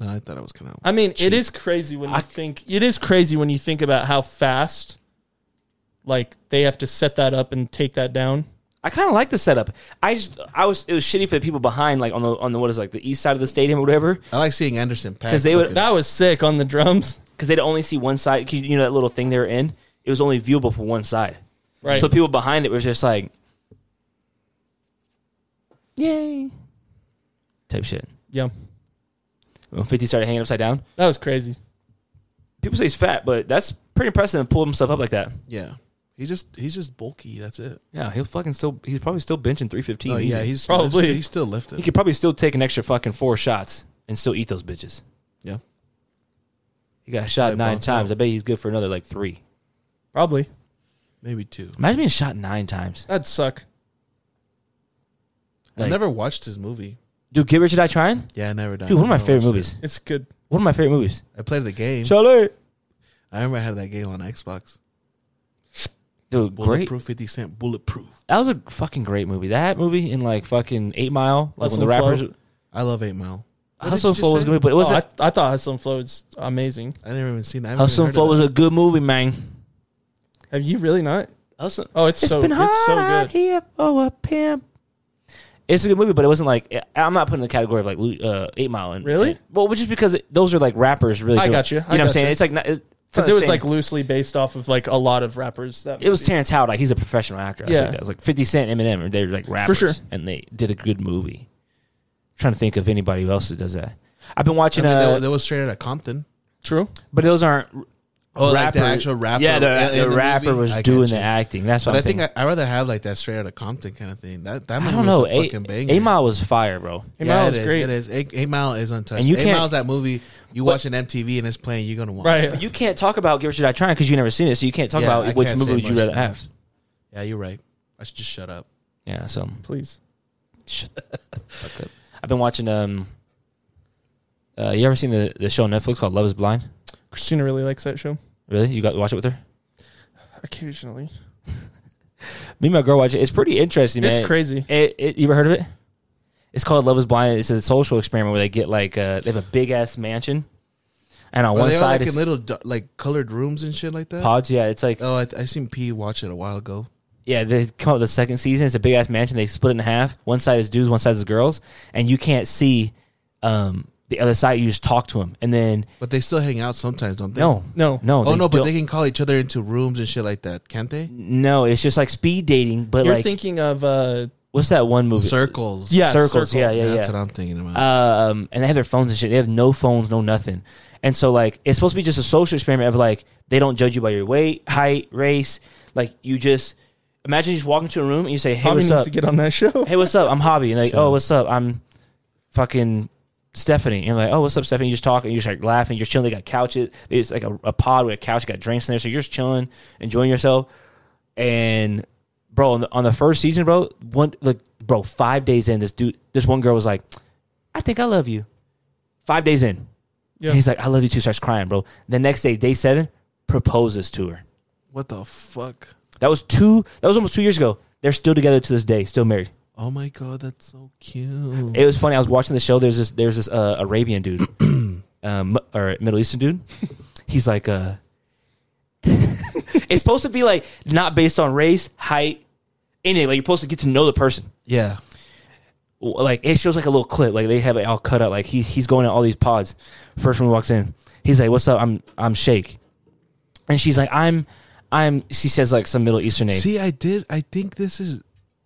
Speaker 1: No, I thought it was kind of.
Speaker 3: I mean, it is crazy when you
Speaker 2: I-
Speaker 3: think it is crazy when you think about how fast, like they have to set that up and take that down.
Speaker 2: I kind of like the setup. I just, I was, it was shitty for the people behind, like on the on the what is it, like the east side of the stadium or whatever.
Speaker 1: I like seeing Anderson Paak
Speaker 2: 'Cause they would-
Speaker 1: fucking-
Speaker 3: That was sick on the drums,
Speaker 2: because they'd only see one side. 'cause you know that little thing they were in. It was only viewable from one side.
Speaker 3: right?
Speaker 2: So people behind it was just like, "Yay!" type shit.
Speaker 3: yeah,
Speaker 2: When Fifty started hanging upside down,
Speaker 3: that was crazy.
Speaker 2: people say he's fat, but that's pretty impressive to pull himself up like that.
Speaker 1: yeah. He's just he's just bulky. That's it.
Speaker 2: Yeah, he'll fucking still. He's probably still benching three fifteen.
Speaker 1: No, Oh, yeah, he's
Speaker 3: Probably.
Speaker 1: he's still lifting.
Speaker 2: he could probably still take an extra fucking four shots and still eat those bitches.
Speaker 1: yeah,
Speaker 2: He got shot
Speaker 1: Yeah,
Speaker 2: nine
Speaker 1: bro.
Speaker 2: times. I bet he's good for another like three.
Speaker 3: Probably
Speaker 1: maybe two.
Speaker 2: Imagine being shot nine times.
Speaker 3: that'd suck.
Speaker 1: I
Speaker 2: Like-
Speaker 1: never watched his movie.
Speaker 2: Dude, Get Rich or Die Trying.
Speaker 1: Yeah, I never. done.
Speaker 2: Dude, one of my
Speaker 1: Never
Speaker 2: favorite
Speaker 1: watched it.
Speaker 2: movies.
Speaker 3: It's good.
Speaker 2: One of my favorite movies.
Speaker 1: I played the game.
Speaker 2: Charlie.
Speaker 1: I remember I had that game on Xbox.
Speaker 2: Dude, great.
Speaker 1: Bulletproof 50 Cent Bulletproof.
Speaker 2: That was a fucking great movie. That movie in like fucking Eight Mile, like when the
Speaker 3: Hustle and
Speaker 2: rappers
Speaker 3: Flow.
Speaker 1: I love 8 Mile.
Speaker 2: Hustle and
Speaker 1: you
Speaker 2: Flow
Speaker 1: just
Speaker 2: was
Speaker 1: say?
Speaker 2: good, but it was
Speaker 3: oh,
Speaker 2: not
Speaker 3: I, I thought Hustle and Flow is amazing.
Speaker 1: I never even seen that. I haven't
Speaker 2: Hustle
Speaker 1: even heard
Speaker 2: and
Speaker 1: of
Speaker 2: Flow was
Speaker 1: that.
Speaker 2: a good movie, man.
Speaker 3: Have you really not?
Speaker 2: Hustle.
Speaker 3: Oh, it's,
Speaker 2: It's
Speaker 3: so
Speaker 2: been hard
Speaker 3: it's so
Speaker 2: out
Speaker 3: good.
Speaker 2: here for a pimp. It's a good movie, but it wasn't like I- I'm not putting the category of like Lu- uh, Eight Mile and
Speaker 3: Really?
Speaker 2: and- well, just because it, those are like rappers really.
Speaker 3: I
Speaker 2: doing-
Speaker 3: got you. I
Speaker 2: you know what I'm
Speaker 3: got
Speaker 2: saying?
Speaker 3: you.
Speaker 2: It's like not, it's not
Speaker 3: Because
Speaker 2: the
Speaker 3: it was
Speaker 2: same.
Speaker 3: like loosely based off of like a lot of rappers. That
Speaker 2: it was
Speaker 3: movie.
Speaker 2: Terrence Howard. Like he's a professional actor. That's yeah,
Speaker 3: Yeah.
Speaker 2: what he does. like Fifty Cent, Eminem, they're like rappers
Speaker 3: sure.
Speaker 2: and they did a good movie. trying to think of anybody else that does that. I've been watching.
Speaker 1: I mean,
Speaker 2: uh,
Speaker 1: that, that was straight out of Compton.
Speaker 3: true.
Speaker 2: But those aren't.
Speaker 1: Oh, like the actual rapper
Speaker 2: Yeah,
Speaker 1: in-
Speaker 2: the,
Speaker 1: in
Speaker 2: the
Speaker 1: the
Speaker 2: rapper
Speaker 1: movie?
Speaker 2: was
Speaker 1: I
Speaker 2: doing
Speaker 1: gotcha.
Speaker 2: the acting. That's what
Speaker 1: But i
Speaker 2: I'm
Speaker 1: think
Speaker 2: thinking.
Speaker 1: I, I'd rather have like that straight out of Compton kind of thing. That that
Speaker 2: I,
Speaker 1: movie
Speaker 2: don't
Speaker 1: was
Speaker 2: know.
Speaker 1: a
Speaker 2: Eight,
Speaker 1: fucking banger.
Speaker 2: eight Mile was fire, bro.
Speaker 3: Eight
Speaker 1: yeah,
Speaker 3: Mile
Speaker 1: it
Speaker 3: is
Speaker 1: is.
Speaker 3: great.
Speaker 1: It is. Eight, Eight Mile is untouched.
Speaker 2: And you
Speaker 1: Eight
Speaker 2: can't-
Speaker 1: Mile's that movie you watch an MTV and it's playing. You're gonna watch.
Speaker 3: Right. [LAUGHS]
Speaker 2: You can't talk about Give It Your Die Trying because you never seen it, so you can't talk
Speaker 1: Yeah,
Speaker 2: about
Speaker 1: I
Speaker 2: which
Speaker 1: can't
Speaker 2: movie
Speaker 1: say
Speaker 2: would you
Speaker 1: much.
Speaker 2: rather have.
Speaker 1: Yeah, you're right. I should just shut up.
Speaker 2: Yeah, so
Speaker 3: Please.
Speaker 2: shut the fuck up. I've been watching. Um, uh, you ever seen the the show on Netflix called Love Is Blind?
Speaker 3: Christina really likes that show.
Speaker 2: Really? You got watch it with her?
Speaker 3: Occasionally,
Speaker 2: Me and my girl watch it. It's pretty interesting. man.
Speaker 3: it's crazy.
Speaker 2: It, it, you ever heard of it? It's called Love Is Blind. It's a social experiment where they get like uh, they have a big ass mansion, and on
Speaker 1: Are
Speaker 2: one
Speaker 1: Oh, they all,
Speaker 2: side
Speaker 1: like in
Speaker 2: it's
Speaker 1: little du- like colored rooms and shit like that.
Speaker 2: pods. Yeah, it's like
Speaker 1: Oh, I, I seen P watch it a while ago.
Speaker 2: yeah. They come up with the second season. It's a big ass mansion. They split it in half. One side is dudes, one side is girls, and you can't see um, the other side. You just talk to them, and then
Speaker 1: But they still hang out sometimes, don't they?
Speaker 2: no,
Speaker 3: No.
Speaker 2: no,
Speaker 1: Oh no, but
Speaker 2: don't-
Speaker 1: they can call each other into rooms and shit like that, can't they?
Speaker 2: no. It's just like speed dating, but
Speaker 3: You're
Speaker 2: like
Speaker 3: thinking of uh,
Speaker 2: what's that one movie?
Speaker 1: Circles.
Speaker 3: Yeah,
Speaker 2: circles.
Speaker 3: Circle.
Speaker 2: Yeah, yeah, yeah.
Speaker 1: That's what I'm thinking about.
Speaker 2: um, and they have their phones and shit. They have no phones, no nothing. And so like it's supposed to be just a social experiment of like they don't judge you by your weight, height, race. Like you just imagine you just walk into a room and you say, "Hey,
Speaker 3: Tommy
Speaker 2: what's
Speaker 3: needs
Speaker 2: up?
Speaker 3: to get on that [LAUGHS] show.
Speaker 2: oh, hey, what's up? I'm Hobby." And like, "Oh, what's up? I'm fucking Stephanie. And I'm like, oh, what's up, Stephanie? You're just talking. You're just like laughing. You're chilling. They got couches. It's like a, a pod with a couch. Got drinks in there. So you're just chilling, enjoying yourself. And bro, on the, on the first season, bro, one like bro, five days in, this dude, this one girl was like, I think I love you. Five days in,
Speaker 3: Yeah.
Speaker 2: and he's like, I love you too. Starts crying, bro. The next day, day seven, proposes to her.
Speaker 1: What the fuck?
Speaker 2: That was two. That was almost two years ago. They're still together to this day, still married.
Speaker 1: Oh my god, that's so cute.
Speaker 2: It was funny. I was watching the show. There's this there's this uh, Arabian dude, [CLEARS THROAT] um, or Middle Eastern dude. He's like, uh, [LAUGHS] it's supposed to be like not based on race, height, anything. Like you're supposed to get to know the person.
Speaker 1: Yeah.
Speaker 2: Like it shows like a little clip. Like they have it all cut out. Like he he's going to all these pods. First one walks in. He's like, "What's up? I'm I'm Shake," and she's like, "I'm I'm." She says like some Middle Eastern name.
Speaker 1: See, I did. I think this is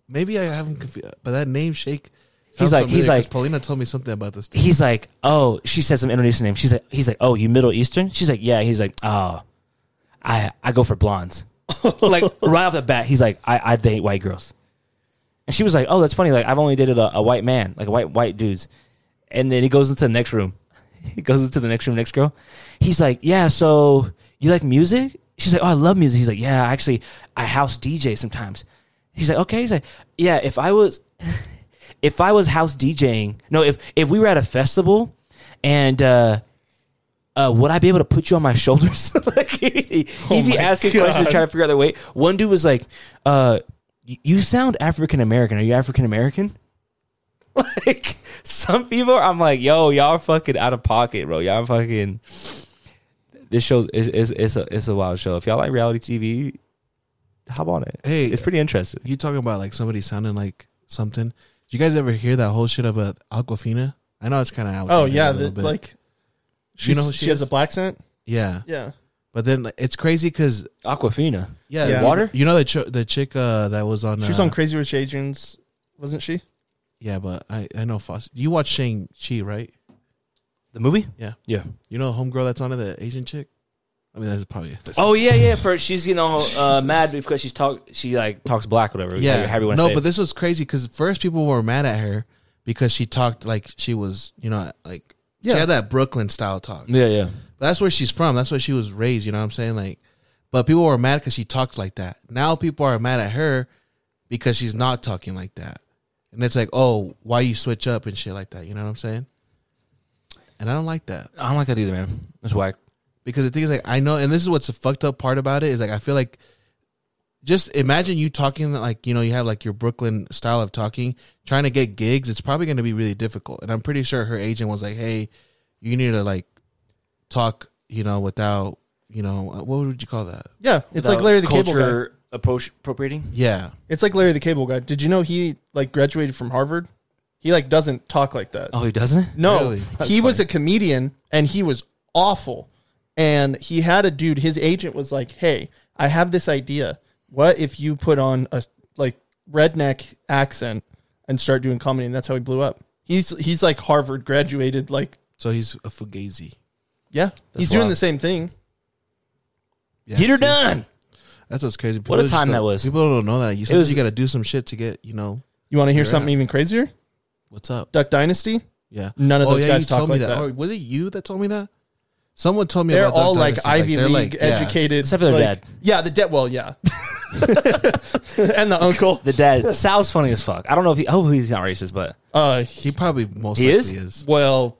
Speaker 1: maybe I haven't confused, but that name shake. sounds
Speaker 2: He's like-
Speaker 1: familiar
Speaker 2: he's
Speaker 1: 'cause
Speaker 2: like-
Speaker 1: Paulina told me something about this. Dude.
Speaker 2: he's like, oh, she says some Indonesian name. She's like, he's like, oh, you Middle Eastern? She's like, yeah. He's like, oh, I I go for blondes. like right off the bat, he's like, I, I date white girls. And she was like, oh, that's funny. Like I've only dated a, a white man, like white white dudes. And then he goes into the next room. [LAUGHS] He goes into the next room, next girl. He's like, yeah. So you like music? She's like, oh, I love music. He's like, yeah. Actually, I house DJ sometimes. He's like, okay. He's like, yeah. If I was, if I was house DJing, no, if if we were at a festival, and uh, uh, would I be able to put you on my shoulders? [LAUGHS] like he, he'd
Speaker 3: Oh
Speaker 2: be
Speaker 3: my
Speaker 2: asking
Speaker 3: God.
Speaker 2: questions, trying to figure out the way. One dude was like, uh, y- "You sound African American. Are you African American?" [LAUGHS] Like some people, I'm like, "Yo, y'all are fucking out of pocket, bro. Y'all fucking." This show's is is it's a it's a wild show. If y'all like reality TV, hop on it.
Speaker 1: Hey.
Speaker 2: it's pretty interesting.
Speaker 1: You talking about like somebody sounding like something? Did you guys ever hear that whole shit about Aquafina? I know it's kind of out.
Speaker 3: Oh
Speaker 1: there
Speaker 3: yeah,
Speaker 1: a little
Speaker 3: the,
Speaker 1: bit.
Speaker 3: like
Speaker 1: you know who
Speaker 3: she,
Speaker 1: she,
Speaker 3: has
Speaker 1: is?
Speaker 3: a black scent.
Speaker 1: yeah.
Speaker 3: Yeah.
Speaker 1: But then like, it's crazy because
Speaker 2: Aquafina,
Speaker 1: yeah,
Speaker 3: Yeah.
Speaker 2: Water?
Speaker 1: You know the ch- the chick uh, that was on.
Speaker 3: She was
Speaker 1: uh,
Speaker 3: on Crazy Rich Asians, wasn't she?
Speaker 1: Yeah, but I I know Foster. You watch Shang Chi, right?
Speaker 2: the movie.
Speaker 1: Yeah.
Speaker 2: yeah.
Speaker 1: You know homegirl that's on it, the Asian chick. I mean, that's probably that's
Speaker 2: Oh yeah, yeah. For she's you know uh, mad because she's talk she like talks black whatever.
Speaker 1: yeah.
Speaker 2: however you want to
Speaker 1: no,
Speaker 2: say.
Speaker 1: but
Speaker 2: it.
Speaker 1: this was crazy because first people were mad at her because she talked like she was, you know, like
Speaker 3: Yeah.
Speaker 1: she had that Brooklyn style talk.
Speaker 2: yeah, yeah.
Speaker 1: That's where she's from. That's where she was raised. You know what I'm saying? Like, but people were mad because she talked like that. Now people are mad at her because she's not talking like that. And it's like, oh, why you switch up and shit like that? You know what I'm saying? And I don't like that.
Speaker 2: I don't like that either, man. That's whack.
Speaker 1: because the thing is like I know, and this is what's the fucked up part about it is like I feel like just imagine you talking like you know you have like your Brooklyn style of talking, trying to get gigs. It's probably going to be really difficult, and I'm pretty sure her agent was like, "Hey, you need to like talk, you know, without you know uh, what would you call that?
Speaker 3: Yeah, it's like Larry the Cable Guy.
Speaker 2: culture approach appropriating.
Speaker 1: Yeah,
Speaker 3: It's like Larry the Cable Guy. Did you know he like graduated from Harvard? He like doesn't talk like that.
Speaker 2: Oh, he doesn't.
Speaker 3: No,
Speaker 1: Really?
Speaker 3: he was a comedian and he was awful. And he had a dude. His agent was like, "Hey, I have this idea. What if you put on a like redneck accent and start doing comedy?" And that's how he blew up. He's he's like Harvard graduated. Like,
Speaker 1: so he's a fugazi.
Speaker 3: yeah, he's doing
Speaker 2: wild.
Speaker 3: the same thing.
Speaker 1: Yeah,
Speaker 2: Get her
Speaker 1: see?
Speaker 2: done.
Speaker 1: That's what's crazy.
Speaker 2: a
Speaker 1: just
Speaker 2: time
Speaker 1: don't-
Speaker 2: that was.
Speaker 1: People don't know that. You sometimes
Speaker 2: was-
Speaker 1: you got to do some shit to get you know
Speaker 3: You want to hear
Speaker 1: Yeah.
Speaker 3: something even crazier?
Speaker 1: what's up.
Speaker 3: Duck Dynasty.
Speaker 1: Yeah,
Speaker 3: None of
Speaker 1: oh,
Speaker 3: those
Speaker 1: yeah,
Speaker 3: guys
Speaker 1: you
Speaker 3: talk
Speaker 1: told me
Speaker 3: like that.
Speaker 1: Oh, was it you that told me that? Someone told me
Speaker 3: They're
Speaker 1: about Duck
Speaker 3: all like
Speaker 1: Dynasty.
Speaker 3: Ivy
Speaker 1: they're, like,
Speaker 3: League
Speaker 1: yeah.
Speaker 3: educated,
Speaker 2: Except for their
Speaker 3: like-
Speaker 2: dad.
Speaker 3: Yeah, the dad.
Speaker 1: [LAUGHS]
Speaker 3: Well, yeah, [LAUGHS] and the uncle.
Speaker 2: The dad [LAUGHS] Sal's funny as fuck. I don't know if he. Oh, he's not racist, but
Speaker 3: Uh,
Speaker 1: He probably most
Speaker 2: He
Speaker 1: likely
Speaker 2: is?
Speaker 1: is.
Speaker 3: Well,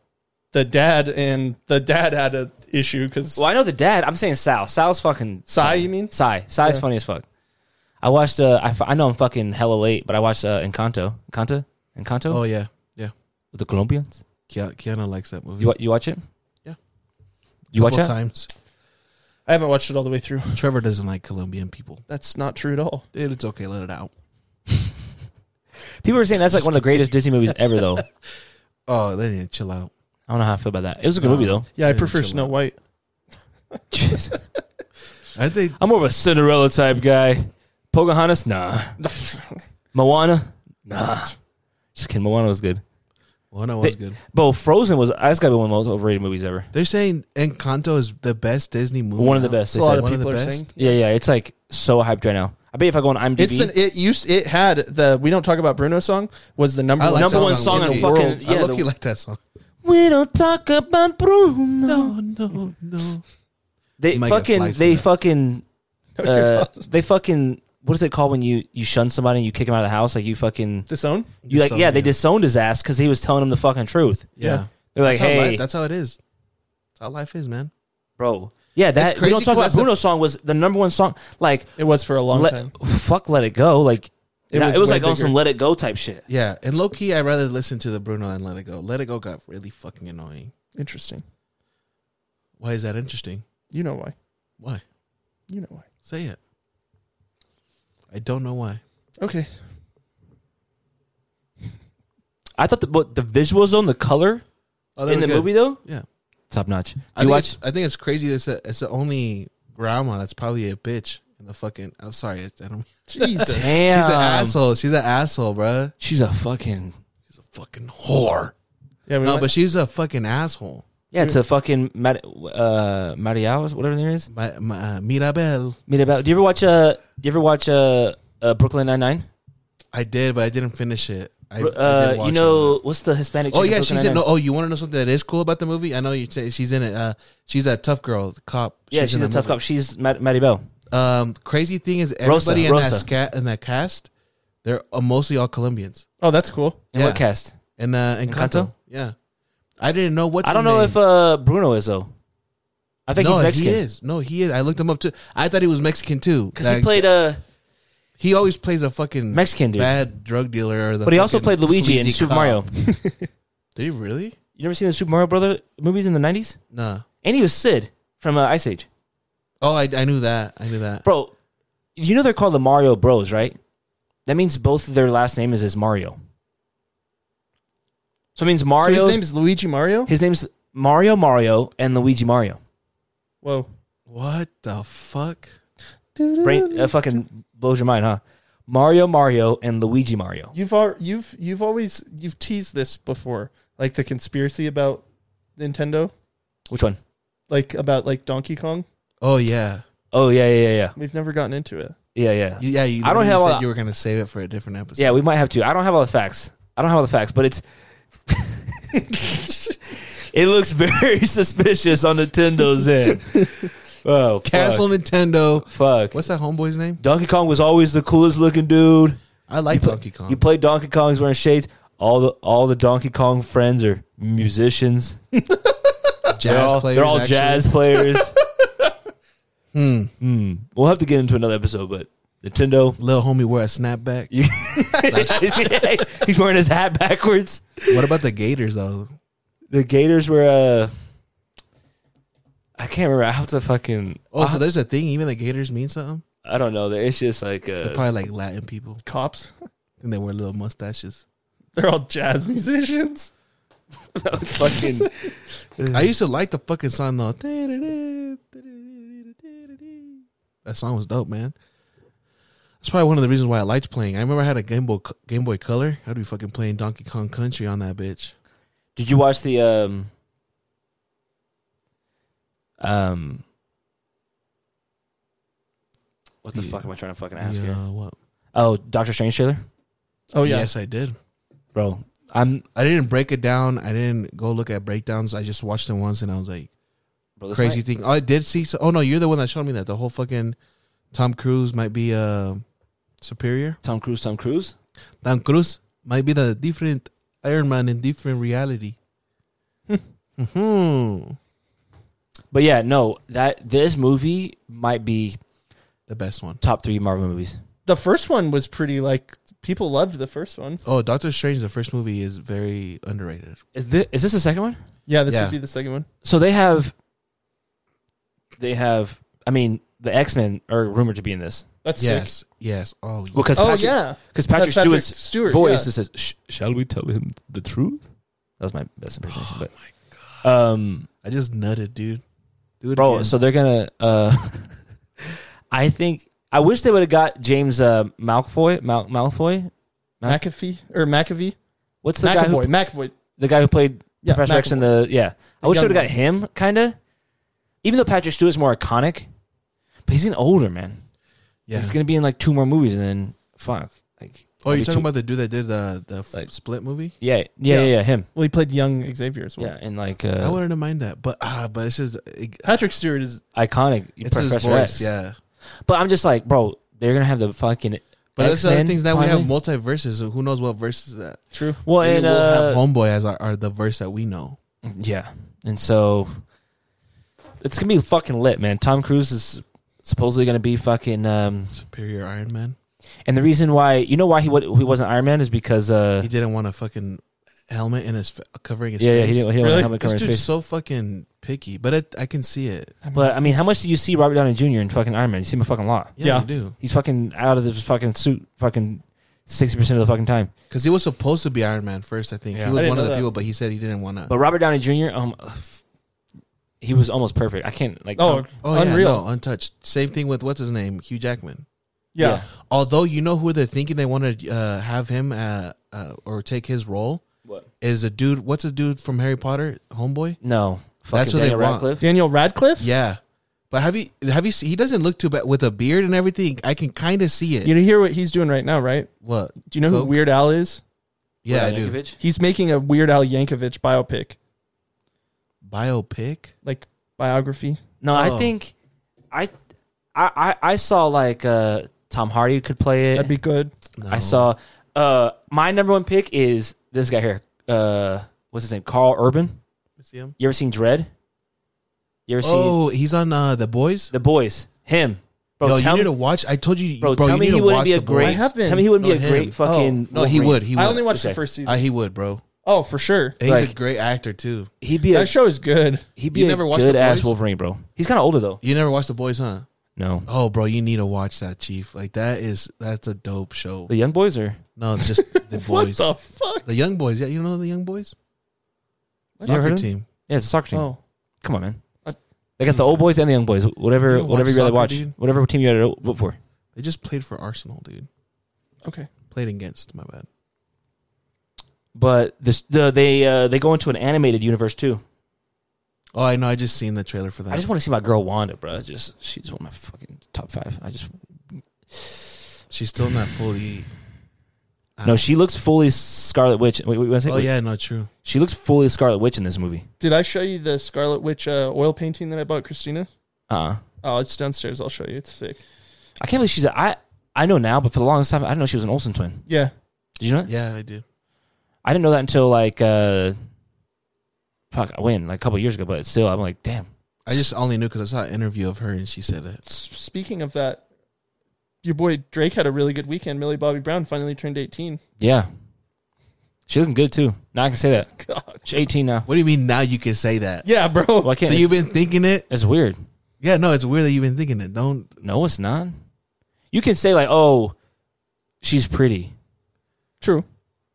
Speaker 3: the dad and the dad had a issue because
Speaker 2: well, I know the dad. I'm saying Sal. Sal's fucking
Speaker 3: Psy, you mean?
Speaker 2: Sai. Sai's funny as fuck. I watched. Uh, I, f- I know I'm fucking hella late, but I watched uh, Encanto. Encanto. Encanto
Speaker 1: Oh yeah, yeah.
Speaker 2: with the Colombians.
Speaker 1: Keanu, Keanu likes that movie.
Speaker 2: You wa- you watch it?
Speaker 1: Yeah.
Speaker 2: You watch
Speaker 1: Couple
Speaker 2: it?
Speaker 1: times.
Speaker 3: I haven't watched it all the way through.
Speaker 1: Trevor doesn't like Colombian people.
Speaker 3: That's not true at all.
Speaker 1: Dude, it's okay. Let it out.
Speaker 2: People are saying that's like one of the greatest Disney movies ever, [LAUGHS] though. I
Speaker 1: Oh, they need to chill out.
Speaker 2: don't know how I feel about that. It was a good
Speaker 1: No.
Speaker 2: movie, though.
Speaker 3: Yeah, I
Speaker 1: Yeah,
Speaker 3: prefer
Speaker 1: chill
Speaker 3: Snow
Speaker 1: out.
Speaker 3: White.
Speaker 2: Jeez.
Speaker 1: I think
Speaker 2: I'm more of a Cinderella type guy. Pocahontas, nah. Moana, nah. Just kidding. Moana was good.
Speaker 1: one was
Speaker 2: They-
Speaker 1: good.
Speaker 2: But Frozen was. That's got to be one of the most overrated movies ever.
Speaker 1: They're saying Encanto is the best Disney movie.
Speaker 2: One of the
Speaker 1: now.
Speaker 2: best,
Speaker 3: That's
Speaker 2: they
Speaker 3: a lot
Speaker 2: said.
Speaker 3: of
Speaker 1: One of
Speaker 3: people
Speaker 1: the
Speaker 3: are
Speaker 1: best?
Speaker 3: saying.
Speaker 2: Yeah, yeah. It's like so hyped right now. I bet if I go on IMDb,
Speaker 3: It's the it used it had the we don't talk about Bruno song was the number
Speaker 1: I like
Speaker 3: one
Speaker 2: Uh, Number
Speaker 1: that
Speaker 2: one
Speaker 1: song
Speaker 2: song
Speaker 1: in
Speaker 2: in
Speaker 1: the
Speaker 2: fucking-
Speaker 3: Uh,
Speaker 1: world. I
Speaker 2: yeah,
Speaker 1: look,
Speaker 2: the-
Speaker 1: like that song.
Speaker 2: We don't talk about Bruno.
Speaker 1: No, no, no.
Speaker 2: They
Speaker 1: You might get
Speaker 2: fucking
Speaker 1: flagged for
Speaker 2: they
Speaker 1: that.
Speaker 2: fucking uh, they fucking what is it called when you you shun somebody and you kick him out of the house like you fucking
Speaker 3: Disown?
Speaker 2: you like
Speaker 1: Disown
Speaker 2: yeah they
Speaker 1: him.
Speaker 2: disowned his ass because he was telling him the fucking truth.
Speaker 1: Yeah.
Speaker 3: Yeah.
Speaker 2: They're
Speaker 1: That's,
Speaker 2: like
Speaker 1: how
Speaker 2: hey
Speaker 1: life, that's how it is. That's how life is, man.
Speaker 2: bro yeah that we
Speaker 1: crazy
Speaker 2: don't talk
Speaker 1: 'cause
Speaker 2: about
Speaker 1: that's the-
Speaker 2: Bruno song was the number one song like
Speaker 3: It was for a long
Speaker 2: let,
Speaker 3: time.
Speaker 2: fuck let it go like
Speaker 3: It
Speaker 2: that- it was,
Speaker 3: was way
Speaker 2: like on some
Speaker 3: bigger.
Speaker 2: let it go type shit.
Speaker 1: Yeah, and low key, I'd rather listen to the Bruno and Let It Go. Let It Go got really fucking annoying.
Speaker 3: Interesting.
Speaker 1: Why is that interesting?
Speaker 3: You know why.
Speaker 1: Why?
Speaker 3: You know why.
Speaker 1: Say it. I don't know why.
Speaker 3: Okay.
Speaker 2: I thought the but the visuals on the color
Speaker 1: Oh, they
Speaker 2: in
Speaker 1: were
Speaker 2: the
Speaker 1: good.
Speaker 2: movie though
Speaker 1: Yeah.
Speaker 2: top notch. Do
Speaker 1: I
Speaker 2: you
Speaker 1: think
Speaker 2: watch
Speaker 1: It's, I think it's crazy. It's a, it's the only grandma that's probably a bitch in the fucking. I'm sorry. I don't.
Speaker 3: Jesus.
Speaker 2: Damn.
Speaker 1: She's an asshole. She's an asshole, bruh.
Speaker 2: She's a fucking
Speaker 1: She's a fucking whore.
Speaker 3: Yeah, we
Speaker 1: No,
Speaker 3: went-
Speaker 1: but she's a fucking asshole.
Speaker 2: yeah. It's a fucking Mar- uh, Maria whatever there is.
Speaker 1: My, my, uh, Mirabel.
Speaker 2: Meet about. Do you ever watch uh Do you ever watch uh, uh Brooklyn Nine Nine?
Speaker 1: I did, but I didn't finish it. I, I did
Speaker 2: Uh,
Speaker 1: watch
Speaker 2: you
Speaker 1: it.
Speaker 2: know what's the Hispanic?
Speaker 1: Oh
Speaker 2: chick in
Speaker 1: yeah,
Speaker 2: Brooklyn
Speaker 1: she's in.
Speaker 2: Nine-Nine?
Speaker 1: Oh, you want to know something that is cool about the movie? I know you say she's in it. Uh, she's a tough girl, the cop.
Speaker 2: yeah, she's,
Speaker 1: in
Speaker 2: a
Speaker 1: the
Speaker 2: tough
Speaker 1: movie.
Speaker 2: cop. She's Mat- Maddie Bell.
Speaker 1: Um, crazy thing is
Speaker 2: Rosa,
Speaker 1: everybody in
Speaker 2: Rosa.
Speaker 1: that sca- in that cast, they're uh, mostly all Colombians.
Speaker 3: oh, that's cool. [LAUGHS]
Speaker 2: In
Speaker 1: Yeah.
Speaker 2: what cast?
Speaker 1: And uh, Encanto.
Speaker 2: Encanto?
Speaker 1: Yeah, I didn't know what.
Speaker 2: I don't know if uh Bruno is though. I think
Speaker 1: no,
Speaker 2: he's Mexican
Speaker 1: he is. No, he is. I looked him up too. I thought he was Mexican too.
Speaker 2: because he
Speaker 1: Like,
Speaker 2: played uh
Speaker 1: He always plays a fucking
Speaker 2: Mexican dude,
Speaker 1: bad drug dealer. Or the
Speaker 2: but he also
Speaker 1: fucking
Speaker 2: played Luigi in
Speaker 1: sleazy
Speaker 2: Super
Speaker 1: cop.
Speaker 2: Mario.
Speaker 1: Did he really?
Speaker 2: You never seen the Super Mario Brother movies in the nineties?
Speaker 1: Nah.
Speaker 2: And he was Sid from uh, Ice Age,
Speaker 1: Oh, I, I knew that. I knew that.
Speaker 2: bro. You know they're called the Mario Bros, right? That means both of their last name is, is Mario. So it means Mario.
Speaker 3: So his name is Luigi Mario?
Speaker 2: His name's Mario Mario and Luigi Mario.
Speaker 3: Whoa.
Speaker 1: What the fuck?
Speaker 2: Brain uh, fucking blows your mind, huh? Mario Mario and Luigi Mario.
Speaker 3: You've al- you've you've always you've teased this before, like the conspiracy about Nintendo,
Speaker 2: Which one?
Speaker 3: like about like Donkey Kong.
Speaker 1: Oh yeah.
Speaker 2: Oh yeah yeah yeah
Speaker 3: We've never gotten into it.
Speaker 2: yeah yeah yeah.
Speaker 1: You- yeah, you
Speaker 2: I don't
Speaker 1: literally
Speaker 2: have
Speaker 1: said
Speaker 2: a-
Speaker 1: you were gonna save it for a different episode.
Speaker 2: Yeah, we might have to. I don't have all the facts. I don't have all the facts,
Speaker 1: [LAUGHS]
Speaker 2: but it's. it looks very [LAUGHS] suspicious on Nintendo's end. Oh, fuck.
Speaker 1: Cancel Nintendo.
Speaker 2: Fuck.
Speaker 1: What's that homeboy's name?
Speaker 2: Donkey Kong was always the coolest looking dude.
Speaker 1: I like
Speaker 2: play-
Speaker 1: Donkey Kong.
Speaker 2: You play Donkey Kong, he's wearing shades. All the all the Donkey Kong friends are musicians.
Speaker 1: jazz
Speaker 2: they're all,
Speaker 1: players.
Speaker 2: they're all
Speaker 1: actually. [LAUGHS]
Speaker 2: jazz players.
Speaker 1: Hmm.
Speaker 2: Hmm. We'll have to get into another episode, but Nintendo.
Speaker 1: Little homie wear a snapback.
Speaker 2: You- [LAUGHS] He's wearing his hat backwards.
Speaker 1: What about the Gators though?
Speaker 2: The Gators were. Uh, I can't remember. I have to fucking.
Speaker 1: Oh, so there's a thing. Even the Gators mean something.
Speaker 2: I don't know. It's just like.
Speaker 1: They're
Speaker 2: [LAUGHS] Uh,
Speaker 1: probably like Latin people,
Speaker 3: Cops. [LAUGHS]
Speaker 1: and they wear little mustaches.
Speaker 3: They're all jazz musicians.
Speaker 2: fucking. [LAUGHS]
Speaker 1: I used to like the fucking song though. That song was dope, man. That's probably one of the reasons why I liked playing. I remember I had a Game Boy Game Boy Color. I'd be fucking playing Donkey Kong Country on that bitch.
Speaker 2: Did you watch the um um What the
Speaker 1: Yeah.
Speaker 2: fuck am I trying to fucking ask
Speaker 1: Yeah,
Speaker 2: here?
Speaker 1: what?
Speaker 2: Oh, Doctor Strange trailer?
Speaker 3: Oh yeah.
Speaker 1: Yes, I did.
Speaker 2: Bro, I'm
Speaker 1: I didn't break it down. I didn't go look at breakdowns. I just watched it once and I was like,
Speaker 2: bro, this
Speaker 1: crazy
Speaker 2: might-
Speaker 1: thing. Oh, I did see. So, oh no, you're the one that showed me that the whole fucking Tom Cruise might be uh superior.
Speaker 2: Tom Cruise, Tom Cruise?
Speaker 1: Tom Cruise might be the different Iron Man in different reality. [LAUGHS] hmm
Speaker 2: But yeah, no, that this movie might be
Speaker 1: The best one.
Speaker 2: top three Marvel movies.
Speaker 3: The first one was pretty like people loved the first one.
Speaker 1: Oh, Doctor Strange, the first movie is very underrated.
Speaker 2: Is this, is this the second one?
Speaker 3: Yeah, this
Speaker 1: Yeah.
Speaker 3: would be the second one.
Speaker 2: So they have they have I mean, the X Men are rumored to be in this.
Speaker 3: That's
Speaker 1: yes,
Speaker 3: sick.
Speaker 1: yes. Oh, yeah.
Speaker 2: Because
Speaker 3: Oh
Speaker 2: Patrick,
Speaker 3: yeah.
Speaker 2: Because Patrick,
Speaker 3: That's Patrick
Speaker 2: Stewart's
Speaker 3: Stewart,
Speaker 2: voice
Speaker 3: yeah.
Speaker 2: that says, "Sh- "Shall we tell him the truth?" That was my best
Speaker 3: Oh
Speaker 2: impersonation. but, um,
Speaker 1: I just nutted, dude. Do it
Speaker 2: bro,
Speaker 1: again.
Speaker 2: so they're gonna. Uh, [LAUGHS] I think I wish they would have got James uh, Malfoy. Mal- Malfoy. Mac-
Speaker 3: McAfee or McAfee.
Speaker 2: What's the guy?
Speaker 3: McAvoy.
Speaker 2: Who,
Speaker 3: McAvoy.
Speaker 2: the guy who played
Speaker 3: Yeah,
Speaker 2: Professor X in the yeah. I
Speaker 3: The
Speaker 2: wish they
Speaker 3: young
Speaker 2: would have got
Speaker 3: one.
Speaker 2: him, kind of. Even though Patrick Stewart's more iconic, but he's getting older, man.
Speaker 1: yeah.
Speaker 2: He's gonna be in like two more movies, and then fuck, like
Speaker 1: Oh,
Speaker 2: Maybe
Speaker 1: you're talking
Speaker 2: two-
Speaker 1: about the dude that did the the f-
Speaker 2: Like-
Speaker 1: split movie?
Speaker 2: Yeah, yeah, yeah,
Speaker 3: Yeah.
Speaker 2: yeah, him.
Speaker 3: Well, he played young Xavier as well.
Speaker 2: Yeah, and like
Speaker 1: I
Speaker 2: uh,
Speaker 1: wouldn't have mind that, but ah, but it's just it,
Speaker 3: Patrick Stewart is
Speaker 2: uh, iconic
Speaker 1: it's his
Speaker 2: Professor
Speaker 1: voice,
Speaker 2: X.
Speaker 1: yeah.
Speaker 2: But I'm just like, bro, they're gonna have the fucking.
Speaker 1: But that's the other
Speaker 2: X-Men
Speaker 1: things that we have
Speaker 2: finally.
Speaker 1: multiverses. So who knows what verses that?
Speaker 3: true.
Speaker 2: Well,
Speaker 1: Maybe
Speaker 2: and
Speaker 1: we'll
Speaker 2: uh,
Speaker 1: have Homeboy as our, our the verse that we know.
Speaker 2: Yeah. And so it's gonna be fucking lit, man. Tom Cruise is supposedly gonna be fucking um
Speaker 1: Superior Iron Man.
Speaker 2: and the reason why you know why he wa- he wasn't Iron Man is because uh
Speaker 1: He didn't want a fucking helmet in his fa- covering his
Speaker 2: yeah, yeah,
Speaker 1: face.
Speaker 2: he didn't, he didn't
Speaker 3: Really?
Speaker 2: want to
Speaker 1: This
Speaker 2: have
Speaker 1: dude's
Speaker 2: a cover face.
Speaker 1: so fucking picky, but it, I can see it.
Speaker 2: But I mean, how much do you see Robert Downey Jr. in fucking Iron Man? You see him a fucking lot.
Speaker 1: Yeah,
Speaker 3: Yeah.
Speaker 1: you do.
Speaker 2: He's fucking out of this fucking suit fucking sixty percent of the fucking time.
Speaker 1: Because he was supposed to be Iron Man first, I think.
Speaker 2: Yeah.
Speaker 1: He
Speaker 3: I
Speaker 1: was
Speaker 3: didn't
Speaker 1: one of
Speaker 3: know
Speaker 1: the
Speaker 3: that.
Speaker 1: people, but he said he didn't want to.
Speaker 2: But Robert Downey Jr. um he was almost perfect. I can't like
Speaker 3: Oh,
Speaker 1: Oh, yeah,
Speaker 3: unreal.
Speaker 1: no, untouched. Same thing with what's his name, Hugh Jackman.
Speaker 3: Yeah.
Speaker 2: Yeah.
Speaker 1: Although you know who they're thinking they want to uh, have him uh, uh, or take his role
Speaker 2: what?
Speaker 1: is a dude. What's a dude from Harry Potter, Homeboy?
Speaker 2: No. Fucking
Speaker 1: That's what they
Speaker 2: Daniel
Speaker 1: want.
Speaker 2: Radcliffe.
Speaker 3: Daniel Radcliffe.
Speaker 1: Yeah, but have you have you? Seen, he doesn't look too bad with a beard and everything. I can kind of see it.
Speaker 3: You hear what he's doing right now, right?
Speaker 1: what?
Speaker 3: Do you know who
Speaker 1: Coke?
Speaker 3: Weird Al is?
Speaker 1: Yeah, I
Speaker 2: Weird Al
Speaker 1: do.
Speaker 2: Yankovic.
Speaker 3: He's making a Weird Al Yankovic biopic,
Speaker 1: Biopic.
Speaker 3: like biography.
Speaker 2: No,
Speaker 1: Oh.
Speaker 2: I think I, I I I saw like uh Tom Hardy could play it.
Speaker 3: That'd be good.
Speaker 1: No.
Speaker 2: I saw uh my number one pick is this guy here. Uh what's his name? Carl Urban.
Speaker 1: You see him.
Speaker 2: You ever seen Dread? You ever seen
Speaker 1: Oh, he's on uh, the Boys.
Speaker 2: The Boys? Him. Bro,
Speaker 1: Yo, you
Speaker 2: tell
Speaker 1: need
Speaker 2: me,
Speaker 1: to watch. I told you,
Speaker 2: bro,
Speaker 1: bro.
Speaker 2: tell
Speaker 1: you
Speaker 2: me
Speaker 1: need
Speaker 2: he
Speaker 1: to
Speaker 2: wouldn't
Speaker 1: watch
Speaker 2: be a
Speaker 1: The Boys.
Speaker 2: great
Speaker 3: I haven't.
Speaker 2: tell me he wouldn't be
Speaker 1: No,
Speaker 2: a
Speaker 1: him.
Speaker 2: great fucking
Speaker 1: No, he
Speaker 2: Wolverine.
Speaker 1: would. He would.
Speaker 3: I only watched
Speaker 2: Okay.
Speaker 3: the first season.
Speaker 1: I, Ah, he would, bro.
Speaker 3: oh, for sure.
Speaker 1: He's a
Speaker 2: Like-
Speaker 1: great actor too.
Speaker 2: He'd be a
Speaker 3: That show is good.
Speaker 2: he'd be
Speaker 1: You
Speaker 2: a
Speaker 1: never watched The
Speaker 2: good ass
Speaker 1: Boys?
Speaker 2: Wolverine, bro. He's kinda older though.
Speaker 1: You never watched The Boys, huh?
Speaker 2: No.
Speaker 1: Oh, bro, you need to watch that, Chief. Like that is that's a dope show.
Speaker 2: The young boys are
Speaker 1: No, it's
Speaker 2: [LAUGHS]
Speaker 1: just the boys.
Speaker 3: What the fuck?
Speaker 1: The young boys. Yeah, you know the young boys.
Speaker 2: You ever heard
Speaker 1: Soccer
Speaker 2: of them?
Speaker 1: team.
Speaker 2: Yeah, it's a soccer team.
Speaker 3: Oh,
Speaker 2: Come on, man.
Speaker 3: I-
Speaker 2: They got the old boys and the young boys.
Speaker 1: You
Speaker 2: Whatever,
Speaker 1: don't
Speaker 2: whatever
Speaker 1: watch
Speaker 2: you rather
Speaker 1: soccer,
Speaker 2: watch,
Speaker 1: dude?
Speaker 2: whatever team you rather vote for.
Speaker 1: They just played for Arsenal, dude.
Speaker 3: okay.
Speaker 1: Played against. My bad.
Speaker 2: But this, the they uh, they go into an animated universe too.
Speaker 1: Oh, I know. I just seen the trailer for that.
Speaker 2: I just want to see my girl Wanda, bro. It's Just she's one of my fucking top five. I just
Speaker 1: She's still not fully.
Speaker 2: [CLEARS THROAT] no, she looks fully Scarlet Witch. Wait, wait, one second.
Speaker 1: Ah. Oh yeah, no, true.
Speaker 2: she looks fully Scarlet Witch in this movie.
Speaker 3: Did I show you the Scarlet Witch uh, oil painting that I bought, Christina?
Speaker 2: Uh,
Speaker 3: Oh, it's downstairs. I'll show you. It's sick.
Speaker 2: I can't believe she's. A, I I know now, but for the longest time, I didn't know she was an Olsen twin.
Speaker 3: Yeah.
Speaker 2: Did you know? That?
Speaker 1: Yeah, I do.
Speaker 2: I didn't know that until like, uh, fuck, I win like a couple years ago. But still, I'm like, damn.
Speaker 1: I just only knew because I saw an interview of her and she said it.
Speaker 3: S- Speaking of that, your boy Drake had a really good weekend. Millie Bobby Brown finally turned 18.
Speaker 2: Yeah. She looking good too. Now I can say that.
Speaker 1: [LAUGHS]
Speaker 3: God.
Speaker 2: She's 18 now.
Speaker 1: What do you mean now you can say that?
Speaker 3: Yeah, bro.
Speaker 2: Well, I can't.
Speaker 1: So
Speaker 2: it's,
Speaker 1: you've been thinking it?
Speaker 2: it's weird.
Speaker 1: Yeah, no, it's weird that you've been thinking it. Don't.
Speaker 2: No, it's not. You can say like, oh, she's pretty.
Speaker 3: True.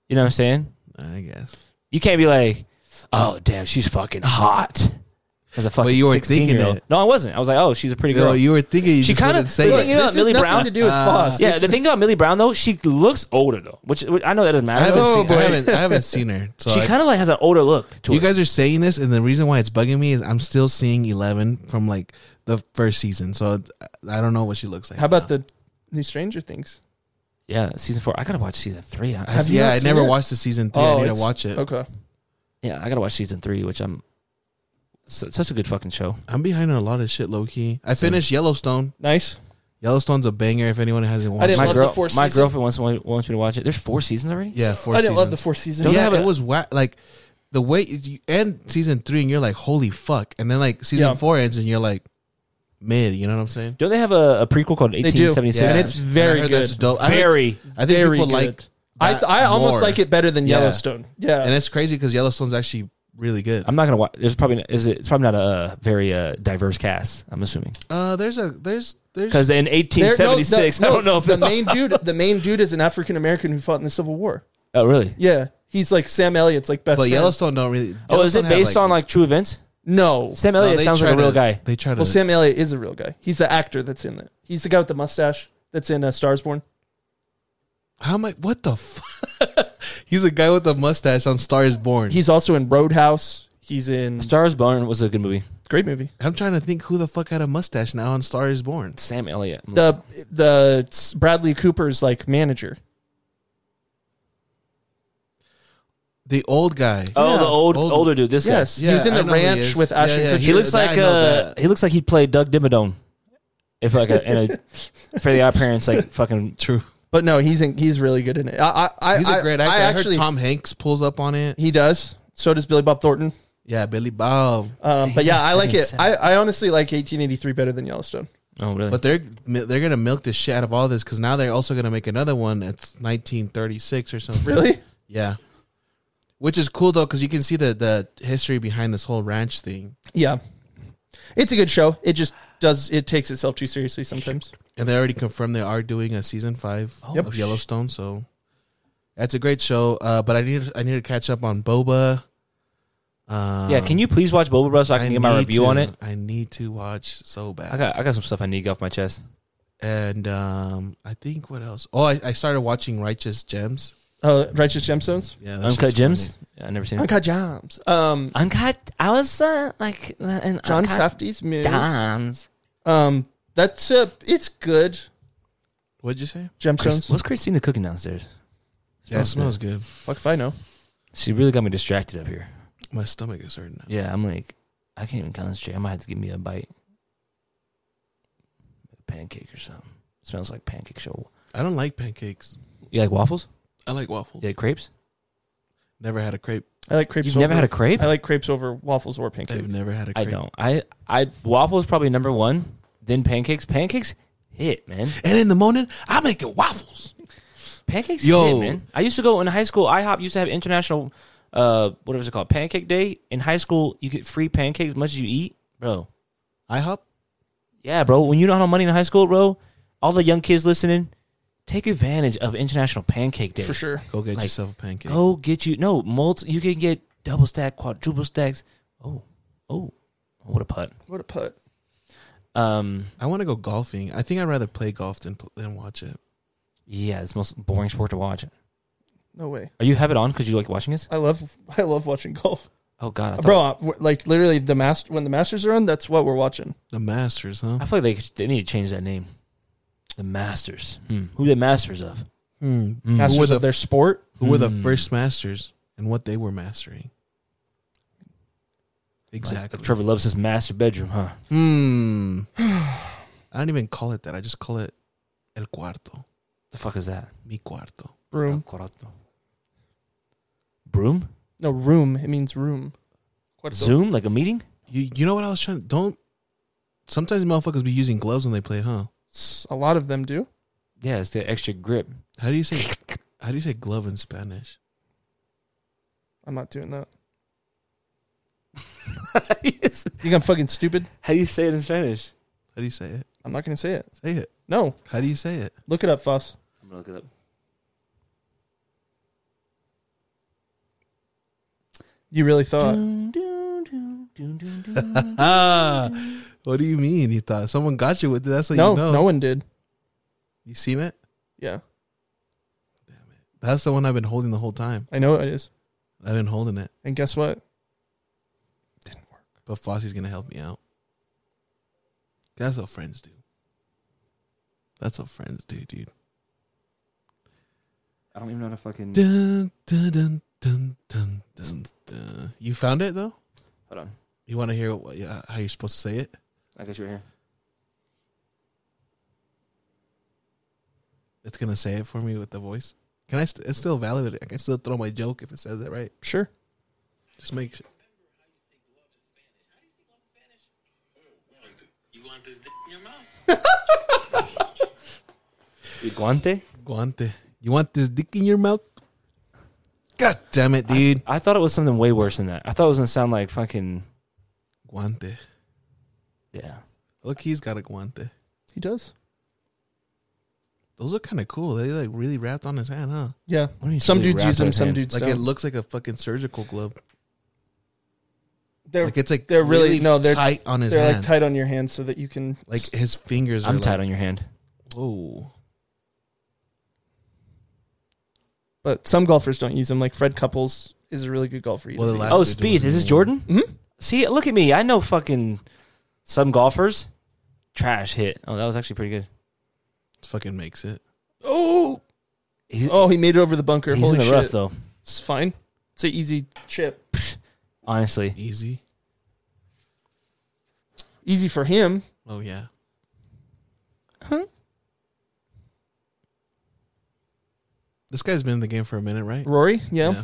Speaker 2: You know what I'm saying?
Speaker 1: I guess.
Speaker 2: You can't be like, oh, damn, she's fucking hot. As a fucking
Speaker 1: you weren't
Speaker 2: 16
Speaker 1: thinking
Speaker 2: year old.
Speaker 1: it.
Speaker 2: No, I wasn't. I was like, oh, she's a pretty
Speaker 1: No,
Speaker 2: girl.
Speaker 1: you were thinking. You
Speaker 2: She
Speaker 1: she
Speaker 2: kinda-
Speaker 1: kind of say
Speaker 2: Look,
Speaker 1: it.
Speaker 2: you know,
Speaker 3: this
Speaker 2: Millie
Speaker 3: has nothing
Speaker 2: Brown? Uh,
Speaker 3: to do with
Speaker 1: Ah.
Speaker 2: [LAUGHS]
Speaker 3: Foss.
Speaker 2: yeah, the thing about Millie Brown though, she looks older though, which which- I know that doesn't
Speaker 1: I
Speaker 2: matter.
Speaker 1: haven't,
Speaker 3: Oh,
Speaker 1: seen, I
Speaker 3: boy.
Speaker 1: haven't. I haven't seen her. So
Speaker 2: she
Speaker 1: I-
Speaker 2: kind of like has an older look to
Speaker 1: You
Speaker 2: her.
Speaker 1: guys are saying this, and the reason why it's bugging me is I'm still seeing Eleven from like the first season, so it's- I don't know what she looks like.
Speaker 3: How about the new Stranger Things?
Speaker 2: yeah, season four. I gotta watch season three. I-
Speaker 1: I-
Speaker 3: have you
Speaker 1: yeah,
Speaker 3: not
Speaker 1: I
Speaker 3: seen
Speaker 1: never
Speaker 3: it?
Speaker 1: watched the season three.
Speaker 3: Oh,
Speaker 1: I need to
Speaker 3: it's-
Speaker 1: watch it.
Speaker 3: Okay.
Speaker 2: Yeah, I gotta watch season three, which I'm su- such a good fucking show.
Speaker 1: I'm behind on a lot of shit, low key. I finished Yellowstone.
Speaker 3: Nice.
Speaker 1: Yellowstone's a banger. If anyone hasn't watched,
Speaker 3: didn't
Speaker 1: it.
Speaker 2: My
Speaker 3: love the
Speaker 2: girl,
Speaker 3: fourth
Speaker 2: my
Speaker 3: season.
Speaker 2: girlfriend wants wants me to watch it. There's four seasons already.
Speaker 1: yeah, four.
Speaker 3: I didn't love the
Speaker 1: seasons.
Speaker 3: fourth season.
Speaker 2: Don't they
Speaker 1: yeah,
Speaker 2: have
Speaker 1: it
Speaker 2: a-
Speaker 1: was whack. Like the way you end season three, and you're like, holy fuck, and then like season
Speaker 3: Yeah.
Speaker 1: four ends, and you're like, mid. You know what I'm saying?
Speaker 2: Don't they have a, a prequel called
Speaker 3: They do.
Speaker 2: 1876?
Speaker 1: Yeah.
Speaker 3: And it's very
Speaker 1: I heard
Speaker 3: good.
Speaker 1: That's dope. I heard-
Speaker 2: Very.
Speaker 1: I think
Speaker 3: Very
Speaker 1: people
Speaker 3: good.
Speaker 1: like.
Speaker 3: I, th- I
Speaker 1: that
Speaker 3: almost
Speaker 1: more.
Speaker 3: like it better than
Speaker 1: Yeah.
Speaker 3: Yellowstone. Yeah.
Speaker 1: and it's crazy because Yellowstone's actually really good.
Speaker 2: I'm not gonna watch. There's probably is it, it's probably not a uh, very uh, diverse cast. I'm assuming
Speaker 1: Uh, there's a there's there's
Speaker 2: because in
Speaker 3: There- no,
Speaker 2: 1876,
Speaker 3: no,
Speaker 2: I don't know if
Speaker 3: the
Speaker 1: [LAUGHS]
Speaker 3: main dude. The main dude is an African American who fought in the Civil War.
Speaker 2: Oh really?
Speaker 3: Yeah, he's like Sam Elliott's like best.
Speaker 1: but
Speaker 3: friend.
Speaker 1: Yellowstone don't really.
Speaker 2: Oh, is
Speaker 1: Yellowstone
Speaker 2: it
Speaker 1: had,
Speaker 2: based on like true events?
Speaker 3: No,
Speaker 2: Sam
Speaker 1: no,
Speaker 2: Elliott
Speaker 1: they
Speaker 2: sounds
Speaker 1: try
Speaker 2: like a real
Speaker 1: to-
Speaker 2: guy.
Speaker 1: They try to.
Speaker 3: well, Sam Elliott is a real guy. He's the actor that's in it. He's the guy with the mustache that's in uh, Stars Born.
Speaker 1: how am I? What the? fuck? [LAUGHS] He's a guy with a mustache on Star Is Born.
Speaker 3: He's also in Roadhouse. He's in
Speaker 2: Stars Born was a good movie.
Speaker 3: great movie.
Speaker 1: I'm trying to think who the fuck had a mustache now on Star Is Born.
Speaker 2: Sam Elliott.
Speaker 3: The the Bradley Cooper's like manager.
Speaker 1: the old guy.
Speaker 2: Oh,
Speaker 3: Yeah.
Speaker 2: the old,
Speaker 1: Old-
Speaker 2: older dude. This
Speaker 3: Yes,
Speaker 1: Yeah,
Speaker 3: he was in
Speaker 1: I
Speaker 3: the
Speaker 1: know who he
Speaker 3: ranch
Speaker 1: is.
Speaker 3: with
Speaker 1: Yeah,
Speaker 3: Ashton
Speaker 1: yeah,
Speaker 3: Kutcher.
Speaker 2: guy. He looks
Speaker 1: That I
Speaker 2: like
Speaker 1: know
Speaker 2: uh,
Speaker 1: that.
Speaker 2: he looks like he played Doug Dimmadome. If like a, in [LAUGHS] a Fairly Odd Parents, like fucking
Speaker 1: True.
Speaker 3: but no, he's in, he's really good in it. I, I, I
Speaker 1: He's a great actor.
Speaker 3: I,
Speaker 1: I,
Speaker 3: actually
Speaker 1: heard Tom Hanks pulls up on it.
Speaker 3: he does. So does Billy Bob Thornton.
Speaker 1: Yeah, Billy Bob.
Speaker 3: Um, but yeah, I like it.
Speaker 2: 77.
Speaker 3: I, I honestly like 1883 better than Yellowstone.
Speaker 2: oh really?
Speaker 1: But they're they're gonna milk the shit out of all this because now they're also gonna make another one that's 1936 or something.
Speaker 2: [LAUGHS]
Speaker 3: Really?
Speaker 1: Yeah. Which is cool though, because you can see the the history behind this whole ranch thing,
Speaker 3: Yeah, it's a good show. It just does it takes itself too seriously sometimes.
Speaker 1: and they already confirmed they are doing a season five
Speaker 2: Oh,
Speaker 3: Yep.
Speaker 1: of Yellowstone. So that's a great show. Uh, but I need I need to catch up on Boba. Um,
Speaker 2: yeah, can you please watch Boba Bros so I can get my
Speaker 1: need
Speaker 2: review
Speaker 1: to-
Speaker 2: on it?
Speaker 1: I need to watch so bad.
Speaker 2: I got I got some stuff I need to get off my chest.
Speaker 1: and um, I think what else? Oh, I, I started watching Righteous Gems.
Speaker 3: Uh, Righteous Gemstones,
Speaker 1: Yeah, that
Speaker 2: Uncut
Speaker 1: shit's funny.
Speaker 2: Gems. Yeah, I never seen it.
Speaker 3: Uncut Gems. Um,
Speaker 2: Uncut. I was uh, like uh, an
Speaker 3: John
Speaker 2: Uncut
Speaker 3: Safdie's Muse.
Speaker 2: Dimes.
Speaker 3: Um, that's uh, it's good.
Speaker 1: What'd you say?
Speaker 2: Chris,
Speaker 3: Gemstones.
Speaker 2: what's Christina cooking downstairs?
Speaker 1: Yeah, it smells good.
Speaker 3: Fuck if I know.
Speaker 2: She really got me distracted up here.
Speaker 1: My stomach is hurting. Now.
Speaker 2: Yeah, I'm like, I can't even concentrate. I might have to give me a bite, a pancake or something. smells like pancake show.
Speaker 1: I don't like pancakes.
Speaker 2: You like waffles?
Speaker 1: I like waffles.
Speaker 2: You like crepes?
Speaker 1: Never had a crepe.
Speaker 3: I like crepes.
Speaker 2: You've never
Speaker 3: over-
Speaker 2: had a crepe?
Speaker 3: I like crepes over waffles or pancakes.
Speaker 1: I've never had a
Speaker 2: I
Speaker 1: crepe.
Speaker 2: don't. I I waffles probably number one. Then pancakes. Pancakes hit, man.
Speaker 1: And in the morning, I'm making waffles.
Speaker 2: Pancakes
Speaker 1: Yo.
Speaker 2: hit, man. I used to go in high school. IHOP used to have international, uh, what was it called? Pancake Day in high school. You get free pancakes as much as you eat, bro.
Speaker 1: IHOP.
Speaker 2: Yeah, bro. When you don't have money in high school, bro, all the young kids listening, take advantage of International Pancake Day.
Speaker 3: for sure.
Speaker 1: Go get
Speaker 2: Like,
Speaker 1: yourself a pancake.
Speaker 2: Go get you no multi. You can get double stack, quadruple stacks. Oh, oh, what a putt.
Speaker 3: What a put.
Speaker 2: Um,
Speaker 1: I want to go golfing. I think I'd rather play golf than pl- than watch it.
Speaker 2: yeah, it's the most boring sport to watch.
Speaker 3: No way.
Speaker 2: Are you have it on because you like watching this?
Speaker 3: I love I love watching golf,
Speaker 2: Oh God, I thought,
Speaker 3: bro. I- w- Like literally, the master when the Masters are on, that's what we're watching.
Speaker 1: The Masters, huh?
Speaker 2: I feel like they, could- they need to change that name. The Masters. Hmm. Who the Masters of?
Speaker 1: Hmm. Mas-
Speaker 2: Hmm.
Speaker 3: Masters
Speaker 1: were
Speaker 3: of
Speaker 1: the-
Speaker 3: their sport.
Speaker 1: Who were the
Speaker 2: Hmm.
Speaker 1: first Masters and what they were mastering? Exactly.
Speaker 2: Like, Trevor loves his master bedroom, huh?
Speaker 1: Hmm. [SIGHS] I don't even call it that. I just call it el cuarto,
Speaker 2: The fuck is that?
Speaker 1: mi cuarto.
Speaker 3: Room.
Speaker 2: Correcto. Broom?
Speaker 3: No room. It means room. Cuarto.
Speaker 2: Zoom? Like a meeting?
Speaker 1: You you know what I was trying? Don't. Sometimes motherfuckers be using gloves when they play, huh?
Speaker 3: S- A lot of them do.
Speaker 2: Yeah, it's the extra grip.
Speaker 1: How do you say? How do you say glove in Spanish?
Speaker 3: I'm not doing that.
Speaker 2: [LAUGHS] How
Speaker 3: You think I'm fucking stupid?
Speaker 2: do you say it in Spanish?
Speaker 1: How do you say it?
Speaker 3: I'm not gonna say it.
Speaker 1: Say it.
Speaker 3: No,
Speaker 1: How do you say it?
Speaker 3: look it up, Foss.
Speaker 2: I'm gonna look it up.
Speaker 3: You really
Speaker 2: Uh,
Speaker 3: thought?
Speaker 1: Ah, what do you mean? You thought someone got you with it? That's what
Speaker 3: no,
Speaker 1: you know.
Speaker 3: no one did.
Speaker 1: You seen it?
Speaker 3: Yeah,
Speaker 1: That's the one I've been holding the whole time.
Speaker 3: I know it is.
Speaker 1: I've been holding it,
Speaker 3: And guess what?
Speaker 1: but Fossy's gonna help me out. That's what friends do. That's what friends do, dude.
Speaker 2: [LAUGHS] I don't even know how to fucking.
Speaker 1: Dun, dun, dun, dun, dun, dun, dun. You found it though.
Speaker 2: Hold on.
Speaker 1: You want to hear what, uh, how you're supposed to say it?
Speaker 2: I guess you're here.
Speaker 1: It's gonna say it for me with the voice. Can I? St- it's still valid. I can still throw my joke if it says it right.
Speaker 3: Sure.
Speaker 1: Just make sure.
Speaker 4: You want this dick in your mouth?
Speaker 2: Guante?
Speaker 1: Guante. You want this dick in your mouth? God damn it, dude.
Speaker 2: I thought it was something way worse than that. I thought it was gonna sound like fucking.
Speaker 1: guante.
Speaker 2: Yeah.
Speaker 1: Look, he's got a guante.
Speaker 3: He does.
Speaker 1: Those are kind of cool. They like really wrapped on his hand, huh?
Speaker 3: Yeah.
Speaker 2: What do you
Speaker 3: Some
Speaker 2: say
Speaker 3: dudes
Speaker 2: wrapped
Speaker 3: use them.
Speaker 2: his
Speaker 3: Some
Speaker 2: hand?
Speaker 3: dudes
Speaker 1: Like it
Speaker 3: don't.
Speaker 1: looks like a fucking surgical glove.
Speaker 3: they're
Speaker 1: like it's like
Speaker 3: they're really- no, they're-
Speaker 1: tight on his
Speaker 3: they're
Speaker 1: hand.
Speaker 3: like
Speaker 1: Like,
Speaker 3: tight on your hands so that you can
Speaker 1: his fingers.
Speaker 2: I'm
Speaker 1: are
Speaker 2: tight
Speaker 1: Like,
Speaker 2: on your hand.
Speaker 1: Whoa.
Speaker 3: But some golfers don't use them. Like Fred Couples is a really good golfer. He
Speaker 1: Well, the
Speaker 3: doesn't
Speaker 1: last-
Speaker 2: Oh,
Speaker 1: dude
Speaker 2: Speed.
Speaker 1: wasn't
Speaker 2: Is this
Speaker 1: even-
Speaker 2: Jordan?
Speaker 3: Mhm.
Speaker 2: See, look at me. I know fucking some golfers. Trash hit. Oh, that was actually pretty good.
Speaker 1: It fucking makes it.
Speaker 3: use- oh,
Speaker 2: He's,
Speaker 3: oh, he made it over the bunker.
Speaker 2: he's
Speaker 3: Holy
Speaker 2: in the
Speaker 3: shit!
Speaker 2: rough though.
Speaker 3: It's fine. It's an easy chip.
Speaker 2: Honestly,
Speaker 1: Easy.
Speaker 3: Easy for him.
Speaker 1: Oh yeah. This guy's been in the game for a minute, right?
Speaker 3: Rory, yeah.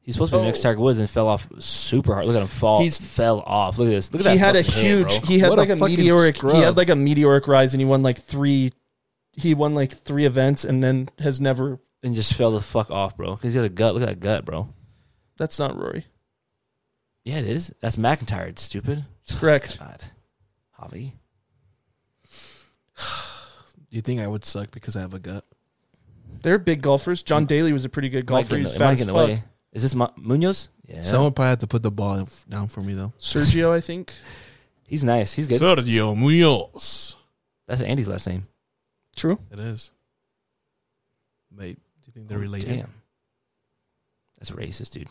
Speaker 2: he's supposed to be the next Tiger Woods and fell off super hard. Look at him fall.
Speaker 3: Oh. He's-
Speaker 2: He's fell off. Look at this. Look at
Speaker 3: He
Speaker 2: that.
Speaker 3: had a
Speaker 2: fucking head,
Speaker 3: huge
Speaker 2: bro.
Speaker 3: he had
Speaker 1: What a
Speaker 3: like a,
Speaker 1: fucking
Speaker 3: meteoric he
Speaker 1: scrub.
Speaker 3: had like a meteoric rise and he won like three he won like three events and then has never
Speaker 2: and just fell the fuck off, bro. Because he had a gut. Look at that gut, bro.
Speaker 3: that's not Rory.
Speaker 2: Yeah, it is. That's McIntyre. it's Stupid.
Speaker 1: [LAUGHS]
Speaker 2: [SIGHS]
Speaker 3: Correct.
Speaker 2: God, Javi.
Speaker 1: You think I would suck because I have a gut?
Speaker 3: They're big golfers.
Speaker 1: Mm.
Speaker 3: John Daly was a pretty good
Speaker 2: Might get
Speaker 3: golfer.
Speaker 2: in
Speaker 3: He's
Speaker 2: the- might
Speaker 3: fast
Speaker 2: get in
Speaker 3: as
Speaker 2: the
Speaker 3: fuck.
Speaker 2: way. Is this Mu- Munoz? Yeah.
Speaker 1: Someone probably have to put the ball in- down for me though.
Speaker 3: Sergio,
Speaker 1: [LAUGHS]
Speaker 3: I think.
Speaker 2: he's nice. He's good.
Speaker 1: Sergio Munoz.
Speaker 2: That's Andy's last name.
Speaker 3: True.
Speaker 1: It is. Mate, do you think they're
Speaker 2: Oh,
Speaker 1: related?
Speaker 2: Damn. That's racist, dude.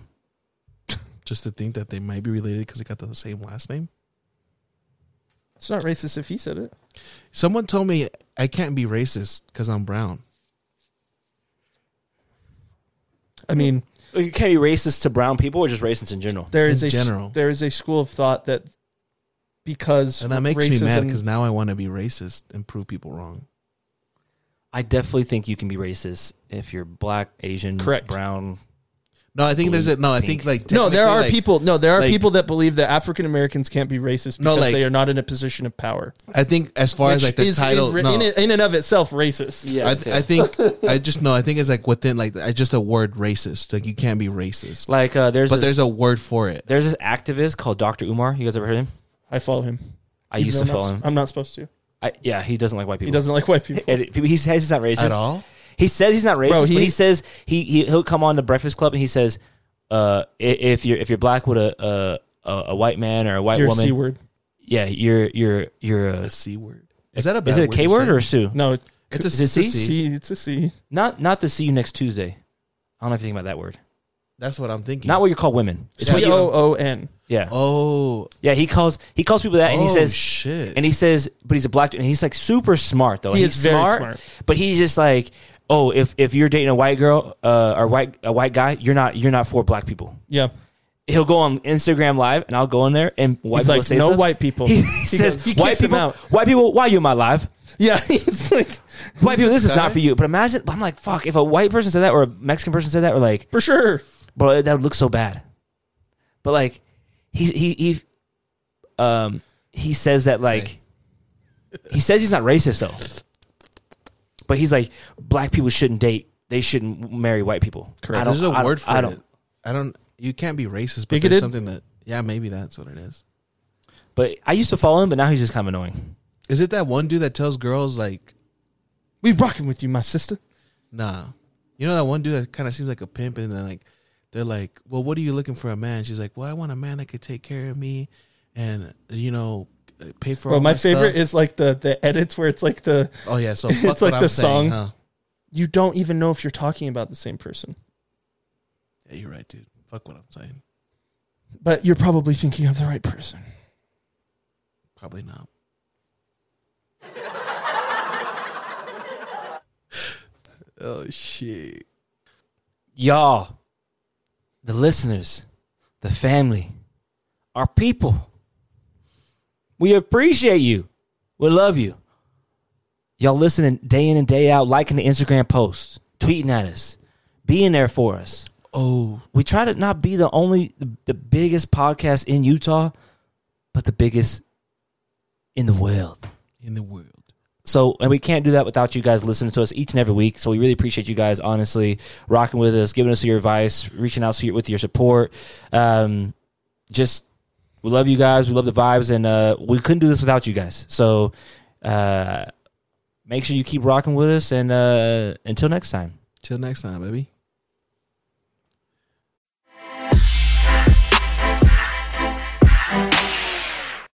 Speaker 1: Just to think that they might be related because they got the same last name.
Speaker 3: It's not racist if he said it.
Speaker 1: Someone told me I can't be racist because I'm brown.
Speaker 3: I mean,
Speaker 2: You can't be racist to brown people or just racist in general.
Speaker 3: there is
Speaker 1: In
Speaker 3: a s-
Speaker 1: general.
Speaker 3: there is a school of thought that because
Speaker 1: And that makes me mad
Speaker 3: racism-
Speaker 1: because now I want to be racist and prove people wrong.
Speaker 2: I definitely think you can be racist if you're black, Asian,
Speaker 3: Correct.
Speaker 2: brown.
Speaker 1: No, I think there's a no. I
Speaker 2: Pink.
Speaker 1: think like
Speaker 3: no, there
Speaker 1: technically,
Speaker 3: are
Speaker 1: like-
Speaker 3: people. No, there are
Speaker 1: like-
Speaker 3: people that believe that African Americans can't be racist because
Speaker 1: No, like-
Speaker 3: they are not in a position of power,
Speaker 1: I think as far as
Speaker 3: which
Speaker 1: like the
Speaker 3: is
Speaker 1: title,
Speaker 3: in,
Speaker 1: no,
Speaker 3: in, in and of itself racist.
Speaker 2: Yeah,
Speaker 1: I, th- I
Speaker 2: [LAUGHS]
Speaker 1: think I just no. I think it's like within like I just a word racist. Like you can't be racist,
Speaker 2: like uh, there's
Speaker 1: but
Speaker 2: this,
Speaker 1: there's a word for it.
Speaker 2: there's this activist called Dr. Umar. You guys ever heard of him?
Speaker 3: I follow him.
Speaker 2: I
Speaker 3: Even
Speaker 2: used to
Speaker 3: though I'm not-
Speaker 2: follow him.
Speaker 3: I'm not supposed to.
Speaker 2: I, yeah, he doesn't like white people.
Speaker 3: He doesn't like white people.
Speaker 2: [LAUGHS] And it- he says he's not racist
Speaker 1: At all?
Speaker 2: He says he's not racist,
Speaker 3: Bro, he-
Speaker 2: but he says he, he he'll come on the Breakfast Club and he says, uh, i- if you're if you're black with a a, a, a white man or a white
Speaker 3: You're a
Speaker 2: woman,
Speaker 3: c word.
Speaker 2: yeah, you're you're you're a,
Speaker 1: A c word. Is that a bad
Speaker 2: is it a K
Speaker 1: to
Speaker 2: word
Speaker 1: say?
Speaker 2: or a Sue?
Speaker 3: No, it's
Speaker 1: It's a,
Speaker 2: is it
Speaker 1: it's a
Speaker 2: C?
Speaker 1: C.
Speaker 3: C. It's a C.
Speaker 2: Not not the see you next Tuesday. I don't know if you think about that word.
Speaker 1: That's what I'm thinking.
Speaker 2: Not what you call women.
Speaker 1: It's what
Speaker 3: C
Speaker 1: you-
Speaker 3: O O N.
Speaker 2: Yeah,
Speaker 1: oh,
Speaker 2: yeah. He calls he calls people that, and he
Speaker 1: Oh,
Speaker 2: says
Speaker 1: shit.
Speaker 2: and he says, but he's a black dude, and he's like super smart though.
Speaker 3: He
Speaker 2: he's
Speaker 3: is very smart.
Speaker 2: but he's just like, oh, if if you're dating a white girl uh, or white a white guy, you're not you're not for black people.
Speaker 3: Yeah.
Speaker 2: He'll go on Instagram live, and I'll go in there, and white
Speaker 3: He's
Speaker 2: people
Speaker 3: like,
Speaker 2: say
Speaker 3: "No
Speaker 2: something."
Speaker 3: white
Speaker 2: [LAUGHS]
Speaker 3: people."
Speaker 2: He,
Speaker 3: He
Speaker 2: says,
Speaker 3: goes- he
Speaker 2: white
Speaker 3: kicks them
Speaker 2: people,
Speaker 3: out. [LAUGHS]
Speaker 2: white people, why you in my live?
Speaker 3: Yeah. It's like
Speaker 2: White people, this is not
Speaker 1: guy?
Speaker 2: for you. But imagine, I'm like, fuck, if a white person said that or a Mexican person said that, or like,
Speaker 3: for sure.
Speaker 2: bro, that would look so bad. But like, he he he, um, he says that like, he says he's not racist though. But he's like, black people shouldn't date. They shouldn't marry white people.
Speaker 3: Correct.
Speaker 2: I don't,
Speaker 1: there's a
Speaker 2: I don't-
Speaker 1: word for
Speaker 2: I
Speaker 1: it.
Speaker 2: don't.
Speaker 1: I don't. You can't be racist, but
Speaker 3: Bigoted?
Speaker 1: there's something that. Yeah, maybe that's what it is.
Speaker 2: But I used to follow him, but now he's just kind of annoying.
Speaker 1: Is it that one dude that tells girls like,
Speaker 3: We rocking with you, my sister.
Speaker 1: nah? You know that one dude that kind of seems like a pimp, and then like, they're like, well, what are you looking for a man? She's like, well, I want a man that could take care of me, and you know, pay for.
Speaker 3: Bro,
Speaker 1: all
Speaker 3: my
Speaker 1: my stuff."
Speaker 3: favorite is like the the edits where it's like the
Speaker 1: Oh yeah,
Speaker 3: [LAUGHS]
Speaker 1: so fuck
Speaker 3: It's like
Speaker 1: what
Speaker 3: the
Speaker 1: I'm saying,
Speaker 3: song.
Speaker 1: huh?
Speaker 3: you don't even know if you're talking about the same person,
Speaker 1: Yeah, you're right, dude. Fuck what I'm saying.
Speaker 3: but you're probably thinking of the right person.
Speaker 1: Probably
Speaker 3: [LAUGHS]
Speaker 1: not. oh shit.
Speaker 2: y'all, the listeners, the family, our people. We appreciate you. We love you. Y'all listening day in and day out, liking the Instagram posts, tweeting at us, being there for us.
Speaker 1: Oh,
Speaker 2: We try to not be the only, the, the biggest podcast in Utah, but the biggest in the world.
Speaker 1: in the world.
Speaker 2: So, and we can't do that without you guys listening to us each and every week. So, we really appreciate you guys, honestly, rocking with us, giving us your advice, reaching out to you with your support. Um, just, we love you guys. We love the vibes, and uh, we couldn't do this without you guys. So, uh, make sure you keep rocking with us, and uh, until next time.
Speaker 1: Till next time, baby.